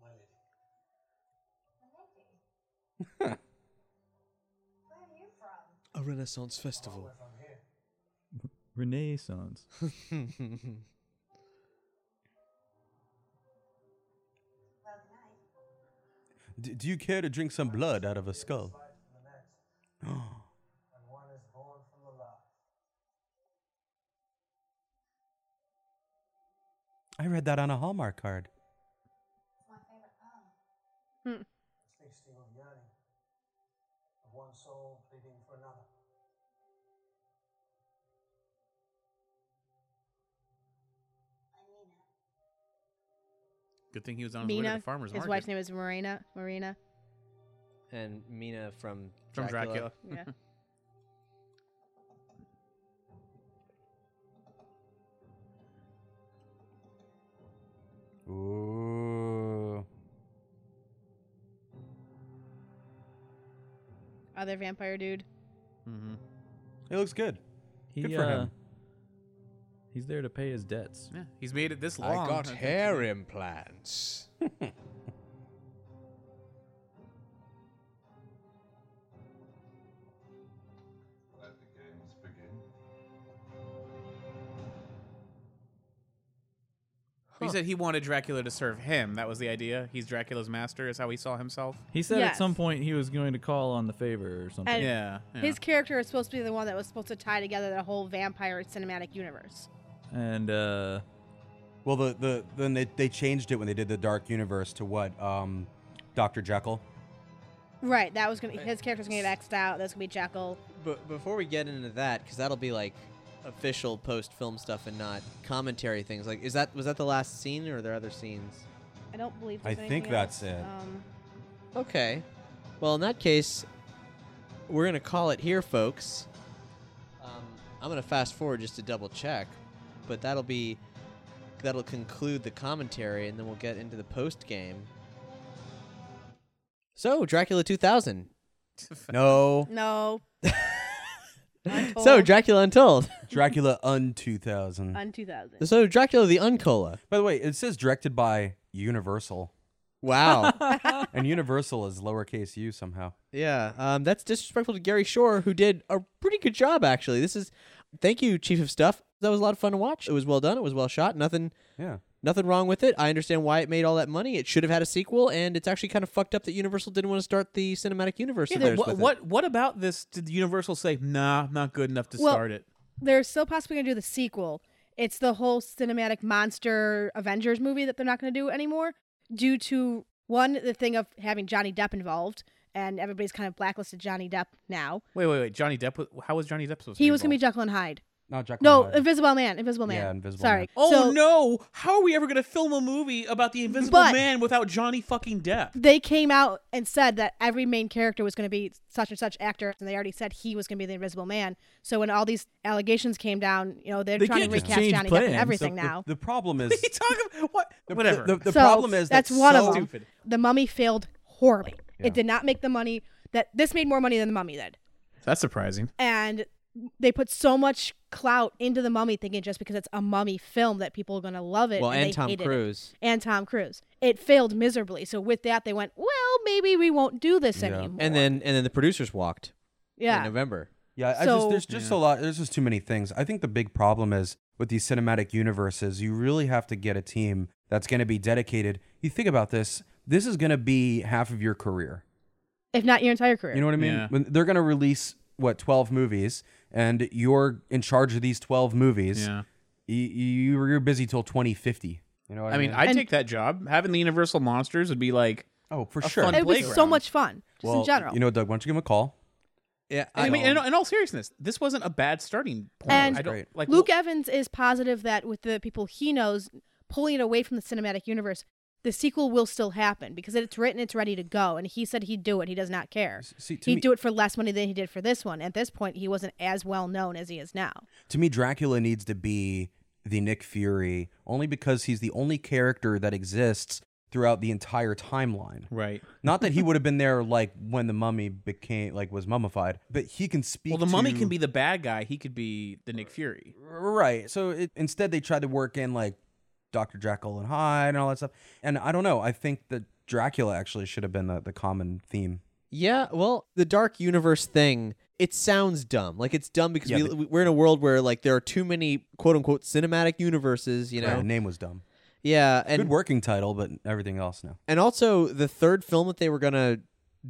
[SPEAKER 12] my lady.
[SPEAKER 14] A Renaissance festival.
[SPEAKER 11] Renaissance.
[SPEAKER 8] D- do you care to drink some blood out of a skull?
[SPEAKER 12] And one is born from the love.
[SPEAKER 8] I read that on a Hallmark card.
[SPEAKER 12] My favorite poem.
[SPEAKER 6] Hmm.
[SPEAKER 12] Speaks to you of yearning, of one soul pleading for another.
[SPEAKER 15] Good thing he was on his way to
[SPEAKER 6] Mina.
[SPEAKER 15] the farmer's
[SPEAKER 6] his
[SPEAKER 15] market.
[SPEAKER 6] wife's name is Marina. Marina.
[SPEAKER 5] and Mina from
[SPEAKER 15] From
[SPEAKER 5] Dracula.
[SPEAKER 6] Yeah.
[SPEAKER 8] Ooh.
[SPEAKER 6] Other vampire dude.
[SPEAKER 15] Mm-hmm.
[SPEAKER 8] It looks good.
[SPEAKER 11] He,
[SPEAKER 8] Good for
[SPEAKER 11] uh,
[SPEAKER 8] him.
[SPEAKER 11] He's there to pay his debts.
[SPEAKER 15] Yeah, he's made it this
[SPEAKER 11] I
[SPEAKER 15] long.
[SPEAKER 11] got
[SPEAKER 15] hair
[SPEAKER 14] implants.
[SPEAKER 16] Let the games begin.
[SPEAKER 15] He said he wanted Dracula to serve him. That was the idea. He's Dracula's master, is how he saw himself.
[SPEAKER 11] He said
[SPEAKER 6] Yes.
[SPEAKER 11] at some point he was going to call on the favor or something.
[SPEAKER 6] And His character is supposed to be the one that was supposed to tie together the whole vampire cinematic universe.
[SPEAKER 11] And uh
[SPEAKER 8] Well the, the then they, they changed it when they did the Dark Universe to what? Um Dr. Jekyll.
[SPEAKER 6] Right. That was gonna. His character's gonna get xed out. That's gonna be Jekyll.
[SPEAKER 5] But before we get into that, because that'll be like official post-film stuff and not commentary things. Like, is that was that the last scene or are there other scenes?
[SPEAKER 6] I don't believe.
[SPEAKER 8] I
[SPEAKER 6] there's
[SPEAKER 8] think
[SPEAKER 6] anything
[SPEAKER 8] that's
[SPEAKER 6] else.
[SPEAKER 8] it.
[SPEAKER 6] Um,
[SPEAKER 5] Okay. Well, in that case, we're gonna call it here, folks. Um, I'm gonna fast forward just to double check, but that'll be that'll conclude the commentary, and then we'll get into the post game. So, Dracula 2000.
[SPEAKER 8] No.
[SPEAKER 6] no.
[SPEAKER 5] So, Dracula Untold.
[SPEAKER 8] Dracula Un two thousand.
[SPEAKER 6] On 2000.
[SPEAKER 5] So Dracula the Uncola.
[SPEAKER 8] By the way, it says directed by Universal.
[SPEAKER 5] Wow.
[SPEAKER 8] and Universal is lowercase u somehow.
[SPEAKER 5] Yeah, um, that's disrespectful to Gary Shore, who did a pretty good job actually. This is, thank you, Chief of Stuff. That was a lot of fun to watch. It was well done. It was well shot. Nothing.
[SPEAKER 8] Yeah.
[SPEAKER 5] Nothing wrong with it. I understand why it made all that money. It should have had a sequel, and it's actually kind of fucked up that Universal didn't want to start the cinematic universe.
[SPEAKER 15] Yeah,
[SPEAKER 5] of theirs
[SPEAKER 15] what,
[SPEAKER 5] with it.
[SPEAKER 15] what what about this? Did Universal say, "Nah, not good enough to
[SPEAKER 6] Well-
[SPEAKER 15] start it"?
[SPEAKER 6] They're still possibly gonna do the sequel. It's the whole cinematic monster Avengers movie that they're not gonna do anymore due to one the thing of having Johnny Depp involved and everybody's kind of blacklisted Johnny Depp now.
[SPEAKER 15] Wait, wait, wait. Johnny Depp. Was, how was Johnny Depp supposed?
[SPEAKER 6] He
[SPEAKER 15] to
[SPEAKER 6] was gonna be
[SPEAKER 15] involved?
[SPEAKER 6] Jekyll and Hyde.
[SPEAKER 8] Not Jack.
[SPEAKER 6] No,
[SPEAKER 8] Lemmon.
[SPEAKER 6] Invisible Man. Invisible Man.
[SPEAKER 8] Yeah, Invisible
[SPEAKER 6] Sorry.
[SPEAKER 8] Man.
[SPEAKER 9] Oh
[SPEAKER 6] So
[SPEAKER 9] no! How are we ever going to film a movie about the Invisible
[SPEAKER 6] But-
[SPEAKER 9] Man without Johnny fucking Depp?
[SPEAKER 6] they came out and said that every main character was going to be such and such actor, and they already said he was going to be the Invisible Man. So when all these allegations came down, you know they're
[SPEAKER 8] They
[SPEAKER 6] trying to
[SPEAKER 8] can't just
[SPEAKER 6] recast
[SPEAKER 8] change
[SPEAKER 6] Johnny Depp
[SPEAKER 8] plans.
[SPEAKER 6] and everything
[SPEAKER 8] The- the-
[SPEAKER 6] now.
[SPEAKER 8] The, problem is
[SPEAKER 9] The- Whatever.
[SPEAKER 8] The, the
[SPEAKER 6] So,
[SPEAKER 8] problem is
[SPEAKER 6] that's, one
[SPEAKER 8] so-
[SPEAKER 6] of them. The Mummy failed horribly.
[SPEAKER 9] Yeah.
[SPEAKER 6] It did not make the money that this made more money than the Mummy did,
[SPEAKER 9] That's surprising.
[SPEAKER 6] and they put so much clout into the Mummy, thinking just because it's a Mummy film that people are going to love it.
[SPEAKER 5] Well, and
[SPEAKER 6] they
[SPEAKER 5] Tom
[SPEAKER 6] hated it.
[SPEAKER 5] Cruise.
[SPEAKER 6] And Tom Cruise. It failed miserably. So with that, they went, well, maybe we won't do this anymore.
[SPEAKER 5] And then and then the producers walked.
[SPEAKER 6] Yeah.
[SPEAKER 5] In November.
[SPEAKER 8] Yeah, I
[SPEAKER 6] So-
[SPEAKER 8] just there's just a lot. There's just too many things. I think the big problem is with these cinematic universes. You really have to get a team that's going to be dedicated. You think about this. This is going to be half of your career.
[SPEAKER 6] if not your entire career.
[SPEAKER 8] You know what I mean? When they're going to release what 12 movies, and you're in charge of these 12 movies.
[SPEAKER 9] Yeah.
[SPEAKER 8] You, you you're busy till 2050. You know what I,
[SPEAKER 9] I mean, I'd take that job. Having the Universal monsters would be like,
[SPEAKER 8] oh, for
[SPEAKER 9] a
[SPEAKER 8] sure.
[SPEAKER 9] fun
[SPEAKER 6] It was so
[SPEAKER 9] playground.
[SPEAKER 6] much fun, just in
[SPEAKER 8] Well,
[SPEAKER 6] general.
[SPEAKER 8] You know, Doug, why don't you give him a call?
[SPEAKER 5] Yeah,
[SPEAKER 9] I, mean, in, in all seriousness, this wasn't a bad starting point.
[SPEAKER 6] and
[SPEAKER 9] I don't, like
[SPEAKER 6] Luke Evans is positive that with the people he knows pulling it away from the cinematic universe, the sequel will still happen because it's written, it's ready to go, and he said he'd do it. He does not care.
[SPEAKER 8] see, to
[SPEAKER 6] he'd
[SPEAKER 8] me-
[SPEAKER 6] do it for less money than he did for this one. At this point, he wasn't as well known as he is now.
[SPEAKER 8] To me, Dracula needs to be the Nick Fury only because he's the only character that exists throughout the entire timeline.
[SPEAKER 9] Right.
[SPEAKER 8] Not that he would have been there like when the mummy became like was mummified, but he can speak.
[SPEAKER 9] Well, the mummy
[SPEAKER 8] to-
[SPEAKER 9] can be the bad guy. He could be the Nick Fury.
[SPEAKER 8] right. So it, instead, they tried to work in like Doctor Jekyll and Hyde and all that stuff. And I don't know. I think that Dracula actually should have been the, the common theme.
[SPEAKER 5] Yeah, well, the dark universe thing, it sounds dumb. Like it's dumb because
[SPEAKER 8] Yeah,
[SPEAKER 5] we,
[SPEAKER 8] but-
[SPEAKER 5] we- we're in a world where like there are too many quote unquote cinematic universes, you know.
[SPEAKER 8] Right, the name was dumb.
[SPEAKER 5] Yeah, and
[SPEAKER 8] Good working title, but everything else no.
[SPEAKER 5] And also, the third film that they were gonna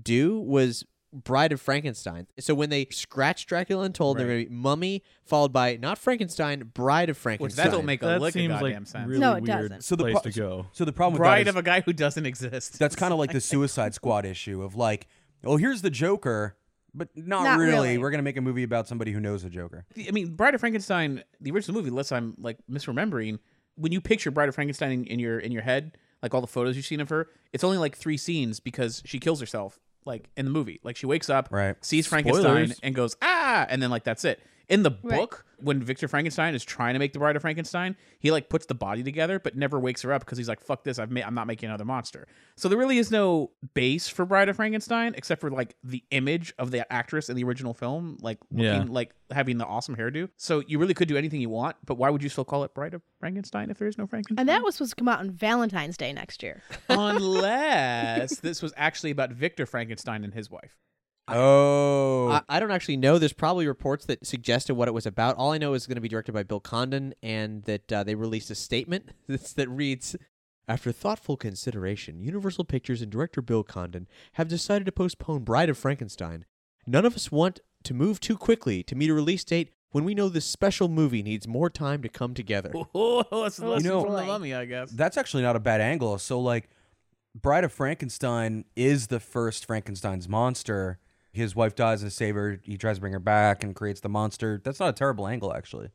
[SPEAKER 5] do was Bride of Frankenstein. So when they scratched Dracula Untold, they were gonna be Mummy, followed by not Frankenstein, Bride of Frankenstein.
[SPEAKER 9] that don't make a That lick of seems like goddamn sense. really No, it weird doesn't. place to go.
[SPEAKER 8] So the problem with
[SPEAKER 9] Bride
[SPEAKER 8] that is,
[SPEAKER 9] of a guy who doesn't exist.
[SPEAKER 8] That's kind of like the Suicide Squad issue of like, oh, here's the Joker, but not,
[SPEAKER 9] Not
[SPEAKER 8] really.
[SPEAKER 9] really.
[SPEAKER 8] We're gonna make a movie about somebody who knows the Joker.
[SPEAKER 9] The- I mean, Bride of Frankenstein, the original movie, unless I'm like misremembering, when you picture Bride of Frankenstein in, in your in your head, like all the photos you've seen of her, it's only like three scenes because she kills herself, like in the movie. Like she wakes up,
[SPEAKER 8] Right.
[SPEAKER 9] sees Frankenstein
[SPEAKER 8] Spoilers.
[SPEAKER 9] and goes, ah, and then like that's it. In the
[SPEAKER 6] Right.
[SPEAKER 9] book, when Victor Frankenstein is trying to make the Bride of Frankenstein, he like puts the body together, but never wakes her up because he's like, "Fuck this! I've ma- I'm not making another monster." So there really is no base for Bride of Frankenstein except for like the image of that actress in the original film, like looking
[SPEAKER 11] Yeah.
[SPEAKER 9] like having the awesome hairdo. So you really could do anything you want, but why would you still call it Bride of Frankenstein if there is no Frankenstein?
[SPEAKER 6] And that was supposed to come out on Valentine's Day next year.
[SPEAKER 9] Unless this was actually about Victor Frankenstein and his wife.
[SPEAKER 8] Oh.
[SPEAKER 5] I, I don't actually know. There's probably reports that suggested what it was about. All I know is going to be directed by Bill Condon, and that uh, they released a statement that's, that reads. After thoughtful consideration, Universal Pictures and director Bill Condon have decided to postpone Bride of Frankenstein. None of us want to move too quickly to meet a release date when we know this special movie needs more time to come together.
[SPEAKER 9] Oh, that's the
[SPEAKER 8] You
[SPEAKER 9] lesson
[SPEAKER 8] know-
[SPEAKER 9] from the mummy, I guess.
[SPEAKER 8] That's actually not a bad angle. So like, Bride of Frankenstein is the first Frankenstein's monster. His wife dies and save her. He tries to bring her back and creates the monster. That's not a terrible angle actually,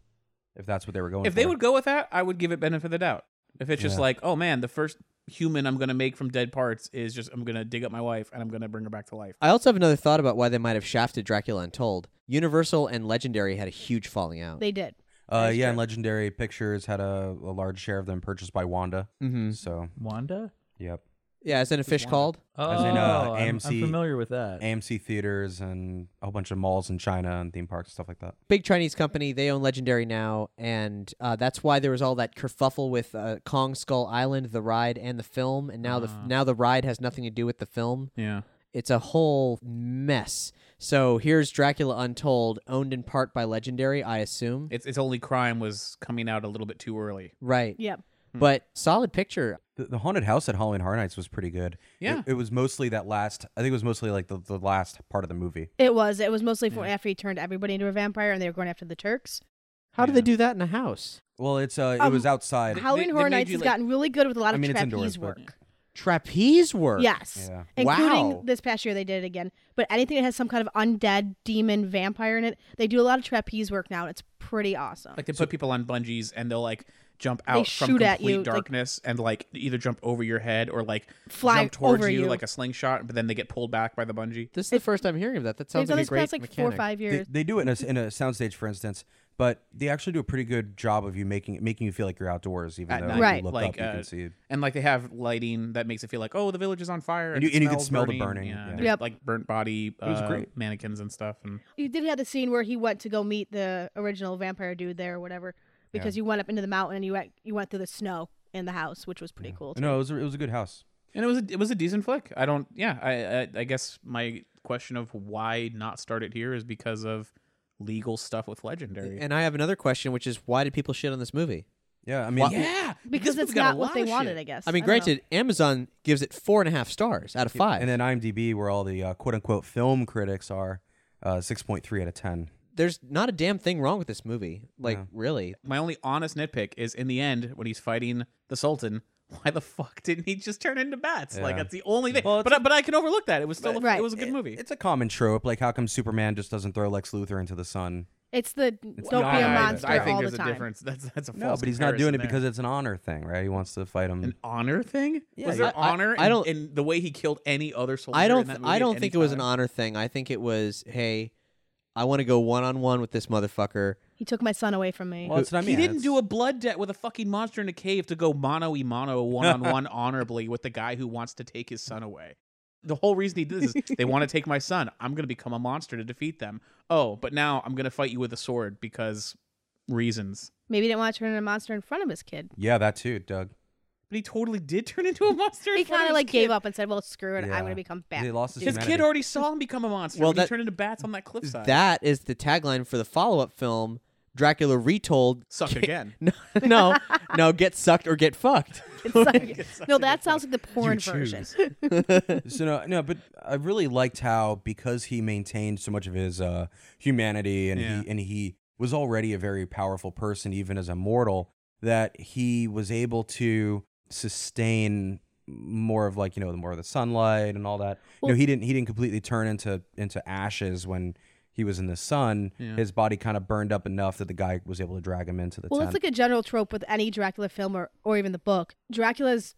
[SPEAKER 8] if that's what they were going.
[SPEAKER 9] If
[SPEAKER 8] for.
[SPEAKER 9] they would go with that, I would give it benefit of the doubt. If it's just
[SPEAKER 8] Yeah.
[SPEAKER 9] like, oh man, the first human I'm gonna make from dead parts is just I'm gonna dig up my wife and I'm gonna bring her back to life.
[SPEAKER 5] I also have another thought about why they might have shafted Dracula Untold. Universal and Legendary had a huge falling out.
[SPEAKER 6] They did.
[SPEAKER 8] Uh, yeah, and Legendary Pictures had a, a large share of them purchased by Wanda.
[SPEAKER 5] Mhm.
[SPEAKER 8] So
[SPEAKER 11] Wanda.
[SPEAKER 8] Yep.
[SPEAKER 5] Yeah, as in a
[SPEAKER 11] Which
[SPEAKER 5] fish
[SPEAKER 11] one?
[SPEAKER 5] called.
[SPEAKER 8] As in uh,
[SPEAKER 11] Oh, I'm- I'm
[SPEAKER 8] AMC.
[SPEAKER 11] familiar with that.
[SPEAKER 8] AMC theaters and a whole bunch of malls in China and theme parks and stuff like that.
[SPEAKER 5] Big Chinese company. They own Legendary now, and uh, that's why there was all that kerfuffle with uh, Kong Skull Island, the ride, and the film. And now the
[SPEAKER 9] Ah.
[SPEAKER 5] now the ride has nothing to do with the film.
[SPEAKER 9] Yeah.
[SPEAKER 5] it's a whole mess. So here's Dracula Untold, owned in part by Legendary, I assume.
[SPEAKER 9] It's its only crime was coming out a little bit too early. Hmm.
[SPEAKER 5] Right.
[SPEAKER 6] Yep.
[SPEAKER 5] But solid picture.
[SPEAKER 8] The, the haunted house at Halloween Horror Nights was pretty good.
[SPEAKER 6] Yeah.
[SPEAKER 8] It, it was mostly that last. I think it was mostly like the, the last part of the movie.
[SPEAKER 6] It was. It was mostly for after he turned everybody into a vampire and they were going after the Turks.
[SPEAKER 5] How do they do that in a house?
[SPEAKER 8] Well, it's uh, it
[SPEAKER 6] Um,
[SPEAKER 8] was outside.
[SPEAKER 6] Halloween Horror Nights has gotten really good with a lot of
[SPEAKER 8] I mean, it's
[SPEAKER 6] trapeze
[SPEAKER 8] indoors, but-
[SPEAKER 6] work.
[SPEAKER 5] trapeze work.
[SPEAKER 6] Yes. Including
[SPEAKER 5] Wow.
[SPEAKER 6] this past year they did it again. But anything that has some kind of undead demon vampire in it, they do a lot of trapeze work now and it's pretty awesome.
[SPEAKER 9] Like they put people on bungees and they'll like jump
[SPEAKER 6] They
[SPEAKER 9] out from
[SPEAKER 6] shoot
[SPEAKER 9] complete
[SPEAKER 6] at you, like-
[SPEAKER 9] darkness and like either jump over your head or like
[SPEAKER 6] Fly
[SPEAKER 9] jump towards
[SPEAKER 6] over
[SPEAKER 9] you,
[SPEAKER 6] you.
[SPEAKER 9] like a slingshot, but then they get pulled back by the bungee.
[SPEAKER 5] This is the first time hearing of that. That
[SPEAKER 6] sounds done like a this great past, like, four or mechanic. five
[SPEAKER 8] They-
[SPEAKER 6] years.
[SPEAKER 8] They, do it in a, s- in a soundstage, for instance, but they actually do a pretty good job of you making making you feel like you're outdoors, even
[SPEAKER 9] At
[SPEAKER 8] though
[SPEAKER 9] night,
[SPEAKER 8] when you look
[SPEAKER 9] like
[SPEAKER 8] up, you
[SPEAKER 9] uh,
[SPEAKER 8] can see it.
[SPEAKER 9] and like they have lighting that makes it feel like oh the village is on fire and,
[SPEAKER 8] And you-
[SPEAKER 9] it
[SPEAKER 8] and you can
[SPEAKER 9] smells
[SPEAKER 8] smell the
[SPEAKER 9] burning.
[SPEAKER 8] burning,
[SPEAKER 9] Yeah,
[SPEAKER 8] yeah.
[SPEAKER 9] there's,
[SPEAKER 6] Yep.
[SPEAKER 9] like burnt body.
[SPEAKER 8] It was
[SPEAKER 9] uh,
[SPEAKER 8] great.
[SPEAKER 9] mannequins and stuff. And
[SPEAKER 6] You did have the scene where he went to go meet the original vampire dude there or whatever because
[SPEAKER 8] Yeah.
[SPEAKER 6] you went up into the mountain and you went, you went through the snow in the house, which was pretty cool.
[SPEAKER 8] No, it was a, it was a good house.
[SPEAKER 9] and it was a, it was a decent flick. I don't. Yeah, I, I I guess my question of why not start it here is because of legal stuff with legendary.
[SPEAKER 5] And I have another question, which is why did people shit on this movie?
[SPEAKER 8] Yeah, I
[SPEAKER 9] mean- Yeah,
[SPEAKER 6] Because it's
[SPEAKER 9] this movie got a
[SPEAKER 6] not what
[SPEAKER 9] lot
[SPEAKER 6] they
[SPEAKER 9] of
[SPEAKER 6] wanted,
[SPEAKER 9] shit.
[SPEAKER 6] I guess.
[SPEAKER 5] I mean,
[SPEAKER 6] don't know.
[SPEAKER 5] granted, Amazon gives it four and a half stars out of five.
[SPEAKER 8] And then IMDb, where all the uh, quote unquote film critics are, uh, six point three out of ten.
[SPEAKER 5] There's not a damn thing wrong with this movie. Like, really.
[SPEAKER 9] My only honest nitpick is in the end when he's fighting the Sultan. Why the fuck didn't he just turn into bats? Like
[SPEAKER 8] Yeah.
[SPEAKER 9] that's the only thing. but I but I can overlook that. It was still a, it was a good movie.
[SPEAKER 8] It's a common trope, like how come Superman just doesn't throw Lex Luthor into the sun?
[SPEAKER 6] It's the
[SPEAKER 8] It's
[SPEAKER 6] don't
[SPEAKER 8] not
[SPEAKER 6] be a
[SPEAKER 8] right.
[SPEAKER 6] monster
[SPEAKER 9] I think
[SPEAKER 6] all
[SPEAKER 9] there's
[SPEAKER 6] the
[SPEAKER 9] a
[SPEAKER 6] time.
[SPEAKER 9] difference. That's that's a false
[SPEAKER 8] No, but he's not doing
[SPEAKER 9] comparison
[SPEAKER 8] it
[SPEAKER 9] there.
[SPEAKER 8] because it's an honor thing, right? He wants to fight him. An
[SPEAKER 9] honor thing?
[SPEAKER 8] Yeah,
[SPEAKER 9] was
[SPEAKER 8] yeah.
[SPEAKER 9] there
[SPEAKER 8] I-
[SPEAKER 9] honor?
[SPEAKER 5] I
[SPEAKER 9] in-
[SPEAKER 5] don't-
[SPEAKER 9] in, the way he killed any other soldier.
[SPEAKER 5] I
[SPEAKER 9] In
[SPEAKER 5] don't.
[SPEAKER 9] that movie
[SPEAKER 5] I
[SPEAKER 9] at
[SPEAKER 5] don't
[SPEAKER 9] any
[SPEAKER 5] think it was an
[SPEAKER 9] time?
[SPEAKER 5] honor thing. I think it was, hey, I want to go one on one with this motherfucker.
[SPEAKER 6] He took my son away from me.
[SPEAKER 9] He didn't do a blood debt with a fucking monster in a cave to go mano y mano, one on one, honorably with the guy who wants to take his son away. The whole reason he did this is they want to take my son. I'm going to become a monster to defeat them. Oh, but now I'm going to fight you with a sword because reasons.
[SPEAKER 6] Maybe he didn't want to turn into a monster in front of his kid.
[SPEAKER 8] Yeah, that too, Doug.
[SPEAKER 9] But he totally did turn into a monster. in
[SPEAKER 6] He
[SPEAKER 9] front
[SPEAKER 6] kind of
[SPEAKER 9] his
[SPEAKER 6] like gave
[SPEAKER 9] kid.
[SPEAKER 6] up and said, "Well, screw it.
[SPEAKER 8] Yeah.
[SPEAKER 6] I'm going to become
[SPEAKER 8] He
[SPEAKER 6] Batman."
[SPEAKER 8] lost
[SPEAKER 9] His kid already saw him become a monster.
[SPEAKER 5] Well,
[SPEAKER 9] Well,
[SPEAKER 5] that-
[SPEAKER 9] he turned into bats on that cliffside.
[SPEAKER 5] That is the tagline for the follow up film. Dracula retold.
[SPEAKER 9] Suck again.
[SPEAKER 5] No, no, no. Get sucked or get fucked.
[SPEAKER 6] no, that sounds like the porn version.
[SPEAKER 8] so no, no, but I really liked how because he maintained so much of his uh, humanity and
[SPEAKER 9] Yeah.
[SPEAKER 8] he and he was already a very powerful person, even as a mortal, that he was able to sustain more of like you know the more of the sunlight and all that. you
[SPEAKER 9] Well-
[SPEAKER 8] know, he didn't he didn't completely turn into into ashes when he was in the sun.
[SPEAKER 9] Yeah.
[SPEAKER 8] His body kind of burned up enough that the guy was able to drag him into the
[SPEAKER 6] Well,
[SPEAKER 8] tent.
[SPEAKER 6] it's like a general trope with any Dracula film or, or even the book. Dracula's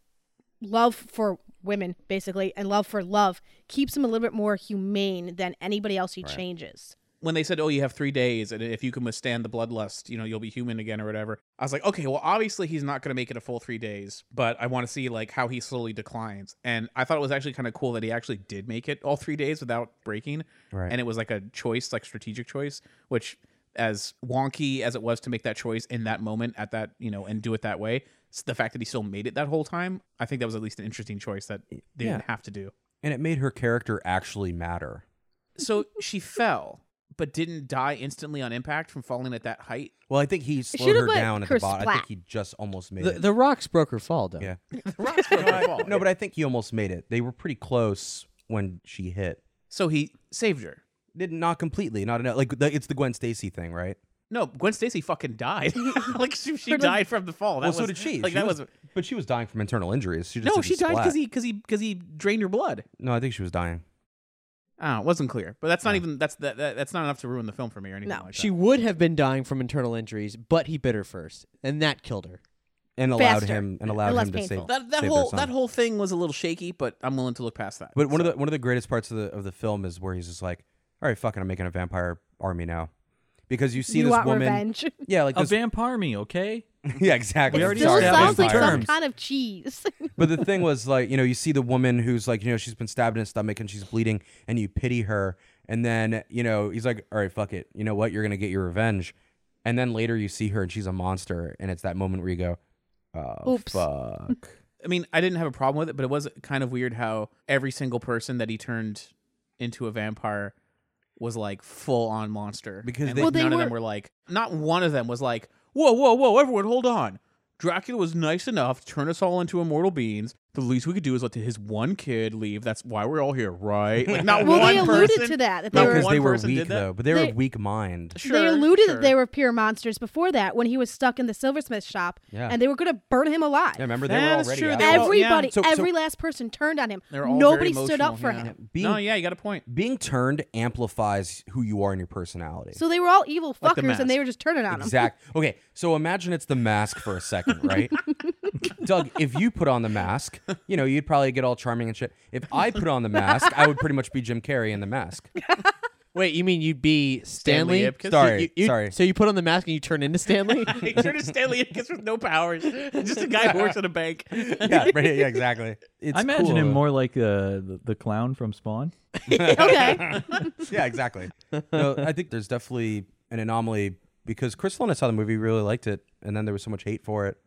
[SPEAKER 6] love for women, basically, and love for love keeps him a little bit more humane than anybody else he
[SPEAKER 9] Right.
[SPEAKER 6] changes.
[SPEAKER 9] when they said, "Oh, you have three days, and if you can withstand the bloodlust, you know you'll be human again or whatever," I was like, "Okay, well, obviously he's not going to make it a full three days, but I want to see like how he slowly declines." And I thought it was actually kind of cool that he actually did make it all three days without breaking,
[SPEAKER 8] Right.
[SPEAKER 9] and it was like a choice, like strategic choice, which as wonky as it was to make that choice in that moment at that you know and do it that way s- the fact that he still made it that whole time i think that was at least an interesting choice that they
[SPEAKER 8] Yeah.
[SPEAKER 9] didn't have to do
[SPEAKER 8] and it made her character actually matter.
[SPEAKER 9] so she fell but didn't die instantly on impact from falling at that height
[SPEAKER 8] Well, I think he slowed
[SPEAKER 9] should've
[SPEAKER 8] her
[SPEAKER 9] let
[SPEAKER 8] down at
[SPEAKER 9] her
[SPEAKER 8] the bottom. I think
[SPEAKER 9] splat.
[SPEAKER 8] he just almost made
[SPEAKER 5] The,
[SPEAKER 8] it.
[SPEAKER 5] the rocks broke her fall, though.
[SPEAKER 8] Yeah.
[SPEAKER 9] Rocks broke her fall.
[SPEAKER 8] No, but I think he almost made it. They were pretty close when she hit.
[SPEAKER 9] So he saved her.
[SPEAKER 8] Did not completely, not enough. Like the, it's the Gwen Stacy thing, right?
[SPEAKER 9] No, Gwen Stacy fucking died. like she, she
[SPEAKER 15] Her-
[SPEAKER 9] died from the fall. That
[SPEAKER 8] well,
[SPEAKER 9] was,
[SPEAKER 8] so did she.
[SPEAKER 9] Like
[SPEAKER 8] She
[SPEAKER 9] that
[SPEAKER 8] was,
[SPEAKER 9] was.
[SPEAKER 8] but she was dying from internal injuries. She just
[SPEAKER 9] No,
[SPEAKER 8] didn't
[SPEAKER 9] she died
[SPEAKER 8] splat.
[SPEAKER 9] because he because he because he drained her blood.
[SPEAKER 8] No, I think she was dying.
[SPEAKER 9] Oh, it wasn't clear. But that's not even that's that, that that's not enough to ruin the film for me or anything. like
[SPEAKER 5] She would have been dying from internal injuries, but he bit her first, and that killed her.
[SPEAKER 8] And allowed Faster. him- and allowed And less him to painful.
[SPEAKER 9] that.
[SPEAKER 8] save-
[SPEAKER 9] That that
[SPEAKER 8] Saved her
[SPEAKER 9] whole
[SPEAKER 8] son.
[SPEAKER 9] that whole thing was a little shaky, but I'm willing to look past that.
[SPEAKER 8] But one of the one of the greatest parts of the of the film is where he's just like, "All right, fucking, I'm making a vampire army now," because you see
[SPEAKER 6] You
[SPEAKER 8] this
[SPEAKER 6] want
[SPEAKER 8] woman.
[SPEAKER 6] revenge?
[SPEAKER 8] Yeah, like
[SPEAKER 11] a
[SPEAKER 8] this.
[SPEAKER 11] vampire army, okay?
[SPEAKER 8] yeah, exactly.
[SPEAKER 11] We already
[SPEAKER 6] Still
[SPEAKER 8] Sorry,
[SPEAKER 6] sounds like
[SPEAKER 8] vampire.
[SPEAKER 6] some kind of cheese.
[SPEAKER 8] But the thing was like, you know, you see the woman who's like, you know, she's been stabbed in the stomach and she's bleeding and you pity her. And then, you know, he's like, all right, fuck it. You know what? You're going to get your revenge. And then later you see her and she's a monster. And it's that moment where you go, oh,
[SPEAKER 9] Oops.
[SPEAKER 8] fuck.
[SPEAKER 9] I mean, I didn't have a problem with it, but it was kind of weird how every single person that he turned into a vampire was like full on monster.
[SPEAKER 8] Because
[SPEAKER 9] And,
[SPEAKER 8] they-
[SPEAKER 9] like,
[SPEAKER 8] Well, they
[SPEAKER 9] none of them
[SPEAKER 8] were-
[SPEAKER 9] were like, not one of them was like, whoa, whoa, whoa, everyone, hold on. Dracula was nice enough to turn us all into immortal beings. the least we could do is let his one kid leave. That's why we're all here, right? Like not
[SPEAKER 6] Well,
[SPEAKER 9] one
[SPEAKER 6] they alluded
[SPEAKER 9] person.
[SPEAKER 6] to that, that
[SPEAKER 9] not
[SPEAKER 6] they were-
[SPEAKER 9] one
[SPEAKER 8] because they were
[SPEAKER 9] person
[SPEAKER 8] weak
[SPEAKER 9] did that?
[SPEAKER 8] though, but they were
[SPEAKER 6] They-
[SPEAKER 8] weak mind.
[SPEAKER 6] they alluded that they were pure monsters before that when he was stuck in the silversmith shop
[SPEAKER 8] Yeah.
[SPEAKER 6] and they were going to burn him alive.
[SPEAKER 8] Yeah, remember, they were That is already true, out. they were all- yeah.
[SPEAKER 6] Everybody,
[SPEAKER 8] So- so-
[SPEAKER 6] every last person turned on him.
[SPEAKER 9] They're all
[SPEAKER 6] Nobody
[SPEAKER 9] very
[SPEAKER 6] stood up for
[SPEAKER 9] emotional, yeah.
[SPEAKER 6] him.
[SPEAKER 8] Being,
[SPEAKER 9] no, yeah, you got a point.
[SPEAKER 8] Being turned amplifies who you are and your personality.
[SPEAKER 6] So they were all evil
[SPEAKER 8] Like the
[SPEAKER 6] fuckers and they
[SPEAKER 8] mask.
[SPEAKER 6] were just turning on him.
[SPEAKER 8] Exact. Okay, so imagine it's the mask for a second, right? Doug, if you put on the mask, you know, you'd probably get all charming and shit. If I put on the mask, I would pretty much be Jim Carrey in the mask.
[SPEAKER 5] Wait, you mean you'd be
[SPEAKER 8] Stanley
[SPEAKER 5] Stanley?
[SPEAKER 8] Ipkiss? Sorry,
[SPEAKER 5] You- you-
[SPEAKER 8] sorry.
[SPEAKER 5] So you put on the mask and you turn into Stanley?
[SPEAKER 9] he turned to Stanley Ipkiss with no powers, just a guy who works at a bank.
[SPEAKER 8] yeah, right, yeah, exactly. It's
[SPEAKER 11] I imagine
[SPEAKER 8] cool,
[SPEAKER 11] him
[SPEAKER 8] though.
[SPEAKER 11] more like uh, the, the clown from Spawn.
[SPEAKER 6] okay.
[SPEAKER 8] yeah, exactly. No, I think there's definitely an anomaly because Crystal and I saw the movie, really liked it, and then there was so much hate for it.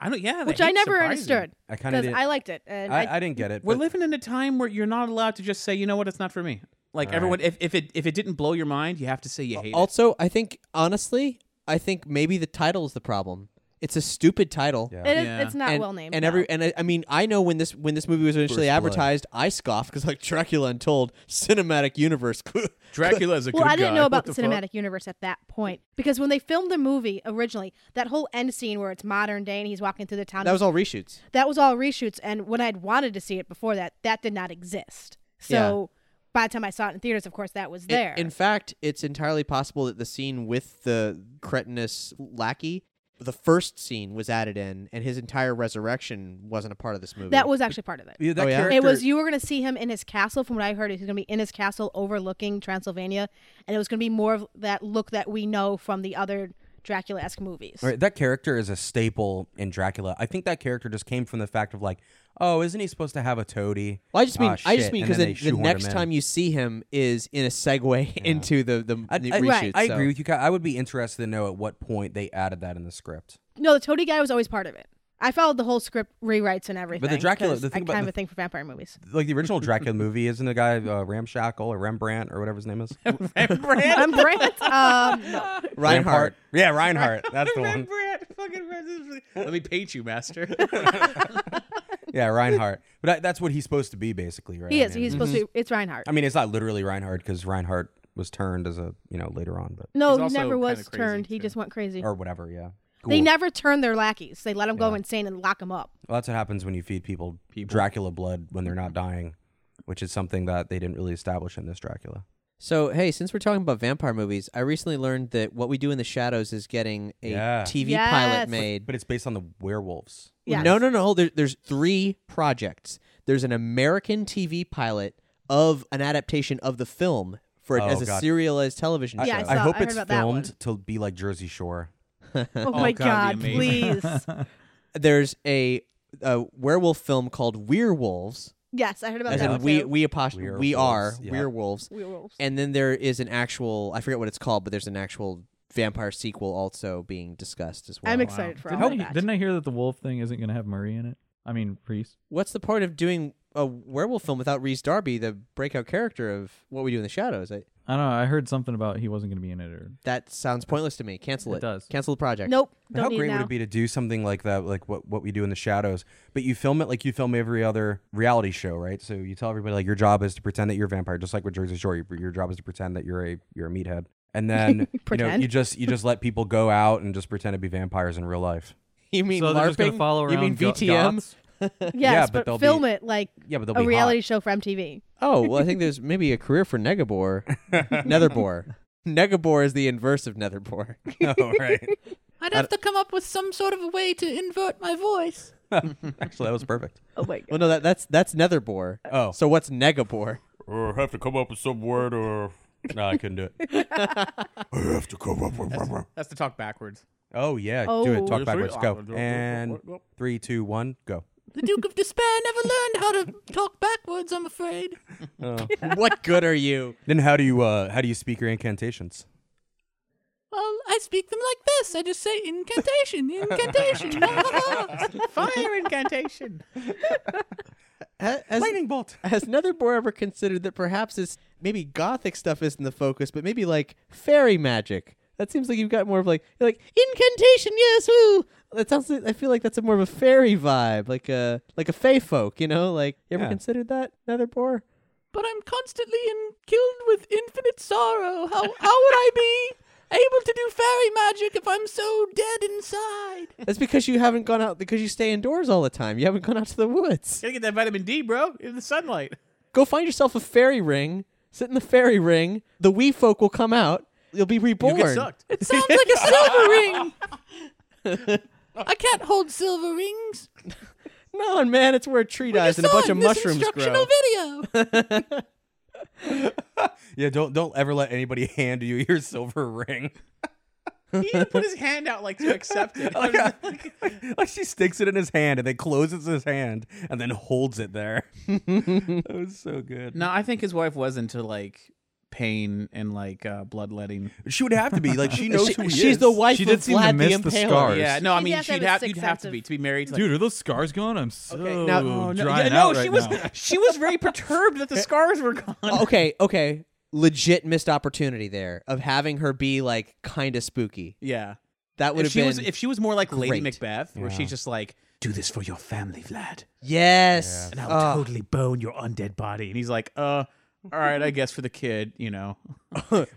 [SPEAKER 9] I don't. Yeah, the
[SPEAKER 6] Which I
[SPEAKER 9] hate's
[SPEAKER 6] never
[SPEAKER 9] surprising.
[SPEAKER 6] understood.
[SPEAKER 8] I kinda
[SPEAKER 6] 'cause
[SPEAKER 8] did-
[SPEAKER 6] I liked it. And
[SPEAKER 8] I- I didn't get it,
[SPEAKER 9] We're
[SPEAKER 8] but-
[SPEAKER 9] living in a time where you're not allowed to just say, you know what, it's not for me. Like
[SPEAKER 8] All
[SPEAKER 9] everyone, if, if it if it didn't blow your mind, you have to say you hate it.
[SPEAKER 5] also, I think, honestly, I think maybe the title is the problem. It's a stupid title.
[SPEAKER 6] It is- Yeah. it's not
[SPEAKER 5] And-
[SPEAKER 6] well named,
[SPEAKER 5] And
[SPEAKER 6] no.
[SPEAKER 5] every and I, I mean, I know when this when this movie was initially
[SPEAKER 9] First Blood.
[SPEAKER 5] advertised, I scoffed because like Dracula Untold, cinematic universe.
[SPEAKER 9] Dracula is a
[SPEAKER 6] well, I didn't know about the, cinematic universe at that point because when they filmed the movie originally, that whole end scene where it's modern day and he's walking through the town.
[SPEAKER 5] That was all reshoots.
[SPEAKER 6] That was all reshoots, and when I'd wanted to see it before that, that did not exist. So by the time I saw it in theaters, of course, that was
[SPEAKER 5] In-
[SPEAKER 6] there.
[SPEAKER 5] In, fact, it's entirely possible that the scene with the cretinous lackey, the first scene was added in, and his entire resurrection wasn't a part of this movie.
[SPEAKER 6] that was actually part of it.
[SPEAKER 5] Yeah, that Oh, yeah?
[SPEAKER 6] It was
[SPEAKER 5] character-
[SPEAKER 6] you were going to see him in his castle. From what I heard, he's going to be in his castle overlooking Transylvania, and it was going to be more of that look that we know from the other Dracula-esque movies.
[SPEAKER 8] All right, that character is a staple in Dracula. I think that character just came from the fact of like, oh, isn't he supposed to have a toady?
[SPEAKER 5] Well, I just mean,
[SPEAKER 8] Ah,
[SPEAKER 5] I
[SPEAKER 8] shit,
[SPEAKER 5] just mean
[SPEAKER 8] and
[SPEAKER 5] because
[SPEAKER 8] then
[SPEAKER 5] the,
[SPEAKER 8] they
[SPEAKER 5] the
[SPEAKER 8] shoehorned
[SPEAKER 5] next
[SPEAKER 8] him in.
[SPEAKER 5] time you see him is in a segue into the the,
[SPEAKER 8] I,
[SPEAKER 5] the
[SPEAKER 8] I-
[SPEAKER 5] reshoots.
[SPEAKER 8] I
[SPEAKER 5] so-
[SPEAKER 8] agree with you. Kyle. I would be interested to know at what point they added that in the script.
[SPEAKER 6] No, the toady guy was always part of it. I followed the whole script rewrites and everything.
[SPEAKER 8] Dracula-
[SPEAKER 6] 'cause
[SPEAKER 8] the
[SPEAKER 6] I
[SPEAKER 8] thing about
[SPEAKER 6] kind
[SPEAKER 8] the-
[SPEAKER 6] of a thing for vampire movies.
[SPEAKER 8] Like the original Dracula movie, isn't the guy uh, Ramshackle or Rembrandt or whatever his name is?
[SPEAKER 6] I'm Brant. Um, no.
[SPEAKER 8] Reinhardt. Yeah, Reinhardt. That's the one.
[SPEAKER 9] Rembrandt, fucking Rembrandt. Let me paint you, master.
[SPEAKER 8] Yeah, Reinhardt. But I, that's what he's supposed to be, basically, right?
[SPEAKER 6] He
[SPEAKER 8] I
[SPEAKER 6] is.
[SPEAKER 8] mean-
[SPEAKER 6] He's supposed
[SPEAKER 8] Mm-hmm.
[SPEAKER 6] to be. It's Reinhardt.
[SPEAKER 8] I mean, it's not literally Reinhardt because Reinhardt was turned as a you know later on, but
[SPEAKER 6] no, he never was turned. He just went crazy.
[SPEAKER 8] or whatever. Yeah,
[SPEAKER 6] They
[SPEAKER 8] Ghoul.
[SPEAKER 6] never turned their lackeys. They let them go insane and lock them up.
[SPEAKER 8] Well, that's what happens when you feed people, Dracula blood when they're not dying, which is something that they didn't really establish in this Dracula.
[SPEAKER 5] So hey, since we're talking about vampire movies, I recently learned that what we do in the shadows is getting a TV
[SPEAKER 6] Yes.
[SPEAKER 5] pilot made.
[SPEAKER 8] but, it's based on the werewolves.
[SPEAKER 6] Yes.
[SPEAKER 5] No, no, no. There, there's three projects. There's an American TV pilot of an adaptation of the film for it
[SPEAKER 8] Oh,
[SPEAKER 5] as a
[SPEAKER 8] God.
[SPEAKER 5] serialized television
[SPEAKER 8] I,
[SPEAKER 5] show.
[SPEAKER 8] I hope it's filmed to be like Jersey Shore.
[SPEAKER 5] oh
[SPEAKER 6] my God, please.
[SPEAKER 5] There's a, a werewolf film called Werewolves.
[SPEAKER 6] Yes, I heard about
[SPEAKER 5] As
[SPEAKER 6] that
[SPEAKER 5] in
[SPEAKER 6] one
[SPEAKER 5] we
[SPEAKER 6] too.
[SPEAKER 5] we apostrophe we are
[SPEAKER 8] Werewolves, yeah.
[SPEAKER 5] werewolves.
[SPEAKER 6] Werewolves.
[SPEAKER 5] And then there is an actual I forget what it's called, but there's an actual vampire sequel also being discussed as well.
[SPEAKER 6] I'm excited for
[SPEAKER 11] didn't,
[SPEAKER 6] all
[SPEAKER 11] I,
[SPEAKER 6] of that.
[SPEAKER 11] didn't I hear that the wolf thing isn't going to have Murray in it? I mean, Priest.
[SPEAKER 5] What's the point of doing a werewolf film without Reese Darby, the breakout character of What We Do in the Shadows? I,
[SPEAKER 11] I don't know. I heard something about he wasn't going to be in it. Or
[SPEAKER 5] that sounds pointless to me. Cancel it.
[SPEAKER 11] It does.
[SPEAKER 5] Cancel the project.
[SPEAKER 8] But How great would it be to do something like that, like what, what we do in the shadows? But you film it like you film every other reality show, right? So you tell everybody like your job is to pretend that you're a vampire, just like with Jersey Shore. Your, your job is to pretend that you're a you're a meathead, and then you know
[SPEAKER 5] Pretend.
[SPEAKER 8] you just you just let people go out and just pretend to be vampires in real life.
[SPEAKER 5] You mean
[SPEAKER 8] So they're just gonna
[SPEAKER 5] LARPing?
[SPEAKER 8] follow
[SPEAKER 5] you mean
[SPEAKER 8] around go-
[SPEAKER 5] VTM?
[SPEAKER 8] goths?
[SPEAKER 6] yes,
[SPEAKER 8] Yeah, but
[SPEAKER 6] but,
[SPEAKER 8] they'll
[SPEAKER 6] film
[SPEAKER 8] be-
[SPEAKER 6] it like
[SPEAKER 8] Yeah, but they'll
[SPEAKER 6] a
[SPEAKER 8] be
[SPEAKER 6] reality show for MTV.
[SPEAKER 5] Oh, well, I think there's maybe a career for Negabor. Netherbor. Negabor is the inverse of Netherbor.
[SPEAKER 8] oh, right.
[SPEAKER 1] I'd have to come up with some sort of a way to invert my voice.
[SPEAKER 8] Actually, that was perfect.
[SPEAKER 1] Oh my god.
[SPEAKER 5] Well, no, that, that's that's Netherbor.
[SPEAKER 8] Oh.
[SPEAKER 5] So what's Negabor?
[SPEAKER 14] Or have to come up with some word, or
[SPEAKER 8] no, I couldn't do it.
[SPEAKER 14] I have to come up with.
[SPEAKER 9] That's to talk backwards.
[SPEAKER 8] Oh yeah, do
[SPEAKER 9] Oh.
[SPEAKER 8] it. Talk
[SPEAKER 9] Three,
[SPEAKER 8] backwards.
[SPEAKER 9] awkward,
[SPEAKER 8] Go
[SPEAKER 9] awkward,
[SPEAKER 8] and
[SPEAKER 9] awkward.
[SPEAKER 8] three, two, one, go.
[SPEAKER 1] The Duke of Despair never learned how to talk backwards, I'm afraid.
[SPEAKER 5] what good are you?
[SPEAKER 8] Then how do you uh how do you speak your incantations?
[SPEAKER 1] Well, I speak them like this. I just say incantation, incantation.
[SPEAKER 9] Fire incantation.
[SPEAKER 8] Lightning bolt.
[SPEAKER 5] Has Netherbor ever considered that perhaps it's maybe gothic stuff isn't the focus, but maybe like fairy magic, That seems like you've got more of like you're like incantation. Yes, woo. That sounds. I feel like that's a more of a fairy vibe, like a like a fae folk. You know, like you ever
[SPEAKER 1] Yeah.
[SPEAKER 5] considered that? Nether Boar.
[SPEAKER 1] But I'm constantly in, killed with infinite sorrow. How how would I be able to do fairy magic if I'm so dead inside?
[SPEAKER 5] That's because you haven't gone out because you stay indoors all the time. You haven't gone out to the woods.
[SPEAKER 9] Gotta get that vitamin D, bro, in the sunlight.
[SPEAKER 5] Go find yourself a fairy ring. Sit in the fairy ring. The wee folk will come out. You'll be reborn.
[SPEAKER 1] sucked. It sounds like a silver ring. I can't hold silver rings.
[SPEAKER 5] No, and man, it's where a tree
[SPEAKER 1] I
[SPEAKER 5] dies and a bunch
[SPEAKER 1] saw
[SPEAKER 5] of
[SPEAKER 1] in this
[SPEAKER 5] mushrooms grow.
[SPEAKER 1] instructional video.
[SPEAKER 8] Yeah, don't don't ever let anybody hand you your silver ring.
[SPEAKER 9] He even put his hand out like to accept it.
[SPEAKER 8] like, like she sticks it in his hand and then closes his hand and then holds it there. that was so good.
[SPEAKER 9] No, I think his wife was into like pain and like uh, bloodletting.
[SPEAKER 8] She would have to be like she knows who he
[SPEAKER 5] she's
[SPEAKER 8] is.
[SPEAKER 5] the wife
[SPEAKER 8] She
[SPEAKER 5] of
[SPEAKER 8] did seem to
[SPEAKER 5] Vlad
[SPEAKER 8] miss
[SPEAKER 5] the
[SPEAKER 8] the
[SPEAKER 5] Impaler.
[SPEAKER 8] scars.
[SPEAKER 9] Yeah, no, I
[SPEAKER 6] He'd
[SPEAKER 9] mean
[SPEAKER 6] have to
[SPEAKER 9] she'd
[SPEAKER 6] have a
[SPEAKER 9] have
[SPEAKER 6] sixth
[SPEAKER 9] you'd have
[SPEAKER 6] sense
[SPEAKER 9] to
[SPEAKER 6] of-
[SPEAKER 9] be to be married. To, like,
[SPEAKER 11] Dude, are those scars gone? I'm so
[SPEAKER 9] now- oh, no,
[SPEAKER 11] drying
[SPEAKER 9] yeah, no,
[SPEAKER 11] out right
[SPEAKER 9] she was
[SPEAKER 11] now.
[SPEAKER 9] she was very perturbed that the scars were gone.
[SPEAKER 5] okay, okay. Legit missed opportunity there of having her be like kind of spooky.
[SPEAKER 9] Yeah.
[SPEAKER 5] That would
[SPEAKER 9] if
[SPEAKER 5] have
[SPEAKER 9] she
[SPEAKER 5] been
[SPEAKER 9] was if she was more like Lady
[SPEAKER 5] great.
[SPEAKER 9] Macbeth, where
[SPEAKER 5] Yeah.
[SPEAKER 9] she's just like, "Do this for your family, Vlad."
[SPEAKER 5] Yes.
[SPEAKER 9] and I'll
[SPEAKER 5] Ah.
[SPEAKER 9] totally bone your undead body. And he's like, "Uh, all right, I guess for the kid, you know."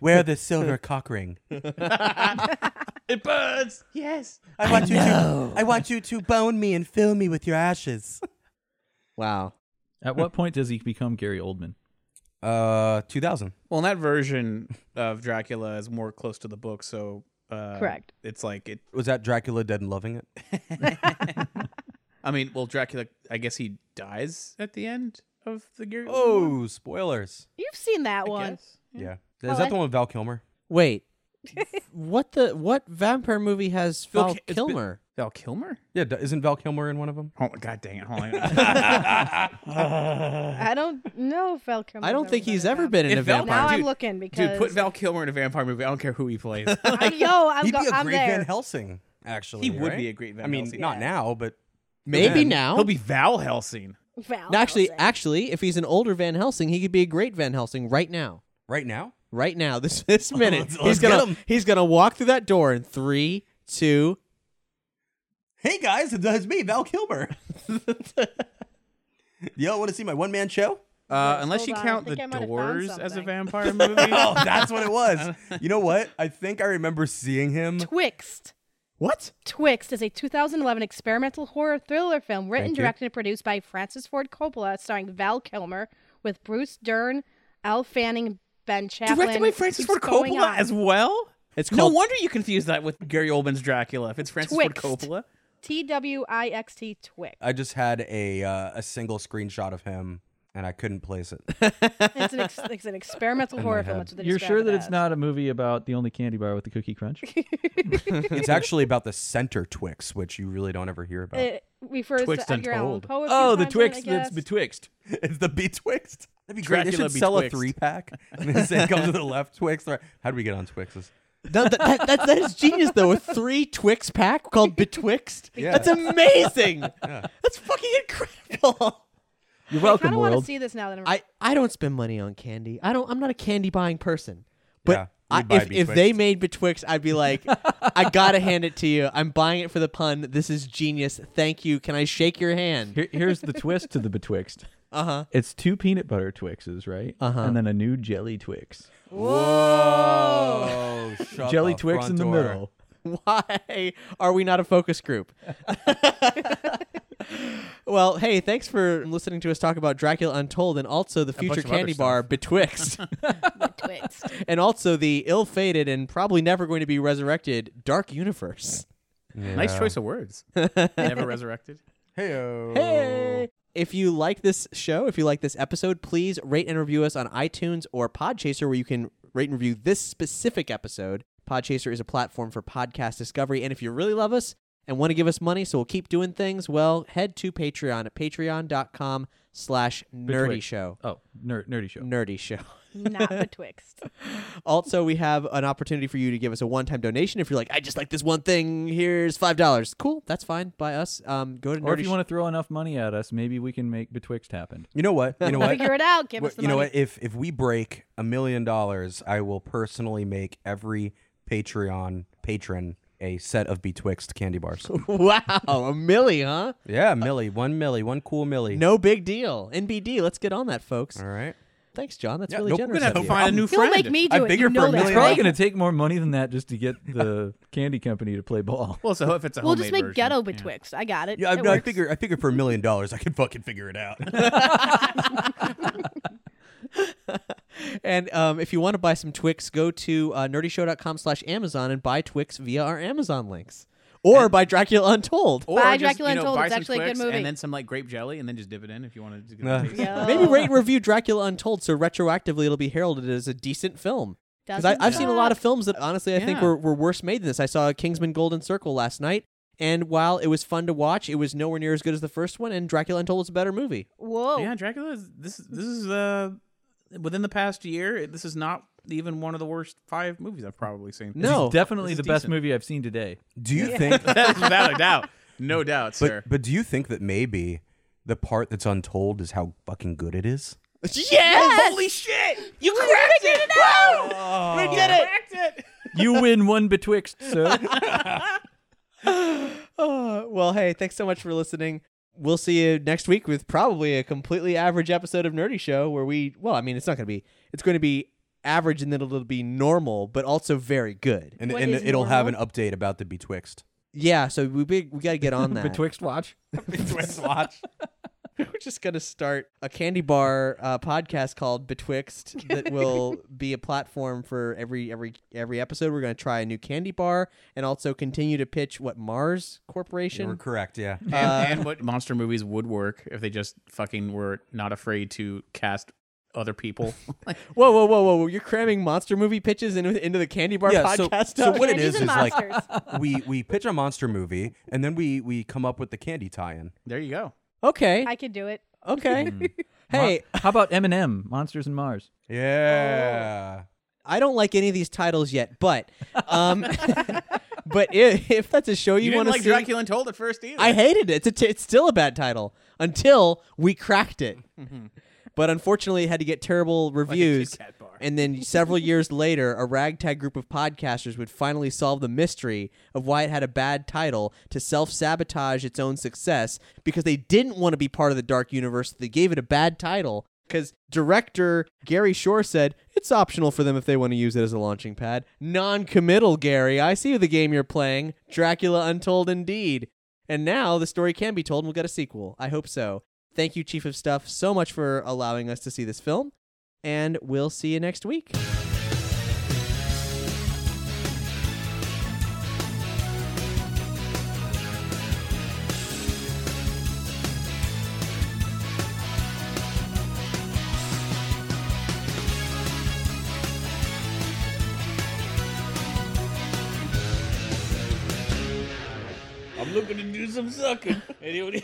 [SPEAKER 8] Wear the silver cock ring.
[SPEAKER 9] it burns. Yes.
[SPEAKER 8] I want you to I want you to bone me and fill me with your ashes.
[SPEAKER 5] Wow.
[SPEAKER 11] At what point does he become Gary Oldman?
[SPEAKER 8] Uh, 2000.
[SPEAKER 9] Well, in that version of Dracula is more close to the book, so uh,
[SPEAKER 6] Correct.
[SPEAKER 9] It's like it.
[SPEAKER 8] Was that Dracula dead and loving it?
[SPEAKER 9] I mean, well, Dracula. I guess he dies at the end of the Gary. Oldman
[SPEAKER 8] Oh,
[SPEAKER 9] one.
[SPEAKER 8] spoilers.
[SPEAKER 6] You've seen that one.
[SPEAKER 8] Yeah. Is
[SPEAKER 6] Oh,
[SPEAKER 8] that
[SPEAKER 6] I-
[SPEAKER 8] the one with Val Kilmer?
[SPEAKER 5] Wait. what the what vampire movie has
[SPEAKER 8] Val
[SPEAKER 5] Val
[SPEAKER 8] Ki- it's been-
[SPEAKER 5] Kilmer?
[SPEAKER 9] Val Kilmer?
[SPEAKER 8] Yeah, d- isn't Val Kilmer in one of them?
[SPEAKER 9] Oh, God dang it. Hold on.
[SPEAKER 6] I don't know if Val Kilmer's
[SPEAKER 5] I don't
[SPEAKER 6] ever
[SPEAKER 5] think
[SPEAKER 6] been
[SPEAKER 5] he's
[SPEAKER 6] in
[SPEAKER 5] ever
[SPEAKER 6] that.
[SPEAKER 5] been in
[SPEAKER 9] If
[SPEAKER 5] a
[SPEAKER 9] Val-
[SPEAKER 5] vampire.
[SPEAKER 6] Now I'm
[SPEAKER 9] Dude,
[SPEAKER 6] looking
[SPEAKER 9] Dude,
[SPEAKER 6] because
[SPEAKER 9] put Val Kilmer in a vampire movie. I don't care who he plays.
[SPEAKER 6] I know I'm,
[SPEAKER 8] He'd
[SPEAKER 6] go-
[SPEAKER 8] be a
[SPEAKER 6] I'm
[SPEAKER 8] great
[SPEAKER 6] there.
[SPEAKER 8] Van Helsing, actually.
[SPEAKER 9] He would
[SPEAKER 8] right?
[SPEAKER 9] be a great Van
[SPEAKER 8] I mean,
[SPEAKER 9] Helsing.
[SPEAKER 8] not
[SPEAKER 9] Yeah.
[SPEAKER 8] now, but
[SPEAKER 5] Maybe
[SPEAKER 8] then.
[SPEAKER 5] now.
[SPEAKER 9] He'll be Val Helsing.
[SPEAKER 6] Val.
[SPEAKER 5] No, actually, actually, if he's an older Van Helsing, he could be a great Van Helsing right now.
[SPEAKER 8] Right now?
[SPEAKER 5] Right now, this this minute,
[SPEAKER 8] Let's-
[SPEAKER 5] he's
[SPEAKER 8] let's get
[SPEAKER 5] gonna
[SPEAKER 8] him.
[SPEAKER 5] he's gonna walk through that door in three, two.
[SPEAKER 8] Hey guys, it's me, Val Kilmer. Y'all want to see my one man show?
[SPEAKER 9] Uh, unless you
[SPEAKER 6] hold on, I
[SPEAKER 9] count the
[SPEAKER 6] think I might have found
[SPEAKER 9] doors as a
[SPEAKER 6] something.
[SPEAKER 9] vampire movie.
[SPEAKER 8] oh, that's what it was. You know what? I think I remember seeing him.
[SPEAKER 6] Twixt.
[SPEAKER 5] What?
[SPEAKER 6] Twixt is a 2011 experimental horror thriller film written,
[SPEAKER 8] Thank you.
[SPEAKER 6] directed, and produced by Francis Ford Coppola, starring Val Kilmer, with Bruce Dern, Al Fanning, Ben Chaplin.
[SPEAKER 9] Directed by
[SPEAKER 6] It
[SPEAKER 9] Francis
[SPEAKER 6] keeps
[SPEAKER 9] Ford
[SPEAKER 6] going
[SPEAKER 9] Coppola
[SPEAKER 6] on.
[SPEAKER 9] as well?
[SPEAKER 5] It's
[SPEAKER 9] No
[SPEAKER 5] called-
[SPEAKER 9] wonder you confuse that with Gary Oldman's Dracula if it's Francis Ford
[SPEAKER 6] Twixt.
[SPEAKER 9] Coppola.
[SPEAKER 6] T W I X T Twixt.
[SPEAKER 8] I just had a uh, a single screenshot of him, and I couldn't place it.
[SPEAKER 6] It's an, ex- it's an experimental
[SPEAKER 8] In my
[SPEAKER 6] horror film.
[SPEAKER 8] head.
[SPEAKER 6] That's what they
[SPEAKER 11] You're
[SPEAKER 6] describe
[SPEAKER 11] sure
[SPEAKER 6] it
[SPEAKER 11] that it's
[SPEAKER 6] as.
[SPEAKER 11] not a movie about the only candy bar with the cookie crunch?
[SPEAKER 8] it's actually about the center Twix, which you really don't ever hear about.
[SPEAKER 6] It refers
[SPEAKER 8] Twixt
[SPEAKER 6] to Edgar Allan
[SPEAKER 8] Untold.
[SPEAKER 6] Poe. a
[SPEAKER 11] Oh,
[SPEAKER 6] few
[SPEAKER 11] the
[SPEAKER 6] times in it, I
[SPEAKER 11] Twixt that's
[SPEAKER 6] guess.
[SPEAKER 8] betwixt. It's the betwixt. That'd be great. they
[SPEAKER 9] Dracula
[SPEAKER 8] should sell a
[SPEAKER 9] Betwixt.
[SPEAKER 8] three pack. And then say, come to the left Twix. the right- How do we get on Twixes?
[SPEAKER 5] That, that, that, that, that is genius though. A three Twix pack called Betwixt.
[SPEAKER 8] Yeah.
[SPEAKER 5] That's amazing.
[SPEAKER 8] Yeah.
[SPEAKER 5] That's fucking incredible.
[SPEAKER 11] You're
[SPEAKER 6] I kind of want to see this now that I'm.
[SPEAKER 5] I, I don't spend money on candy. I don't. I'm not a candy buying person. But
[SPEAKER 8] Yeah,
[SPEAKER 5] I,
[SPEAKER 8] you'd buy
[SPEAKER 5] if if they
[SPEAKER 8] Betwixt.
[SPEAKER 5] made Betwixt, I'd be like, I gotta hand it to you. I'm buying it for the pun. This is genius. Thank you. Can I shake your hand?
[SPEAKER 11] Here, here's the twist to the betwixt.
[SPEAKER 5] Uh huh.
[SPEAKER 11] It's two peanut butter Twixes, right?
[SPEAKER 5] Uh-huh.
[SPEAKER 11] And then a new jelly Twix.
[SPEAKER 8] Whoa! Oh, Shut
[SPEAKER 11] jelly
[SPEAKER 8] the
[SPEAKER 11] Twix
[SPEAKER 8] front
[SPEAKER 11] in the
[SPEAKER 8] door.
[SPEAKER 11] middle.
[SPEAKER 5] Why are we not a focus group? well, hey, thanks for listening to us talk about Dracula Untold and also the future
[SPEAKER 9] bunch of other
[SPEAKER 5] candy bar Betwixt.
[SPEAKER 6] Twixt.
[SPEAKER 5] and also the ill-fated and probably never going to be resurrected Dark Universe.
[SPEAKER 9] Nice
[SPEAKER 8] Yeah.
[SPEAKER 9] choice of words. Never resurrected.
[SPEAKER 8] Heyo.
[SPEAKER 5] Hey. If you like this show, if you like this episode, please rate and review us on iTunes or Podchaser, where you can rate and review this specific episode. Podchaser is a platform for podcast discovery. And if you really love us and want to give us money so we'll keep doing things, well, head to Patreon at patreon.com slash nerdy
[SPEAKER 11] Betwixt.
[SPEAKER 5] show.
[SPEAKER 11] Oh, ner- nerdy show.
[SPEAKER 5] Nerdy show.
[SPEAKER 6] Not betwixt.
[SPEAKER 5] also, we have an opportunity for you to give us a one-time donation. If you're like, I just like this one thing, here's five dollars. Cool, that's fine by us. Um, go to
[SPEAKER 11] Or if
[SPEAKER 5] nerdy
[SPEAKER 11] you
[SPEAKER 5] Sh-
[SPEAKER 11] want to throw enough money at us, maybe we can make betwixt happen.
[SPEAKER 8] You know what? You know what?
[SPEAKER 6] Figure it out. Give
[SPEAKER 8] Wha-
[SPEAKER 6] us the
[SPEAKER 8] you know
[SPEAKER 6] money.
[SPEAKER 8] what? If if we break a million dollars, I will personally make every Patreon patron a set of Betwixt candy bars.
[SPEAKER 5] wow, Oh, a millie, huh?
[SPEAKER 8] Yeah, millie, one millie, one cool millie.
[SPEAKER 5] No big deal. NBD, let's get on that, folks.
[SPEAKER 8] All right.
[SPEAKER 5] Thanks, John. That's
[SPEAKER 8] Yeah,
[SPEAKER 5] really
[SPEAKER 8] no, we're
[SPEAKER 5] generous.
[SPEAKER 8] gonna
[SPEAKER 5] of
[SPEAKER 8] have
[SPEAKER 5] you.
[SPEAKER 8] to find a new Don't friend. Um, make me do
[SPEAKER 11] I
[SPEAKER 8] it. You
[SPEAKER 11] Bigger for
[SPEAKER 8] know that,
[SPEAKER 11] a
[SPEAKER 5] Oh,
[SPEAKER 11] million. It's probably
[SPEAKER 8] right?
[SPEAKER 11] going to take more money than that just to get the candy company to play ball.
[SPEAKER 9] Well, so if it's
[SPEAKER 6] we'll just make ghetto betwixt. I got it.
[SPEAKER 8] Yeah, I,
[SPEAKER 6] It
[SPEAKER 8] I
[SPEAKER 6] works.
[SPEAKER 8] figure I figure for a million dollars I can fucking figure it out.
[SPEAKER 5] and um, if you want to buy some Twix, go to uh, nerdyshow.com slash Amazon and buy Twix via our Amazon links. Or buy Dracula Untold.
[SPEAKER 9] Or
[SPEAKER 6] Buy
[SPEAKER 9] just,
[SPEAKER 6] Dracula
[SPEAKER 9] you know,
[SPEAKER 6] Untold.
[SPEAKER 9] buy
[SPEAKER 6] It's
[SPEAKER 9] some
[SPEAKER 6] actually a good
[SPEAKER 9] Twix
[SPEAKER 6] movie.
[SPEAKER 9] And then some like grape jelly, and then just dip it in if you wanted to. Get
[SPEAKER 8] Uh.
[SPEAKER 9] the taste.
[SPEAKER 5] Maybe rate and review Dracula Untold so retroactively it'll be heralded as a decent film. Because
[SPEAKER 9] Doesn't
[SPEAKER 5] I've seen a lot of
[SPEAKER 9] suck.
[SPEAKER 5] films that honestly I think
[SPEAKER 9] Yeah.
[SPEAKER 5] were, were worse made than this. I saw Kingsman Golden Circle last night, and while it was fun to watch, it was nowhere near as good as the first one, and Dracula Untold is a better movie.
[SPEAKER 6] Whoa.
[SPEAKER 9] Yeah, Dracula. Is, this this is uh within the past year. This is not even one of the worst five movies I've probably seen.
[SPEAKER 5] Oh,
[SPEAKER 11] It's definitely the best movie I've seen today.
[SPEAKER 8] Do you
[SPEAKER 9] Yeah.
[SPEAKER 8] think
[SPEAKER 9] That's without a doubt. No doubt,
[SPEAKER 8] but,
[SPEAKER 9] sir.
[SPEAKER 8] But do you think that maybe the part that's untold is how fucking good it is?
[SPEAKER 9] Yes! Holy shit! You cracked it!
[SPEAKER 11] Oh.
[SPEAKER 9] We did it! Cracked it!
[SPEAKER 11] You win one betwixt, sir.
[SPEAKER 5] Oh, well, hey, thanks so much for listening. We'll see you next week with probably a completely average episode of Nerdy Show where we, well, I mean, it's not going to be, it's going to be average and then it'll be normal, but also very good.
[SPEAKER 8] And, and it'll have an update about the Betwixt.
[SPEAKER 5] Yeah, so we be, we got to get on that.
[SPEAKER 11] Betwixt watch.
[SPEAKER 8] Betwixt watch.
[SPEAKER 5] We're just going to start a candy bar uh, podcast called Betwixt that will be a platform for every every every episode. We're going to try a new candy bar and also continue to pitch what Mars Corporation.
[SPEAKER 8] You're correct, yeah.
[SPEAKER 9] And,
[SPEAKER 5] Uh,
[SPEAKER 9] and what monster movies would work if they just fucking were not afraid to cast other people?
[SPEAKER 5] Whoa, whoa, whoa, whoa! You're cramming monster movie pitches into, into the candy bar
[SPEAKER 8] so,
[SPEAKER 5] podcast.
[SPEAKER 8] so
[SPEAKER 5] stuff?
[SPEAKER 8] what it is is like we we pitch a monster movie and then we we come up with the candy tie-in.
[SPEAKER 9] There you go.
[SPEAKER 5] okay,
[SPEAKER 6] I could do it.
[SPEAKER 5] okay.
[SPEAKER 9] Hmm.
[SPEAKER 11] Hey, how about Eminem, Monsters and Mars?
[SPEAKER 8] Yeah.
[SPEAKER 9] Oh.
[SPEAKER 5] I don't like any of these titles yet, but um, but if, if that's a show
[SPEAKER 9] You
[SPEAKER 5] you,
[SPEAKER 9] didn't
[SPEAKER 5] want to
[SPEAKER 9] like
[SPEAKER 5] see,
[SPEAKER 9] Dracula Untold at first either.
[SPEAKER 5] I hated it. It's a t- it's still a bad title until we cracked it. But unfortunately, it had to get terrible reviews.
[SPEAKER 9] Kat bar.
[SPEAKER 5] and then several years later, a ragtag group of podcasters would finally solve the mystery of why it had a bad title to self sabotage its own success because they didn't want to be part of the dark universe. They gave it a bad title because director Gary Shore said it's optional for them if they want to use it as a launching pad. Non committal, Gary. I see the game you're playing Dracula Untold Indeed. And now the story can be told and we'll get a sequel. I hope so. Thank you, Chief of Stuff, so much for allowing us to see this film. And we'll see you next week.
[SPEAKER 9] I'm looking to do some sucking. Anybody?